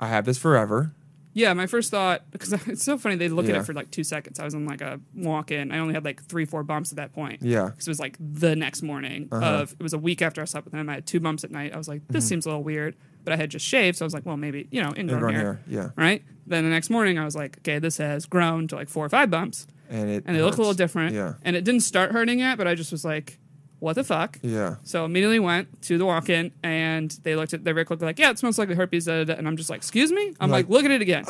Speaker 4: i have this forever
Speaker 5: Yeah, my first thought because it's so funny they look at
Speaker 4: Yeah.
Speaker 5: it for like two seconds. I was on like a walk in. I only had like three, four bumps at that point.
Speaker 4: Yeah. Uh-huh.
Speaker 5: 'Cause it was like the next morning of it was a week after I slept with him. I had two bumps at night. I was like,
Speaker 4: Mm-hmm.
Speaker 5: this seems a little weird, but I had just shaved, so I was like, well, maybe you know, ingrown,
Speaker 4: Ingrown
Speaker 5: hair.
Speaker 4: hair, yeah.
Speaker 5: Right. Then the next morning, I was like, okay, this has grown to like four or five bumps,
Speaker 4: and it
Speaker 5: and they look a
Speaker 4: hurts.
Speaker 5: little different.
Speaker 4: yeah
Speaker 5: And it didn't start hurting yet, but I just was like, what the fuck?
Speaker 4: yeah
Speaker 5: So immediately went to the walk-in and they looked at their Rick looked like, yeah, it smells like the herpes. Da, da, da. And I'm just like, excuse me. I'm like,
Speaker 4: Like- uh,
Speaker 5: look at it again.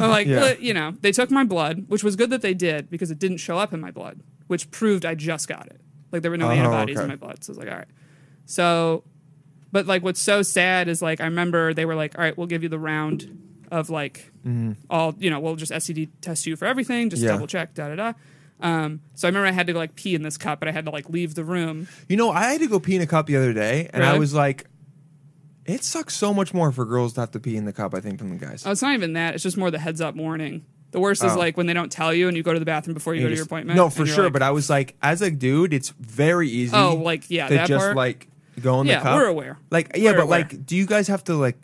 Speaker 5: I'm like,
Speaker 4: Yeah.
Speaker 5: "Look," you know, they took my blood, which was good that they did because it didn't show up in my blood, which proved I just got it. Like there were no
Speaker 4: Oh,
Speaker 5: antibodies
Speaker 4: okay.
Speaker 5: in my blood. So I was like, all right. So, but like what's so sad is like I remember they were like, all right, we'll give you the round of like all you know, we'll just STD test you for everything, just
Speaker 4: Mm-hmm. Yeah.
Speaker 5: double check, da da da. Um, so I remember I had to like pee in this cup, but I had to like leave the room.
Speaker 4: you know i had to go pee in a cup the other day and i
Speaker 5: Really?
Speaker 4: was like it sucks so much more for girls to have to pee in the cup i think than the guys
Speaker 5: Oh, it's not even that. It's just more the heads up warning. The worst is
Speaker 4: Oh.
Speaker 5: like when they don't tell you and you go to the bathroom before you,
Speaker 4: You
Speaker 5: go to your
Speaker 4: just-
Speaker 5: appointment.
Speaker 4: no for
Speaker 5: and you're
Speaker 4: sure
Speaker 5: like,
Speaker 4: but i was like as a dude it's very easy
Speaker 5: Oh, like, yeah,
Speaker 4: to
Speaker 5: that
Speaker 4: just
Speaker 5: part.
Speaker 4: like go in
Speaker 5: Yeah,
Speaker 4: the cup
Speaker 5: we're aware.
Speaker 4: like yeah
Speaker 5: We're
Speaker 4: but
Speaker 5: aware.
Speaker 4: like do you guys have to like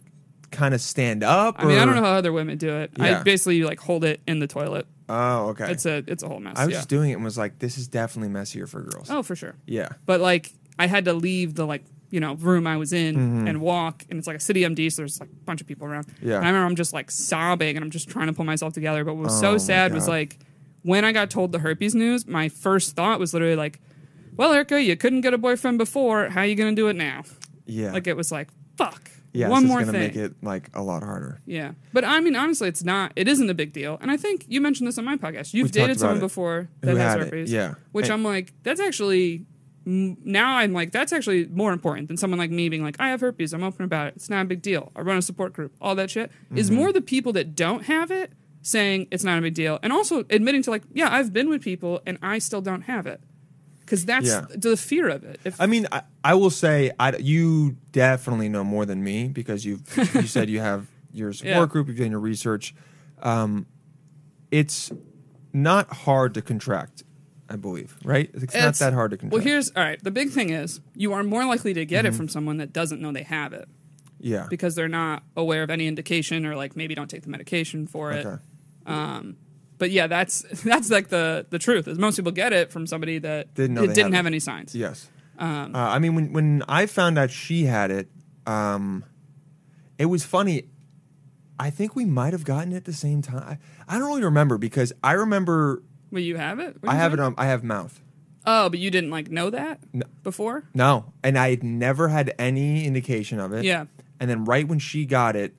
Speaker 4: kind of stand up
Speaker 5: I mean, I don't
Speaker 4: or-
Speaker 5: know how other women do it.
Speaker 4: Yeah.
Speaker 5: I basically like hold it in the toilet.
Speaker 4: oh okay
Speaker 5: It's a it's a whole mess.
Speaker 4: I was
Speaker 5: yeah.
Speaker 4: just doing it and was like, this is definitely messier for girls.
Speaker 5: oh, for sure.
Speaker 4: Yeah.
Speaker 5: But like I had to leave the like you know room I was in and walk, and it's like a city MD, so there's like a bunch of people around.
Speaker 4: Mm-hmm. Yeah.
Speaker 5: And I remember I'm just like sobbing and I'm just trying to pull myself together. But what was
Speaker 4: Oh,
Speaker 5: so
Speaker 4: my
Speaker 5: sad was
Speaker 4: God.
Speaker 5: like when I got told the herpes news, my first thought was literally like, "Well, Erica, you couldn't get a boyfriend before. How you gonna do it now?"
Speaker 4: Yeah.
Speaker 5: Like it was like, fuck.
Speaker 4: yeah,
Speaker 5: one
Speaker 4: so
Speaker 5: more
Speaker 4: it's gonna
Speaker 5: thing.
Speaker 4: make it like a lot harder.
Speaker 5: yeah. But I mean, honestly, it's not, it isn't a big deal. And I think you mentioned this on my podcast. You've
Speaker 4: We talked
Speaker 5: dated
Speaker 4: about
Speaker 5: someone
Speaker 4: it.
Speaker 5: before
Speaker 4: Who
Speaker 5: that has
Speaker 4: had it,
Speaker 5: herpes.
Speaker 4: yeah.
Speaker 5: Which
Speaker 4: Hey.
Speaker 5: I'm like, that's actually, m- now I'm like, that's actually more important than someone like me being like, I have herpes. I'm open about it. It's not a big deal. I run a support group. All that shit
Speaker 4: Mm-hmm.
Speaker 5: is more the people that don't have it saying it's not a big deal. And also admitting to like, yeah, I've been with people and I still don't have it. Because that's
Speaker 4: Yeah.
Speaker 5: the fear of it. If,
Speaker 4: I mean, I, I will say, I, you definitely know more than me because you've you said you have your support
Speaker 5: Yeah.
Speaker 4: group, you've done your research. Um, it's not hard to contract, I believe, right? It's, not
Speaker 5: It's-
Speaker 4: that hard to Mm-hmm. contract.
Speaker 5: Well, here's all right. The big thing is you are more likely to get it from someone that doesn't know they have it
Speaker 4: yeah,
Speaker 5: because they're not aware of any indication or like maybe don't take the medication for it.
Speaker 4: okay.
Speaker 5: But yeah, that's that's like the the truth is most people get it from somebody that
Speaker 4: Didn't know
Speaker 5: that
Speaker 4: they
Speaker 5: didn't
Speaker 4: had
Speaker 5: have
Speaker 4: it.
Speaker 5: any signs.
Speaker 4: Yes.
Speaker 5: Um,
Speaker 4: uh, I mean, when when I found out she had it, um, it was funny. I think we might have gotten it at the same time. I, I don't really remember because I remember
Speaker 5: Well, you have it.
Speaker 4: I have it on. I have mouth.
Speaker 5: Oh, but you didn't like know that before.
Speaker 4: No, and I had never had any indication of it.
Speaker 5: Yeah.
Speaker 4: And then right when she got it,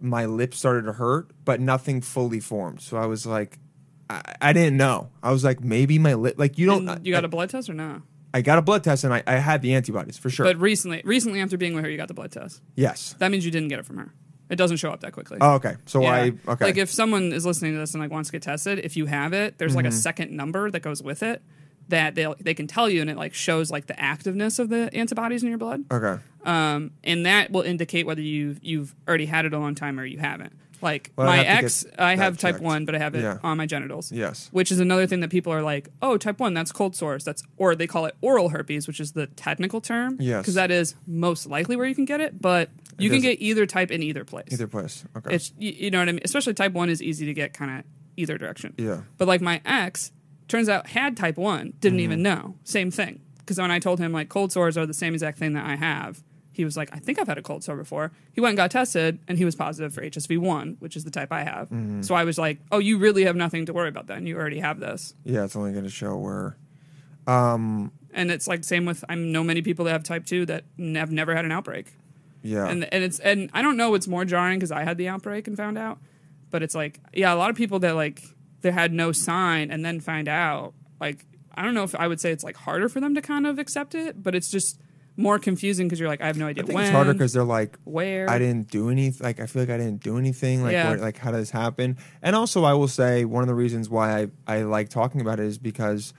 Speaker 4: my lips started to hurt, but nothing fully formed. So I was like, I, I didn't know. I was like, maybe my lip, like you don't.
Speaker 5: And you got a blood test or not?
Speaker 4: I got a blood test and I, I had the antibodies for sure.
Speaker 5: But recently, recently after being with her, you got the blood test.
Speaker 4: yes.
Speaker 5: That means you didn't get it from her. It doesn't show up that quickly.
Speaker 4: Oh, okay. So
Speaker 5: Yeah.
Speaker 4: I okay.
Speaker 5: Like if someone is listening to this and like wants to get tested, if you have it, there's like
Speaker 4: Mm-hmm.
Speaker 5: a second number that goes with it that they they can tell you, and it like shows like the activeness of the antibodies in your blood,
Speaker 4: okay.
Speaker 5: um, and that will indicate whether you've you've already had it a long time or you haven't. Like
Speaker 4: Well, I
Speaker 5: my
Speaker 4: have to
Speaker 5: ex,
Speaker 4: get
Speaker 5: I
Speaker 4: that
Speaker 5: have type
Speaker 4: checked.
Speaker 5: one, but I have it
Speaker 4: Yeah.
Speaker 5: on my genitals.
Speaker 4: Yes.
Speaker 5: which is another thing that people are like, oh, type one, that's cold sores. That's or they call it oral herpes, which is the technical term.
Speaker 4: Yes.
Speaker 5: because that is most likely where you can get it, but you can
Speaker 4: doesn't-
Speaker 5: get either type in either place
Speaker 4: Either place. Okay.
Speaker 5: it's you, you know what I mean. Especially type one is easy to get kind of either direction.
Speaker 4: Yeah.
Speaker 5: But like my ex, turns out had type one, didn't even know. Same thing. Because when I told him like cold sores are the same exact thing that I have, he was like, I think I've had a cold sore before. He went and got tested, and he was positive for HSV one, which is the type I have. So I was like, Oh, you really have nothing to worry about then. You already have this.
Speaker 4: yeah, it's only going to show where.
Speaker 5: And it's like same with I know many people that have type two that n- have never had an outbreak.
Speaker 4: Yeah.
Speaker 5: and and it's and I don't know what's more jarring because I had the outbreak and found out, but it's like yeah, a lot of people that like they had no sign and then find out like I don't know if I would say it's like harder for them to kind of accept it, but it's just more confusing because you're like I have no idea
Speaker 4: I think
Speaker 5: when
Speaker 4: it's harder because they're like,
Speaker 5: where
Speaker 4: I didn't do anything. Like I feel like I didn't do anything. Like
Speaker 5: Yeah.
Speaker 4: where, like how did this happen? And also, I will say one of the reasons why I I like talking about it is because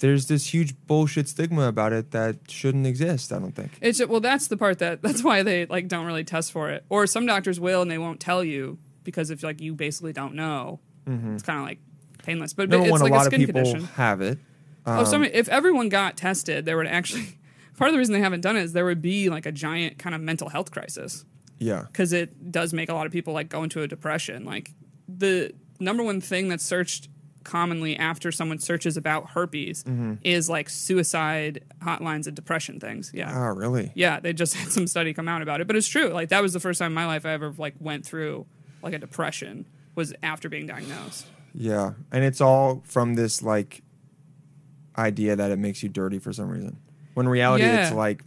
Speaker 4: there's this huge bullshit stigma about it that shouldn't exist. I don't think.
Speaker 5: It's well, that's the part that that's why they like don't really test for it, or some doctors will and they won't tell you because if like you basically don't know, it's kind of like painless. But
Speaker 4: Number
Speaker 5: it's
Speaker 4: Mm-hmm. one,
Speaker 5: like
Speaker 4: a lot
Speaker 5: a
Speaker 4: of
Speaker 5: skin
Speaker 4: people
Speaker 5: condition.
Speaker 4: have it.
Speaker 5: Oh, so I mean, if everyone got tested, there would actually. Part of the reason they haven't done it is there would be like a giant kind of mental health crisis
Speaker 4: Yeah.
Speaker 5: because it does make a lot of people like go into a depression. Like the number one thing that's searched commonly after someone searches about herpes is like suicide hotlines and depression things. Yeah.
Speaker 4: Oh, really?
Speaker 5: Yeah, they just had some study come out about it, but it's true. Like that was the first time in my life I ever like went through like a depression was after being diagnosed.
Speaker 4: Yeah. And it's all from this like idea that it makes you dirty for some reason. When in reality, it's
Speaker 5: Yeah.
Speaker 4: like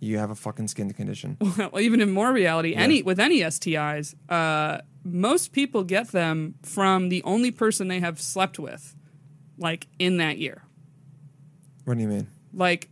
Speaker 4: you have a fucking skin condition.
Speaker 5: well, even in more reality, any with any STIs, uh, most people get them from the only person they have slept with, like in that year.
Speaker 4: what do you mean?
Speaker 5: Like,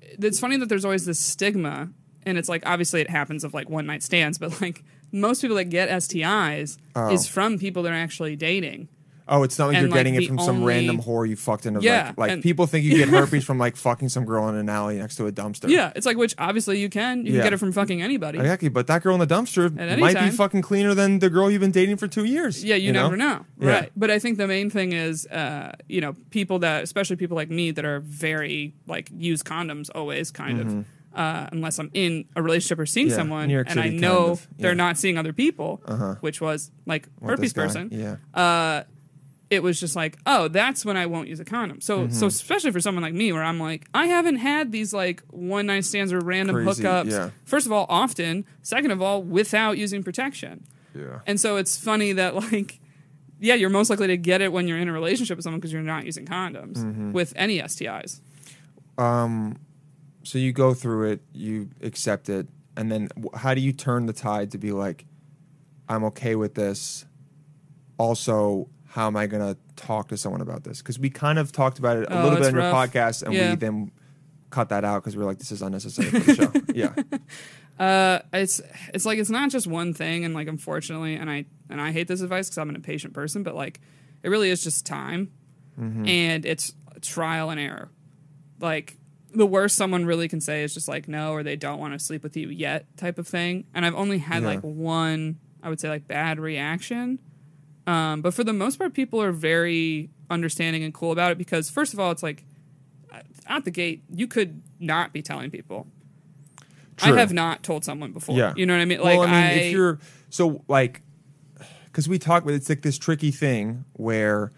Speaker 5: it's funny that there's always this stigma, and it's like obviously it happens of like one night stands, but like most people that get STIs
Speaker 4: Oh.
Speaker 5: is from people they're actually dating.
Speaker 4: Oh, it's not like
Speaker 5: And,
Speaker 4: you're
Speaker 5: like,
Speaker 4: getting it
Speaker 5: the
Speaker 4: from some
Speaker 5: only-
Speaker 4: random whore you fucked in a
Speaker 5: Yeah,
Speaker 4: like, like
Speaker 5: and-
Speaker 4: people think you get herpes from like fucking some girl in an alley next to a dumpster.
Speaker 5: Yeah, it's like which obviously you can you
Speaker 4: Yeah.
Speaker 5: can get it from fucking anybody.
Speaker 4: Exactly, but that girl in the dumpster
Speaker 5: At any
Speaker 4: might
Speaker 5: time.
Speaker 4: be fucking cleaner than the girl you've been dating for two years.
Speaker 5: Yeah, you, never know.
Speaker 4: Yeah.
Speaker 5: Right. But I think the main thing is, uh, you know, people that, especially people like me that are very, like, use condoms always, kind of. Uh, unless I'm in a relationship or seeing
Speaker 4: Mm-hmm. Yeah,
Speaker 5: someone
Speaker 4: New York
Speaker 5: and I
Speaker 4: City kind
Speaker 5: know
Speaker 4: of, yeah.
Speaker 5: they're not seeing other people, which was like
Speaker 4: What, this
Speaker 5: herpes
Speaker 4: guy?
Speaker 5: person,
Speaker 4: Yeah,
Speaker 5: it was just like, oh, that's when I won't use a condom. So,
Speaker 4: Mm-hmm.
Speaker 5: so especially for someone like me, where I'm like, I haven't had these like one night stands or random
Speaker 4: Crazy,
Speaker 5: hookups.
Speaker 4: yeah.
Speaker 5: First of all, often. Second of all, without using protection.
Speaker 4: yeah.
Speaker 5: And so it's funny that like, yeah, you're most likely to get it when you're in a relationship with someone because you're not using condoms with any STIs.
Speaker 4: So you go through it, you accept it, and then w- how do you turn the tide to be like, I'm okay with this? Also, how am I gonna talk to someone about this? Because we kind of talked about it a
Speaker 5: Oh,
Speaker 4: little bit
Speaker 5: it's
Speaker 4: on your
Speaker 5: rough.
Speaker 4: podcast, and
Speaker 5: Yeah.
Speaker 4: we then cut that out because we were like, this is unnecessary for the show. Yeah,
Speaker 5: It's it's like it's not just one thing, and like unfortunately, and I and I hate this advice because I'm an impatient person, but like it really is just time,
Speaker 4: Mm-hmm.
Speaker 5: and it's trial and error. Like the worst someone really can say is just like no, or they don't want to sleep with you yet type of thing. And I've only had
Speaker 4: Yeah.
Speaker 5: like one, I would say like bad reaction. Um, but for the most part, people are very understanding and cool about it because, first of all, it's like uh, out the gate, you could not be telling people.
Speaker 4: True.
Speaker 5: I have not told someone before.
Speaker 4: yeah.
Speaker 5: You know what I mean? Like,
Speaker 4: Well, I mean,
Speaker 5: I-
Speaker 4: if you're so like, because we talk, but it's like this tricky thing where.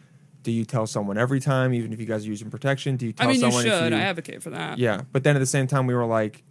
Speaker 4: Do you tell someone every time, even if you guys are using protection? Do you
Speaker 5: I
Speaker 4: tell
Speaker 5: mean, you
Speaker 4: someone? if
Speaker 5: should.
Speaker 4: you-
Speaker 5: I advocate for that.
Speaker 4: Yeah, but then at the same time, we were like,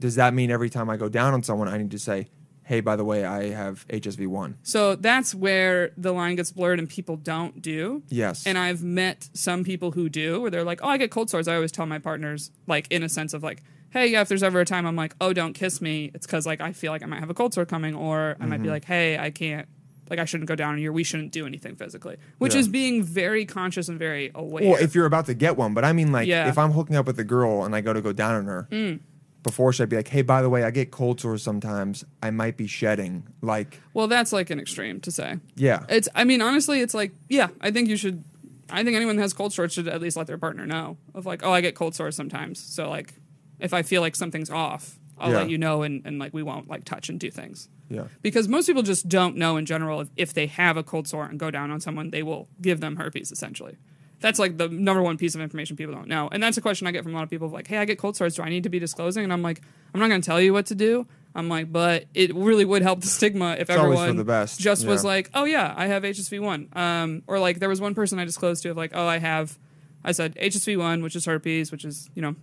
Speaker 4: does that mean every time I go down on someone, I need to say, hey, by the way, I have HSV one?
Speaker 5: So that's where the line gets blurred and people don't do.
Speaker 4: Yes.
Speaker 5: And I've met some people who do where they're like, oh, I get cold sores. I always tell my partners, like, in a sense of like, hey, yeah, if there's ever a time I'm like, oh, don't kiss me, it's because like I feel like I might have a cold sore coming, or I
Speaker 4: Mm-hmm.
Speaker 5: might be like, hey, I can't, like I shouldn't go down on you. We shouldn't do anything physically, which
Speaker 4: Yeah.
Speaker 5: is being very conscious and very aware.
Speaker 4: Well, if you're about to get one, but I mean, like,
Speaker 5: Yeah. Mm.
Speaker 4: if I'm hooking up with a girl and I go to go down on her, before she'd be like, "Hey, by the way, I get cold sores sometimes. I might be shedding." Like,
Speaker 5: well, that's like an extreme to say.
Speaker 4: yeah,
Speaker 5: It's. I mean, honestly, it's like, yeah. I think you should. I think anyone that has cold sores should at least let their partner know of like, oh, I get cold sores sometimes. So like, if I feel like something's off, I'll
Speaker 4: Yeah.
Speaker 5: let you know, and, and like we won't like touch and do things.
Speaker 4: yeah,
Speaker 5: Because most people just don't know in general if, if they have a cold sore and go down on someone, they will give them herpes essentially. That's like the number one piece of information people don't know. And that's a question I get from a lot of people of like, hey, I get cold sores. Do I need to be disclosing? And I'm like, I'm not going to tell you what to do. I'm like, but it really would help the stigma if
Speaker 4: always
Speaker 5: everyone
Speaker 4: for the best.
Speaker 5: just was
Speaker 4: Yeah.
Speaker 5: like, oh, yeah, I have HSV1. Um, or like there was one person I disclosed to of like, oh, I have, I said HSV1, which is herpes, which is, you know,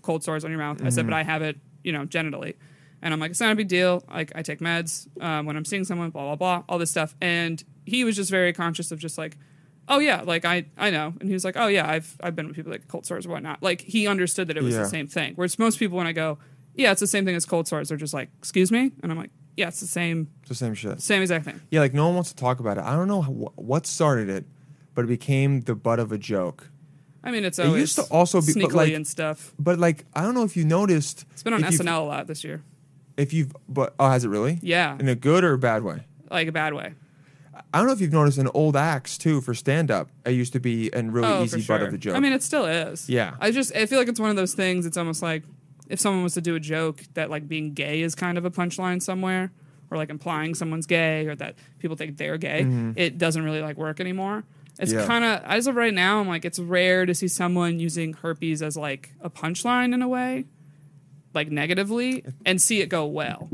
Speaker 5: cold sores on your mouth. I said, but I have it, you know, genitally. And I'm like, it's not a big deal. Like, I take meds um, when I'm seeing someone, blah, blah, blah, all this stuff. And he was just very conscious of just like, oh, yeah, like I, I know. And he was like, oh, yeah, I've, I've been with people like cold sores or whatnot. Like, he understood that it was
Speaker 4: Yeah.
Speaker 5: the same thing. Whereas most people, when I go, yeah, it's the same thing as cold sores, they're just like, excuse me? And I'm like, yeah, it's the same,
Speaker 4: it's the same shit.
Speaker 5: same exact thing.
Speaker 4: Yeah, like no one wants to talk about it. I don't know wh- what started it, but it became the butt of a joke.
Speaker 5: I mean, it's
Speaker 4: used
Speaker 5: always
Speaker 4: to also be- but,
Speaker 5: sneakily
Speaker 4: like-
Speaker 5: and stuff.
Speaker 4: But like, I don't know if you noticed.
Speaker 5: It's been on
Speaker 4: if you've-
Speaker 5: SNL a lot this year,
Speaker 4: If you've, but oh, has it really?
Speaker 5: Yeah.
Speaker 4: In a good or a bad way?
Speaker 5: like a bad way.
Speaker 4: I don't know if you've noticed an old axe too for stand up. It used to be a really
Speaker 5: Oh,
Speaker 4: easy
Speaker 5: for sure.
Speaker 4: butt of the joke.
Speaker 5: I mean, it still is.
Speaker 4: Yeah.
Speaker 5: I just I feel like it's one of those things. It's almost like if someone was to do a joke that like being gay is kind of a punchline somewhere, or like implying someone's gay, or that people think they're gay, it doesn't really like work anymore. It's
Speaker 4: Mm-hmm. Yeah.
Speaker 5: kind of as of right now, I'm like it's rare to see someone using herpes as like a punchline in a way, like negatively, and see it go well.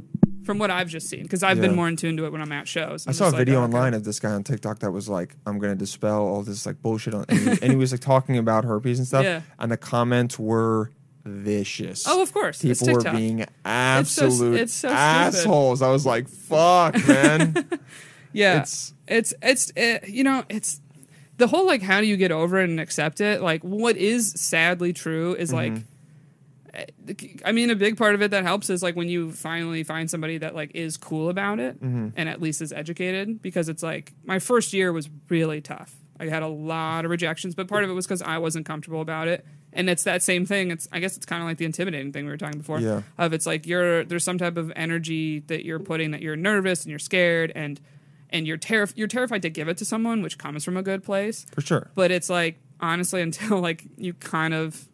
Speaker 5: From what I've just seen, because I've
Speaker 4: Yeah.
Speaker 5: been more in tune to it when I'm "Oh, at shows.
Speaker 4: I saw a video online of this guy on TikTok that was like, "I'm gonna dispel all this like bullshit," on, and, he, and he was like talking about herpes and stuff.
Speaker 5: Yeah.
Speaker 4: And the comments were vicious.
Speaker 5: Oh, of course, it's
Speaker 4: people were
Speaker 5: TikTok.
Speaker 4: being
Speaker 5: so-
Speaker 4: absolute
Speaker 5: it's so stupid.
Speaker 4: assholes. I was like, "Fuck, man."
Speaker 5: Yeah.
Speaker 4: It's-
Speaker 5: It's it's it's uh you know, it's the whole like how do you get over it and accept it? Like what is sadly true is like eh, the- I mean, a big part of it that helps is like when you finally find somebody that like is cool about it and at least is educated because it's like my first year was really tough. I had a lot of rejections, but part of it was because I wasn't comfortable about it. And it's that same thing. It's I guess it's kind of like the intimidating thing we were talking before
Speaker 4: Yeah.
Speaker 5: of it's like you're there's some type of energy that you're putting that you're nervous and you're scared and and you're terrif- you're terrified to give it to someone, which comes from a good place.
Speaker 4: For sure.
Speaker 5: But it's like honestly until like you kind of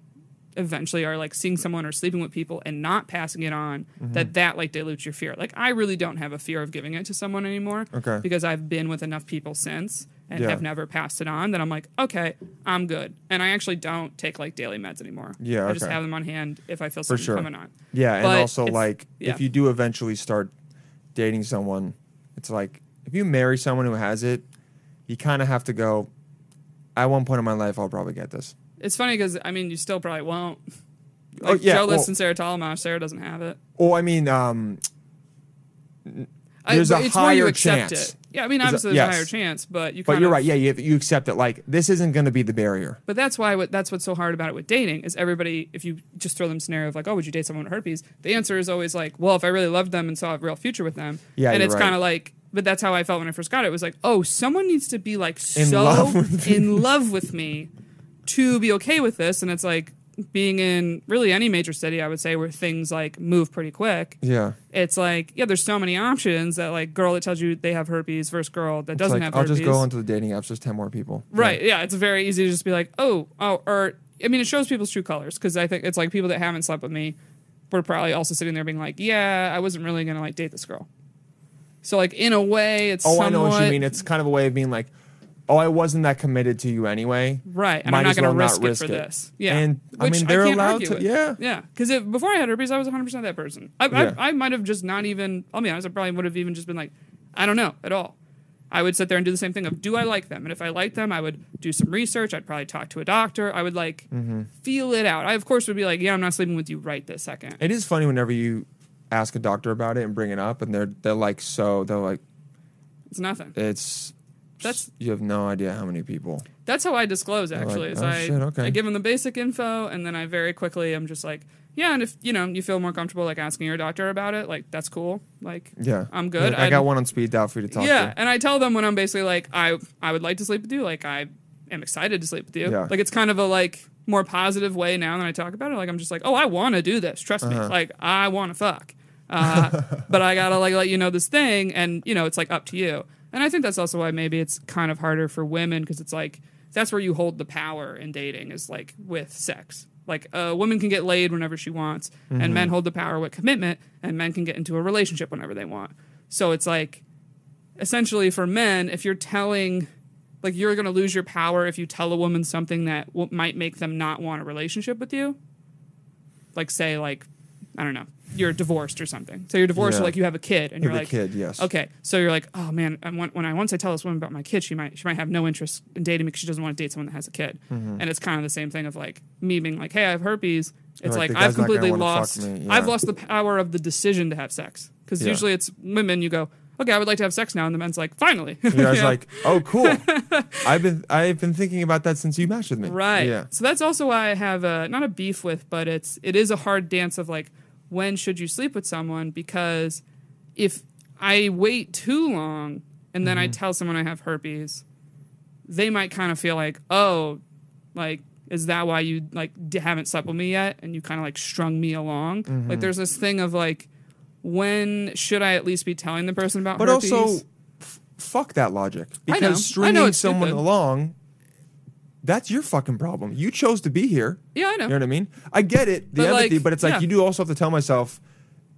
Speaker 5: eventually are like seeing someone or sleeping with people and not passing it on
Speaker 4: Mm-hmm.
Speaker 5: that that like dilutes your fear. Like I really don't have a fear of giving it to someone anymore
Speaker 4: Okay.
Speaker 5: because I've been with enough people since and
Speaker 4: Yeah.
Speaker 5: have never passed it on that I'm like, okay, I'm good. And I actually don't take like daily meds anymore.
Speaker 4: Yeah,
Speaker 5: I just
Speaker 4: okay.
Speaker 5: have them on hand if I feel something
Speaker 4: sure.
Speaker 5: coming on.
Speaker 4: Yeah, and
Speaker 5: But
Speaker 4: also
Speaker 5: it's-
Speaker 4: like
Speaker 5: yeah.
Speaker 4: if you do eventually start dating someone, it's like if you marry someone who has it, you kind of have to go. At one point in my life, I'll probably get this.
Speaker 5: It's funny because I mean, you still probably won't.
Speaker 4: Oh,
Speaker 5: Like,
Speaker 4: yeah,
Speaker 5: Joe List
Speaker 4: well-
Speaker 5: and Sarah Talamash. Sarah doesn't have it.
Speaker 4: Or I mean, um,
Speaker 5: I-
Speaker 4: There's a
Speaker 5: it's where you
Speaker 4: higher
Speaker 5: accept
Speaker 4: chance.
Speaker 5: it. Yeah, I mean,
Speaker 4: There's a-
Speaker 5: obviously there's
Speaker 4: yes.
Speaker 5: a higher chance, but you.
Speaker 4: but
Speaker 5: kind
Speaker 4: you're
Speaker 5: of-
Speaker 4: right. Yeah, you, you accept it. Like this isn't going to be the barrier.
Speaker 5: But that's why what, that's what's so hard about it with dating is everybody. If you just throw them scenario of like, oh, would you date someone with herpes? The answer is always like, well, if I really loved them and saw a real future with them.
Speaker 4: Yeah,
Speaker 5: and
Speaker 4: you're
Speaker 5: it's
Speaker 4: right.
Speaker 5: kind of like. But that's how I felt when I first got it. It was like, oh, someone needs to be like
Speaker 4: In
Speaker 5: so
Speaker 4: love with
Speaker 5: in love with me to be okay with this. And it's like being in really any major city, I would say, where things like move pretty quick.
Speaker 4: Yeah.
Speaker 5: it's like yeah there's so many options that like girl that tells you they have herpes versus girl that
Speaker 4: It's
Speaker 5: doesn't
Speaker 4: like,
Speaker 5: have
Speaker 4: I'll
Speaker 5: herpes
Speaker 4: just go onto the dating apps. There's ten more people.
Speaker 5: right yeah it's very easy to just be like oh oh or i mean it shows people's true colors because i think it's like people that haven't slept with me were probably also sitting there being like yeah i wasn't really gonna like date this girl so like in a way it's
Speaker 4: Oh, I
Speaker 5: somewhat,
Speaker 4: know what you mean. It's kind of a way of being like, oh, I wasn't that committed to you anyway.
Speaker 5: Right, and
Speaker 4: Might
Speaker 5: I'm not
Speaker 4: as
Speaker 5: going
Speaker 4: well
Speaker 5: to risk it for
Speaker 4: risk
Speaker 5: this. Yeah,
Speaker 4: And I mean, they're
Speaker 5: can't
Speaker 4: allowed
Speaker 5: argue
Speaker 4: to.
Speaker 5: with.
Speaker 4: Yeah.
Speaker 5: yeah. Because before I had herpes, I was 100 percent that person. I,
Speaker 4: Yeah.
Speaker 5: I, I might have just not even. I'll be honest. I probably would have even just been like, I don't know at all. I would sit there and do the same thing of do I like them? And if I like them, I would do some research. I'd probably talk to a doctor. I would like
Speaker 4: Mm-hmm.
Speaker 5: feel it out. I of course would be like, yeah, I'm not sleeping with you right this second.
Speaker 4: It is funny whenever you ask a doctor about it and bring it up, and they're they're like, so they're like,
Speaker 5: It's nothing.
Speaker 4: it's
Speaker 5: That's
Speaker 4: You have no idea how many people.
Speaker 5: that's how I disclose. Actually,
Speaker 4: like,
Speaker 5: is
Speaker 4: "Oh,
Speaker 5: I
Speaker 4: shit, okay."
Speaker 5: I give them the basic info, and then I very quickly am just like, yeah, and if you know you feel more comfortable like asking your doctor about it, like that's cool. Like
Speaker 4: Yeah,
Speaker 5: I'm good.
Speaker 4: Like, I got
Speaker 5: I'm-
Speaker 4: one on speed dial for you to talk
Speaker 5: yeah,
Speaker 4: to.
Speaker 5: and I tell them when I'm basically like, I I would like to sleep with you. Like I am excited to sleep with you.
Speaker 4: Yeah.
Speaker 5: Like it's kind of a like more positive way now that I talk about it. Like I'm just like, oh, I want to do this. Trust
Speaker 4: Uh-huh.
Speaker 5: me. Like I want to fuck. Uh, but I gotta like let you know this thing, and you know it's like up to you. And I think that's also why maybe it's kind of harder for women because it's like that's where you hold the power in dating is like with sex. Like a woman can get laid whenever she wants, and
Speaker 4: Mm-hmm.
Speaker 5: men hold the power with commitment, and men can get into a relationship whenever they want. So it's like essentially for men, if you're telling, like, you're going to lose your power if you tell a woman something that w- might make them not want a relationship with you. Like, say, like, I don't know, you're divorced or something. So you're divorced,
Speaker 4: Yeah.
Speaker 5: or like you have a kid, and
Speaker 4: You
Speaker 5: you're
Speaker 4: have a
Speaker 5: like,
Speaker 4: kid, yes.
Speaker 5: Okay, so you're like, oh man, I want, when I once I tell this woman about my kid, she might she might have no interest in dating me because she doesn't want to date someone that has a kid.
Speaker 4: Mm-hmm.
Speaker 5: And it's kind of the same thing of like me being like, hey, I have herpes. It's like,
Speaker 4: like, the
Speaker 5: I've
Speaker 4: guy's not gonna
Speaker 5: completely
Speaker 4: wanna fuck
Speaker 5: lost.
Speaker 4: me,
Speaker 5: I've
Speaker 4: yeah.
Speaker 5: lost the power of the decision to have sex because
Speaker 4: Yeah.
Speaker 5: usually it's women. You go, okay, I would like to have sex now, and the man's like, finally.
Speaker 4: The guy's
Speaker 5: Yeah.
Speaker 4: like, "Oh, cool. I've been I've been thinking about that since you matched with me."
Speaker 5: right.
Speaker 4: Yeah.
Speaker 5: So that's also why I have a not a beef with, but it's it is a hard dance of like when should you sleep with someone because if I wait too long and
Speaker 4: Mm-hmm.
Speaker 5: then I tell someone I have herpes, they might kind of feel like, oh, like is that why you like d- haven't slept with me yet and you kind of like strung me along?
Speaker 4: Mm-hmm.
Speaker 5: Like there's this thing of like. When should I at least be telling the person about
Speaker 4: But
Speaker 5: herpes?
Speaker 4: also, f- fuck that logic
Speaker 5: know.
Speaker 4: because
Speaker 5: I know
Speaker 4: stringing
Speaker 5: it's
Speaker 4: someone
Speaker 5: stupid.
Speaker 4: along. That's your fucking problem. You chose to be here.
Speaker 5: Yeah, I know.
Speaker 4: You know what I mean? I get it, the
Speaker 5: But, like,
Speaker 4: empathy, but it's like
Speaker 5: yeah.
Speaker 4: you do also have to tell myself,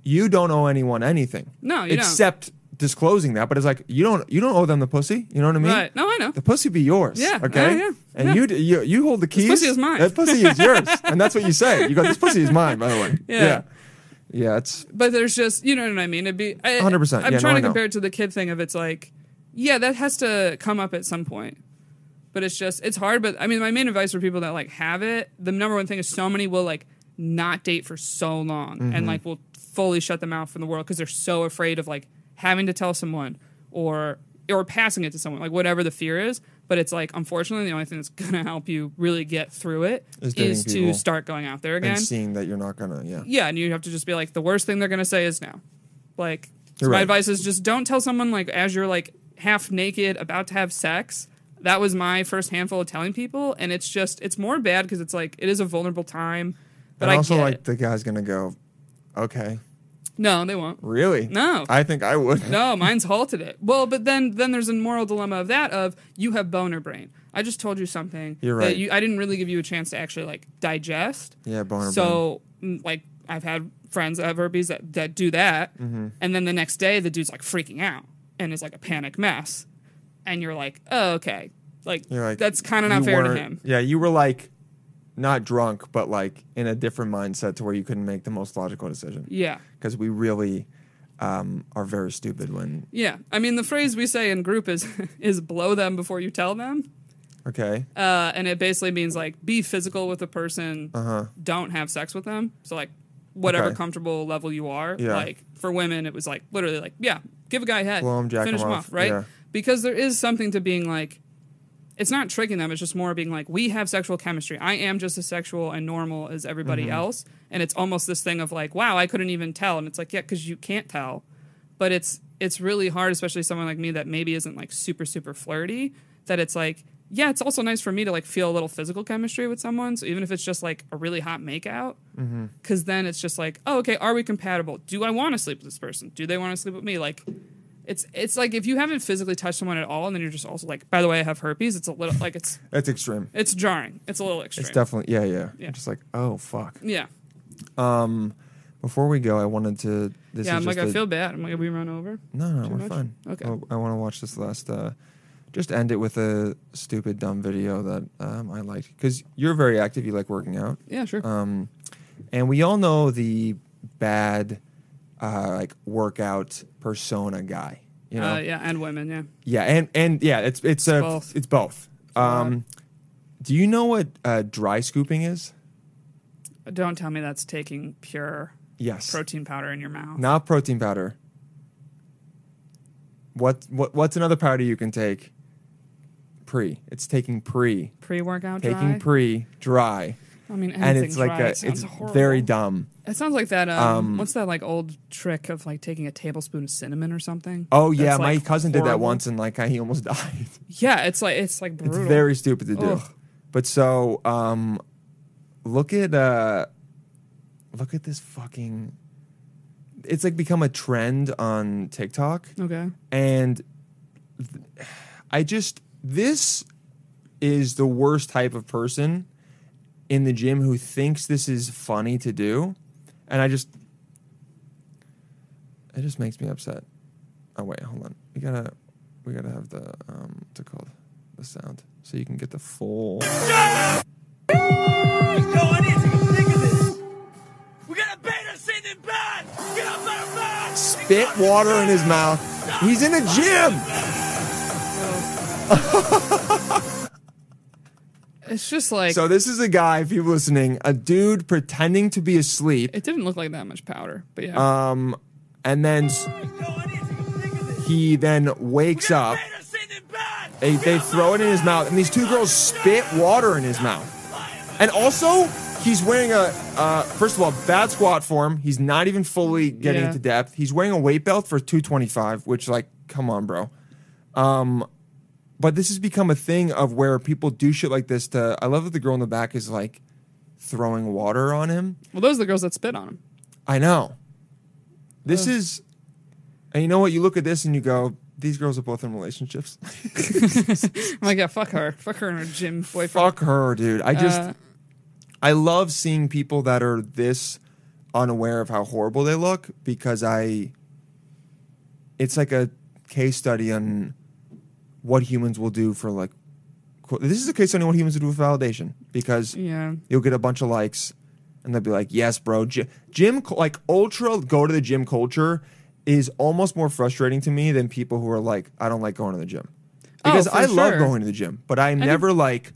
Speaker 4: you don't owe anyone anything.
Speaker 5: No, you don't.
Speaker 4: except disclosing that. But it's like you don't you don't owe them the pussy. You know what I mean?
Speaker 5: Right. No, I know.
Speaker 4: The pussy be yours.
Speaker 5: Yeah, Oh,
Speaker 4: Okay.
Speaker 5: yeah, yeah,
Speaker 4: And
Speaker 5: yeah.
Speaker 4: you d- you you hold the keys.
Speaker 5: pussy is mine.
Speaker 4: That pussy is yours, and that's what you say. You go, this pussy is mine. By the way.
Speaker 5: Yeah.
Speaker 4: Yeah. Yeah, it's
Speaker 5: but there's just you know what I mean. It'd be I,
Speaker 4: 100%.
Speaker 5: I'm
Speaker 4: Yeah, no,
Speaker 5: trying
Speaker 4: I
Speaker 5: to
Speaker 4: know.
Speaker 5: compare it to the kid thing of it's like, yeah, that has to come up at some point. But it's just it's hard. But I mean, my main advice for people that like have it, the number one thing is so many will like not date for so long
Speaker 4: Mm-hmm.
Speaker 5: and like will fully shut them out from the world because they're so afraid of like having to tell someone or or passing it to someone like whatever the fear is. But it's like unfortunately the only thing that's gonna help you really get through it
Speaker 4: Is
Speaker 5: is,
Speaker 4: dating people.
Speaker 5: to start going out there again
Speaker 4: and seeing that you're not gonna yeah.
Speaker 5: yeah, and you have to just be like, the worst thing they're gonna say is no. Like, so
Speaker 4: You're
Speaker 5: my
Speaker 4: right.
Speaker 5: advice is just don't tell someone like as you're like half naked about to have sex. That was my first handful of telling people, and it's just it's more bad because it's like it is a vulnerable time. But
Speaker 4: and
Speaker 5: I
Speaker 4: also
Speaker 5: get
Speaker 4: like
Speaker 5: it.
Speaker 4: the guy's gonna go, okay,
Speaker 5: no, they won't.
Speaker 4: really?
Speaker 5: No.
Speaker 4: I think I would.
Speaker 5: No, mine's halted it. Well, but then then there's a moral dilemma of that of you have boner brain. I just told you something
Speaker 4: You're
Speaker 5: that
Speaker 4: right.
Speaker 5: you I didn't really give you a chance to actually like digest.
Speaker 4: Yeah, boner
Speaker 5: So mm, like I've had friends that have herpes that, that do that
Speaker 4: Mm-hmm.
Speaker 5: and then the next day the dude's like freaking out and is like a panic mess. And you're like, "Oh, okay." Like,
Speaker 4: You're like
Speaker 5: that's kind of
Speaker 4: you
Speaker 5: not fair to
Speaker 4: weren't-
Speaker 5: him.
Speaker 4: Yeah, you were like not drunk, but like in a different mindset to where you couldn't make the most logical decision.
Speaker 5: Yeah.
Speaker 4: Because we really um, are very stupid when
Speaker 5: Yeah. I mean, the phrase we say in group is is blow them before you tell them.
Speaker 4: okay.
Speaker 5: uh, and it basically means like be physical with a person, don't have sex with them. So like whatever
Speaker 4: Uh-huh. Okay.
Speaker 5: comfortable level you are,
Speaker 4: Yeah.
Speaker 5: like for women, it was like literally like yeah, give a guy a head,
Speaker 4: Blow 'em, jack
Speaker 5: finish
Speaker 4: 'em
Speaker 5: him
Speaker 4: off,
Speaker 5: off, right?
Speaker 4: yeah.
Speaker 5: Because there is something to being like, it's not tricking them. It's just more being like we have sexual chemistry. I am just as sexual and normal as everybody
Speaker 4: Mm-hmm.
Speaker 5: else, and it's almost this thing of like wow, I couldn't even tell, and it's like yeah, because you can't tell but it's it's really hard, especially someone like me that maybe isn't like super super flirty. That it's like, yeah, it's also nice for me to like feel a little physical chemistry with someone. So even if it's just like a really hot makeout,
Speaker 4: Mm-hmm.
Speaker 5: because then it's just like, oh, okay, are we compatible? Do I want to sleep with this person? Do they want to sleep with me? Like, it's it's like if you haven't physically touched someone at all, and then you're just also like, by the way, I have herpes. It's a little like it's
Speaker 4: That's extreme.
Speaker 5: it's jarring. It's a little extreme.
Speaker 4: It's definitely yeah, yeah.
Speaker 5: Yeah.
Speaker 4: I'm just like, oh fuck.
Speaker 5: yeah,
Speaker 4: Before we go, I wanted to this
Speaker 5: yeah.
Speaker 4: is
Speaker 5: I'm like,
Speaker 4: just
Speaker 5: I
Speaker 4: a-
Speaker 5: feel bad. I'm like, we run over.
Speaker 4: No, no, we're
Speaker 5: much?
Speaker 4: fine.
Speaker 5: Okay.
Speaker 4: Oh, I want to watch this last. Uh, just end it with a stupid, dumb video that um, I liked because you're very active. You like working out,
Speaker 5: Yeah, sure.
Speaker 4: um, and we all know the bad, uh, like workout persona guy. You know,
Speaker 5: uh, yeah, and women. Yeah.
Speaker 4: yeah, and and yeah, it's it's, uh,
Speaker 5: both.
Speaker 4: it's both. Um, do you know what uh, dry scooping is?
Speaker 5: Don't tell me that's taking pure
Speaker 4: Yes,
Speaker 5: protein powder in your mouth.
Speaker 4: not protein powder. What what what's another powder you can take pre. It's taking pre,
Speaker 5: Pre-workout dry.
Speaker 4: taking pre dry,
Speaker 5: I mean,
Speaker 4: and
Speaker 5: anything
Speaker 4: it's like
Speaker 5: dry
Speaker 4: a,
Speaker 5: sounds
Speaker 4: it's
Speaker 5: horrible.
Speaker 4: very dumb.
Speaker 5: It sounds like that. Um, what's that like old trick of like taking a tablespoon of cinnamon or something?
Speaker 4: Oh yeah,
Speaker 5: That's,
Speaker 4: my
Speaker 5: like,
Speaker 4: cousin did that
Speaker 5: horrible.
Speaker 4: once, and like he almost died.
Speaker 5: Yeah, it's like it's like brutal.
Speaker 4: It's very stupid to do.
Speaker 5: Ugh.
Speaker 4: But so um look at uh look at this fucking it's like become a trend on TikTok
Speaker 5: okay.
Speaker 4: and th- I just this is the worst type of person in the gym who thinks this is funny to do and I just it just makes me upset. Oh wait, hold on. We gotta we gotta have the um what's it called? The sound. So you can get the full spit water in his mouth. He's in a gym.
Speaker 5: It's just like
Speaker 4: So this is a guy, if you're listening, a dude pretending to be asleep,
Speaker 5: it didn't look like that much powder, but yeah.
Speaker 4: um, and then s- he then wakes up. They, they throw it in his mouth, and these two girls spit water in his mouth. And also, he's wearing a uh, first of all bad squat form. He's not even fully getting
Speaker 5: Yeah.
Speaker 4: to depth. He's wearing a weight belt for 225, which like, come on, bro. Um, but this has become a thing of where people do shit like this. To I love that the girl in the back is like throwing water on him.
Speaker 5: well, those are the girls that spit on him.
Speaker 4: I know. This is, and you know what? You look at this and you go, these girls are both in relationships.
Speaker 5: I'm like, yeah, fuck her, fuck her and her gym boyfriend.
Speaker 4: Fuck her, dude. I just,
Speaker 5: Uh,
Speaker 4: I love seeing people that are this unaware of how horrible they look because I, it's like a case study on what humans will do for like, qu- this is a case study on what humans will do for validation because
Speaker 5: Yeah.
Speaker 4: you'll get a bunch of likes and they'll be like yes bro Gy- gym cu- like ultra go to the gym culture is almost more frustrating to me than people who are like i don't like going to the gym
Speaker 5: Oh,
Speaker 4: because
Speaker 5: for
Speaker 4: i love
Speaker 5: sure.
Speaker 4: going to the gym but i'm never like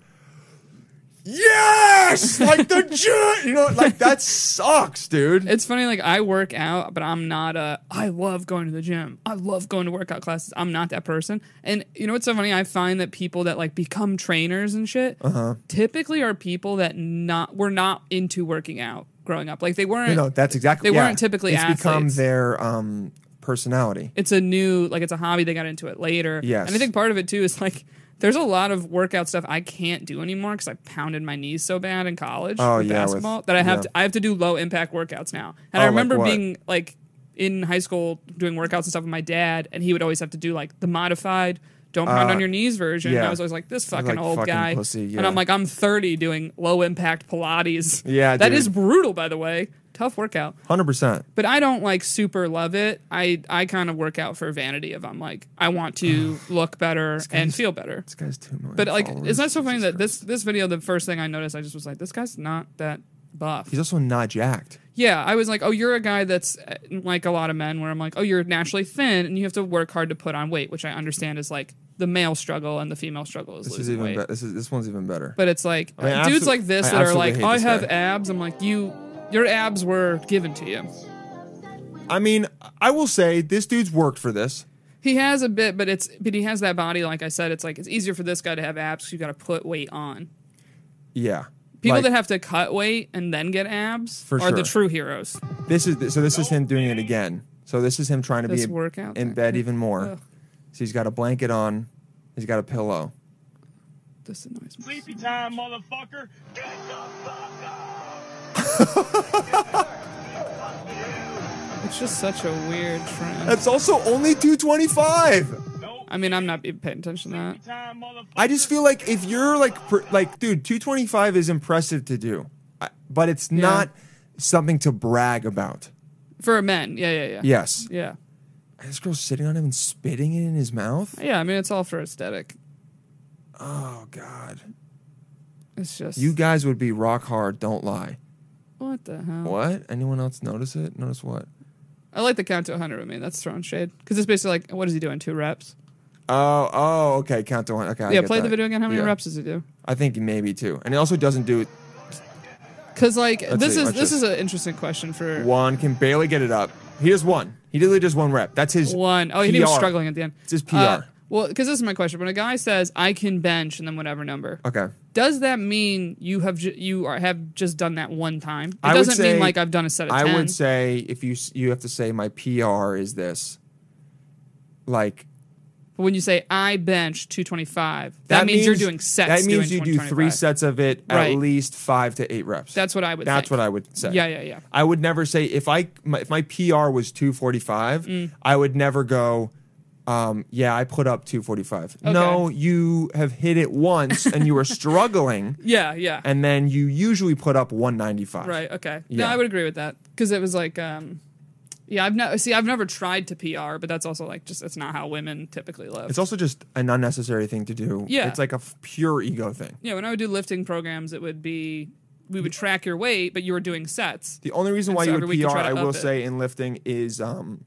Speaker 4: yes like the gym you know like that sucks dude
Speaker 5: It's funny, like I work out, but I'm not a. I love going to the gym. I love going to workout classes. I'm not that person. And you know what's so funny? I find that people that like become trainers and shit
Speaker 4: Uh-huh.
Speaker 5: typically are people that not were not into working out growing up. Like they weren't.
Speaker 4: you know that's exactly
Speaker 5: They
Speaker 4: yeah.
Speaker 5: weren't typically
Speaker 4: it's become
Speaker 5: athletes.
Speaker 4: their um personality
Speaker 5: it's a new like it's a hobby they got into it later.
Speaker 4: Yes.
Speaker 5: And I think part of it too is like there's a lot of workout stuff I can't do anymore because I pounded my knees so bad in college
Speaker 4: Oh,
Speaker 5: with
Speaker 4: yeah, with-
Speaker 5: basketball that I have
Speaker 4: yeah.
Speaker 5: to I have to do low impact workouts now. And I
Speaker 4: Oh, like
Speaker 5: remember
Speaker 4: what?
Speaker 5: being like in high school doing workouts and stuff with my dad, and he would always have to do like the modified don't pound
Speaker 4: Uh,
Speaker 5: on your knees version. And
Speaker 4: yeah.
Speaker 5: I was always like, this fucking
Speaker 4: like,
Speaker 5: old
Speaker 4: fucking
Speaker 5: guy.
Speaker 4: pussy, yeah.
Speaker 5: And I'm like, I'm 30 doing low impact Pilates.
Speaker 4: Yeah,
Speaker 5: that
Speaker 4: dude.
Speaker 5: is brutal, by the way. Tough workout
Speaker 4: 100%
Speaker 5: but I don't like super love it. I I kind of work out for vanity if I'm like I want to look better and feel better.
Speaker 4: this guy's too much
Speaker 5: But like, it's not so funny that this this video, the first thing I noticed, I just was like, this guy's not that buff.
Speaker 4: he's also not jacked
Speaker 5: yeah, I was like, oh, you're a guy that's uh, like a lot of men, where I'm like, oh, you're naturally thin and you have to work hard to put on weight, which I understand is like the male struggle and the female struggle is
Speaker 4: this is
Speaker 5: losing
Speaker 4: even
Speaker 5: weight.
Speaker 4: better this is this one's even better
Speaker 5: But it's like
Speaker 4: mean, I
Speaker 5: dudes
Speaker 4: absol-
Speaker 5: like this
Speaker 4: I
Speaker 5: that are
Speaker 4: absolutely
Speaker 5: like,
Speaker 4: hate
Speaker 5: I
Speaker 4: this
Speaker 5: have
Speaker 4: guy.
Speaker 5: abs. I'm like, you, your abs were given to you.
Speaker 4: I mean, I will say this dude's worked for this.
Speaker 5: He has a bit, but it's but he has that body. Like I said, it's like it's easier for this guy to have abs. 'cause You got to put weight on.
Speaker 4: Yeah.
Speaker 5: People
Speaker 4: Like,
Speaker 5: that have to cut weight and then get abs
Speaker 4: For
Speaker 5: are
Speaker 4: sure.
Speaker 5: the true heroes.
Speaker 4: this is so this is him doing it again. So this is him trying to be
Speaker 5: This
Speaker 4: in-
Speaker 5: workout
Speaker 4: in
Speaker 5: thing.
Speaker 4: bed even more.
Speaker 5: Ugh.
Speaker 4: So he's got a blanket on. He's got a pillow.
Speaker 5: This annoys me.
Speaker 6: Sleepy time, motherfucker.
Speaker 5: It's just such a weird trend.
Speaker 4: That's also only 225.
Speaker 5: I mean, I'm not even paying attention to that.
Speaker 6: Time, motherfucker.
Speaker 4: I just feel like if you're like per, like dude, 225 is impressive to do. I, but it's
Speaker 5: Yeah.
Speaker 4: not something to brag about.
Speaker 5: For men, yeah, yeah, yeah,
Speaker 4: Yes.
Speaker 5: yeah,
Speaker 4: And This girl's sitting on him and spitting it in his mouth.
Speaker 5: yeah. I mean, it's all for aesthetic.
Speaker 4: Oh god.
Speaker 5: It's just
Speaker 4: You guys would be rock hard, don't lie.
Speaker 5: What the hell?
Speaker 4: What? Anyone else notice it? Notice what?
Speaker 5: I like the count to 100 with me. That's throwing shade because it's basically like, what is he doing? Two reps.
Speaker 4: Oh, oh, okay. Count to one. Okay. I
Speaker 5: yeah,
Speaker 4: get
Speaker 5: play
Speaker 4: that.
Speaker 5: the video again. How many
Speaker 4: Yeah.
Speaker 5: reps does he do?
Speaker 4: I think maybe two. And it also doesn't do it.
Speaker 5: Because like this
Speaker 4: see,
Speaker 5: is this
Speaker 4: watch this.
Speaker 5: is an interesting question for
Speaker 4: One can barely get it up. He does one. He literally does one rep. That's his
Speaker 5: One. Oh, he was
Speaker 4: PR.
Speaker 5: struggling at the end.
Speaker 4: It's his PR.
Speaker 5: Uh, Well, because this is my question. When a guy says I can bench and then whatever number,
Speaker 4: Okay.
Speaker 5: does that mean you have ju- you are, have just done that one time? It
Speaker 4: I would
Speaker 5: doesn't
Speaker 4: say-
Speaker 5: mean like I've done a set of
Speaker 4: I
Speaker 5: ten.
Speaker 4: would say if you s- you have to say my PR is this, like
Speaker 5: but when you say I bench two twenty five, that, means, you're doing sets.
Speaker 4: That means
Speaker 5: doing
Speaker 4: you do three
Speaker 5: 225.
Speaker 4: sets of it
Speaker 5: Right.
Speaker 4: at least five to eight reps.
Speaker 5: That's what I would
Speaker 4: That's
Speaker 5: think.
Speaker 4: what I would say.
Speaker 5: Yeah, yeah, yeah.
Speaker 4: I would never say if I my, if my PR was two forty five,
Speaker 5: Mm.
Speaker 4: I would never go. Um, yeah, I put up two forty five. No, you have hit it once and you were struggling,
Speaker 5: Yeah, yeah.
Speaker 4: and then you usually put up one ninety five.
Speaker 5: Right. Okay. No,
Speaker 4: Yeah.
Speaker 5: I would agree with that because it was like, um, yeah, I've never see, I've never tried to PR, but that's also like just that's not how women typically live.
Speaker 4: It's also just an unnecessary thing to do.
Speaker 5: Yeah.
Speaker 4: it's like a f- pure ego thing.
Speaker 5: yeah, when I would do lifting programs, it would be we would track your weight, but you were doing sets.
Speaker 4: The only reason
Speaker 5: And
Speaker 4: why
Speaker 5: so
Speaker 4: you
Speaker 5: every
Speaker 4: would
Speaker 5: week you
Speaker 4: PR,
Speaker 5: try to
Speaker 4: I
Speaker 5: up
Speaker 4: will
Speaker 5: it.
Speaker 4: say, in lifting is um,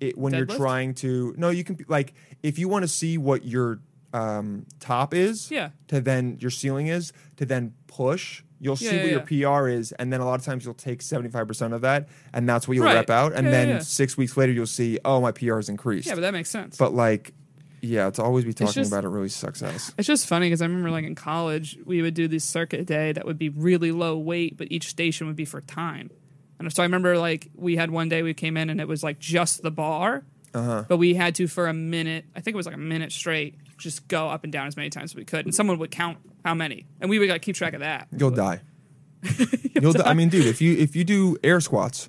Speaker 4: it when you're
Speaker 5: Deadlift?
Speaker 4: trying to no, you can be- like if you want to see what your um top is,
Speaker 5: Yeah.
Speaker 4: to then your ceiling is to then push. You'll see
Speaker 5: Yeah, yeah,
Speaker 4: what your PR is, and then a lot of times you'll take seventy five percent of that, and that's what you'll
Speaker 5: Right.
Speaker 4: rep out. And
Speaker 5: Yeah, yeah,
Speaker 4: then
Speaker 5: yeah.
Speaker 4: six weeks later, you'll see, oh, my PR is increased.
Speaker 5: Yeah, but that makes sense.
Speaker 4: But, like, yeah, to always be talking
Speaker 5: just-
Speaker 4: about it really sucks ass.
Speaker 5: it's just funny because I remember like in college we would do this circuit day that would be really low weight, but each station would be for time. And so I remember like we had one day we came in and it was like just the bar,
Speaker 4: Uh-huh.
Speaker 5: but we had to for a minute. I think it was like a minute straight, just go up and down as many times as we could, and someone would count how many, and we would like keep track of that.
Speaker 4: You'll die. You'll die. I mean, dude, if you if you do air squats,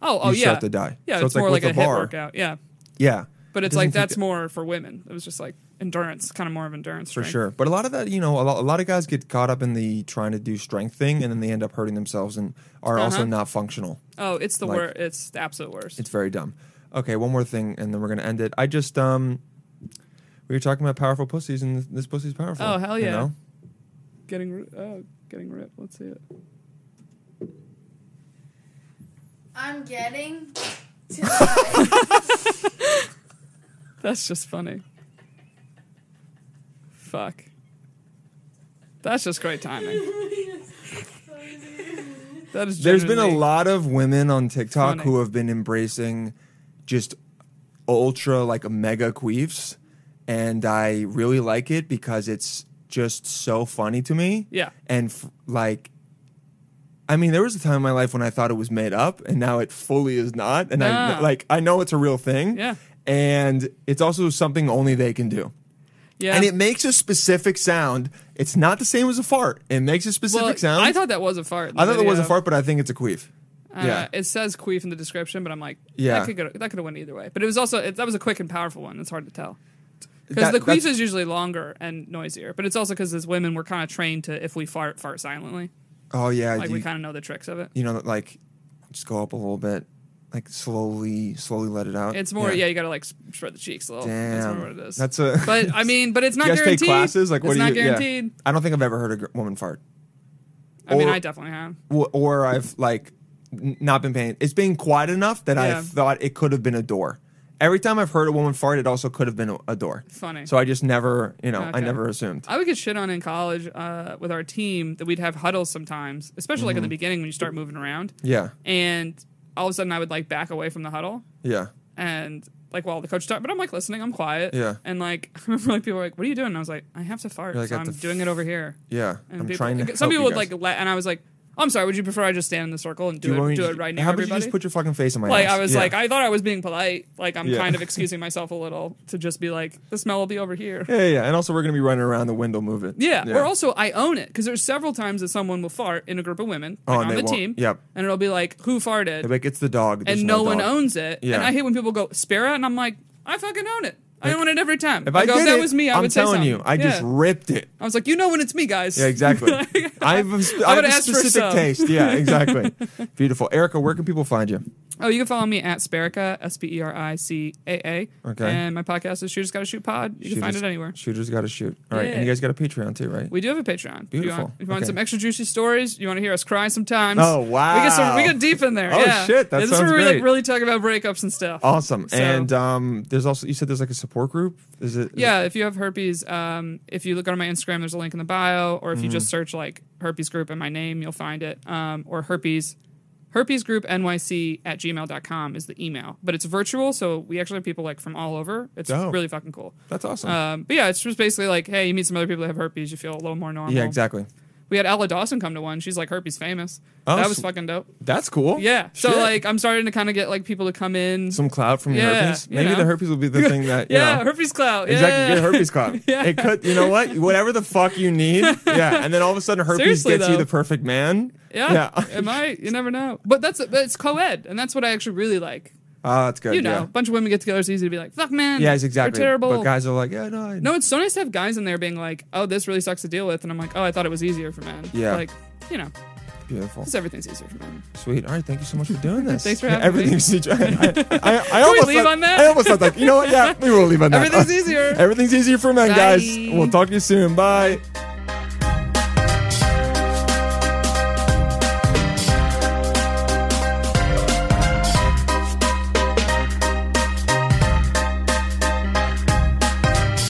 Speaker 5: Oh, oh
Speaker 4: you
Speaker 5: yeah,
Speaker 4: start to die.
Speaker 5: Yeah, it's,
Speaker 4: So it's like
Speaker 5: more
Speaker 4: with
Speaker 5: like,
Speaker 4: the
Speaker 5: a hit
Speaker 4: bar.
Speaker 5: workout. Yeah,
Speaker 4: yeah,
Speaker 5: but
Speaker 4: it
Speaker 5: it's like
Speaker 4: doesn't take
Speaker 5: that's
Speaker 4: the-
Speaker 5: more for women. It was just like endurance, kind of more of endurance
Speaker 4: For
Speaker 5: strength.
Speaker 4: sure. But a lot of that, you know, a lot, a lot of guys get caught up in the trying to do strength thing and then they end up hurting themselves and are also
Speaker 5: Uh-huh.
Speaker 4: not functional.
Speaker 5: Oh, it's the
Speaker 4: Like-
Speaker 5: worst. It's the absolute worst.
Speaker 4: It's very dumb. Okay, one more thing and then we're going to end it. I just, um, we were talking about powerful pussies and this, this pussy's powerful.
Speaker 5: Oh, hell
Speaker 4: You
Speaker 5: yeah.
Speaker 4: know?
Speaker 5: Getting ri- oh, getting ripped. Let's see it.
Speaker 7: I'm getting tonight.
Speaker 5: That's just funny. Fuck. That's just great timing. That is.
Speaker 4: There's been a
Speaker 5: genuinely-
Speaker 4: lot of women on TikTok
Speaker 5: funny.
Speaker 4: who have been embracing just ultra like mega queefs and I really like it because it's just so funny to me.
Speaker 5: Yeah.
Speaker 4: And f- like I mean there was a time in my life when I thought it was made up and now it fully is not and I
Speaker 5: No.
Speaker 4: like I know it's a real thing.
Speaker 5: Yeah.
Speaker 4: And it's also something only they can do.
Speaker 5: Yeah.
Speaker 4: And it makes a specific sound. It's not the same as a fart. It makes a specific
Speaker 5: well,
Speaker 4: sound.
Speaker 5: I thought that was a fart. in the
Speaker 4: I thought it was a
Speaker 5: video.
Speaker 4: fart, but I think it's a queef.
Speaker 5: Uh, It says queef in the description, but I'm like,
Speaker 4: Yeah.
Speaker 5: That could go, that could have went either way. But it was also it, that was a quick and powerful one. It's hard to tell. Because
Speaker 4: That-
Speaker 5: the queef
Speaker 4: that's-
Speaker 5: is usually longer and noisier, but it's also because as women we're kind of trained to if we fart, fart silently.
Speaker 4: Oh yeah,
Speaker 5: Like
Speaker 4: do
Speaker 5: we
Speaker 4: you,
Speaker 5: kind of know the tricks of it.
Speaker 4: you know, like just go up a little bit, like slowly, slowly let it out.
Speaker 5: It's more, yeah, you gotta like sp- spread the cheeks a little. That's
Speaker 4: Damn,
Speaker 5: more what it is.
Speaker 4: That's a.
Speaker 5: but I mean, but it's not
Speaker 4: you guys
Speaker 5: guaranteed.
Speaker 4: take classes? Like,
Speaker 5: it's
Speaker 4: what do
Speaker 5: not
Speaker 4: you? yeah.
Speaker 5: guaranteed.
Speaker 4: I don't think I've ever heard a gr- woman fart,
Speaker 5: I mean,
Speaker 4: Or-
Speaker 5: I definitely have.
Speaker 4: W- or I've like n- not been paying. It's been quiet enough that I
Speaker 5: Yeah.
Speaker 4: thought it could have been a door. Every time I've heard a woman fart, it also could have been a, a door.
Speaker 5: Funny.
Speaker 4: So I just never, you know, I
Speaker 5: Okay.
Speaker 4: never assumed.
Speaker 5: I would get shit on in college uh, with our team that we'd have huddles sometimes, especially like in
Speaker 4: Mm-hmm.
Speaker 5: the beginning when you start moving around.
Speaker 4: yeah,
Speaker 5: And all of a sudden, I would like back away from the huddle
Speaker 4: yeah.
Speaker 5: and like while the coach talked, but I'm like listening, I'm quiet.
Speaker 4: Yeah.
Speaker 5: And like I remember like people were like, "What are you doing?" And I was like, "I have to fart,
Speaker 4: You're like,
Speaker 5: so
Speaker 4: "I
Speaker 5: I'm
Speaker 4: have to
Speaker 5: doing it over here."
Speaker 4: Yeah,
Speaker 5: And
Speaker 4: I'm
Speaker 5: people,
Speaker 4: trying to
Speaker 5: some people
Speaker 4: help you
Speaker 5: would
Speaker 4: guys.
Speaker 5: like, let, and I was like, "Oh, "I'm sorry. Would you prefer I just stand in the circle and do,
Speaker 4: want
Speaker 5: it,
Speaker 4: me
Speaker 5: do
Speaker 4: to-
Speaker 5: it right now,
Speaker 4: How about you
Speaker 5: everybody?"
Speaker 4: just put your fucking face in my
Speaker 5: like
Speaker 4: ass?
Speaker 5: I was
Speaker 4: Yeah.
Speaker 5: like, I thought I was being polite. Like I'm
Speaker 4: Yeah.
Speaker 5: kind of excusing myself a little to just be like, the smell will be over here.
Speaker 4: Yeah, yeah, yeah. and also we're gonna be running around the window, move it.
Speaker 5: Yeah. Or also, I own it because there's several times that someone will fart in a group of women
Speaker 4: Oh,
Speaker 5: like,
Speaker 4: and
Speaker 5: on
Speaker 4: they
Speaker 5: the
Speaker 4: won't-
Speaker 5: team.
Speaker 4: yep.
Speaker 5: And it'll be like, who farted?
Speaker 4: They're like it's the dog, There's
Speaker 5: and no, one
Speaker 4: dog.
Speaker 5: owns it.
Speaker 4: Yeah.
Speaker 5: And I hate when people go Spira, and I'm like, I fucking own it. I own it every time.
Speaker 4: If I,
Speaker 5: go, if
Speaker 4: did
Speaker 5: oh, that
Speaker 4: it,
Speaker 5: was me, I
Speaker 4: am
Speaker 5: would say
Speaker 4: telling
Speaker 5: something.
Speaker 4: you, I just
Speaker 5: Yeah.
Speaker 4: ripped it.
Speaker 5: I was like, you know when it's me, guys.
Speaker 4: Yeah, exactly. I have a, sp- I have
Speaker 5: gonna
Speaker 4: a
Speaker 5: ask for
Speaker 4: specific
Speaker 5: some.
Speaker 4: taste. Yeah, exactly. Beautiful, Erica. Where can people find you?
Speaker 5: Oh, you can follow me at Sperica, S P E R I C A A.
Speaker 4: Okay.
Speaker 5: And my podcast is Shooters Gotta Shoot Pod. You can find it anywhere.
Speaker 4: Shooters got to shoot. All right,
Speaker 5: Yeah.
Speaker 4: and you guys got a Patreon too, right?
Speaker 5: We do have a Patreon. If you
Speaker 4: Beautiful.
Speaker 5: want, if you want
Speaker 4: Okay.
Speaker 5: some extra juicy stories, you want to hear us cry sometimes.
Speaker 4: Oh, wow.
Speaker 5: We get some, we get deep in there.
Speaker 4: Oh,
Speaker 5: yeah.
Speaker 4: shit, that
Speaker 5: Yeah, this is
Speaker 4: sounds
Speaker 5: where we
Speaker 4: great.
Speaker 5: like really talk about breakups and stuff.
Speaker 4: awesome.
Speaker 5: So-
Speaker 4: and um, there's also you said there's like a support group. Is it? is
Speaker 5: yeah, if you have herpes, um, if you look on my Instagram, there's a
Speaker 4: Mm.
Speaker 5: link in the bio, or if you just search like herpes group and my name, you'll find it. Um, or herpes herpesgroupnyc at gmail.com is the email, but it's virtual, so we actually have people like from all over. It's
Speaker 4: Dope.
Speaker 5: really fucking cool.
Speaker 4: That's awesome.
Speaker 5: Um, but yeah, it's just basically like, hey, you meet some other people that have herpes, you feel a little more normal.
Speaker 4: yeah, exactly.
Speaker 5: We had Ella Dawson come to one. She's like herpes famous.
Speaker 4: Oh,
Speaker 5: that was
Speaker 4: sw-
Speaker 5: fucking dope.
Speaker 4: That's cool.
Speaker 5: Yeah. So
Speaker 4: Shit.
Speaker 5: like, I'm starting to kind of get like people to come in.
Speaker 4: some clout from your
Speaker 5: Yeah,
Speaker 4: herpes.
Speaker 5: you
Speaker 4: Maybe the
Speaker 5: know.
Speaker 4: herpes will be the thing that you
Speaker 5: yeah,
Speaker 4: know.
Speaker 5: herpes clout.
Speaker 4: Exactly,
Speaker 5: yeah.
Speaker 4: get herpes clout.
Speaker 5: Yeah.
Speaker 4: It could, you know what, whatever the fuck you need, yeah. And then all of a sudden, herpes
Speaker 5: Seriously,
Speaker 4: gets you
Speaker 5: though.
Speaker 4: the perfect man.
Speaker 5: Yeah,
Speaker 4: yeah.
Speaker 5: it might. You never know. But that's but it's co-ed, and that's what I actually really like.
Speaker 4: Oh, that's good.
Speaker 5: You know,
Speaker 4: yeah.
Speaker 5: a bunch of women get together. It's easy to be like, "Fuck, man."
Speaker 4: Yes, exactly.
Speaker 5: They're terrible.
Speaker 4: But guys are like, yeah, no, I,
Speaker 5: no, it's so nice to have guys in there being like, "Oh, this really sucks to deal with," and I'm like, "Oh, I thought it was easier for men."
Speaker 4: Yeah.
Speaker 5: Like, you know,
Speaker 4: beautiful,
Speaker 5: just everything's easier for men.
Speaker 4: sweet. All right, thank you so much for doing this.
Speaker 5: Thanks for having
Speaker 4: Everything's me. I, I, I almost
Speaker 5: leave
Speaker 4: thought-
Speaker 5: on that?
Speaker 4: I almost thought like, you know what? Yeah, we will leave on that.
Speaker 5: Everything's easier.
Speaker 4: Everything's easier for men,
Speaker 5: Bye.
Speaker 4: guys. We'll talk to you soon. Bye.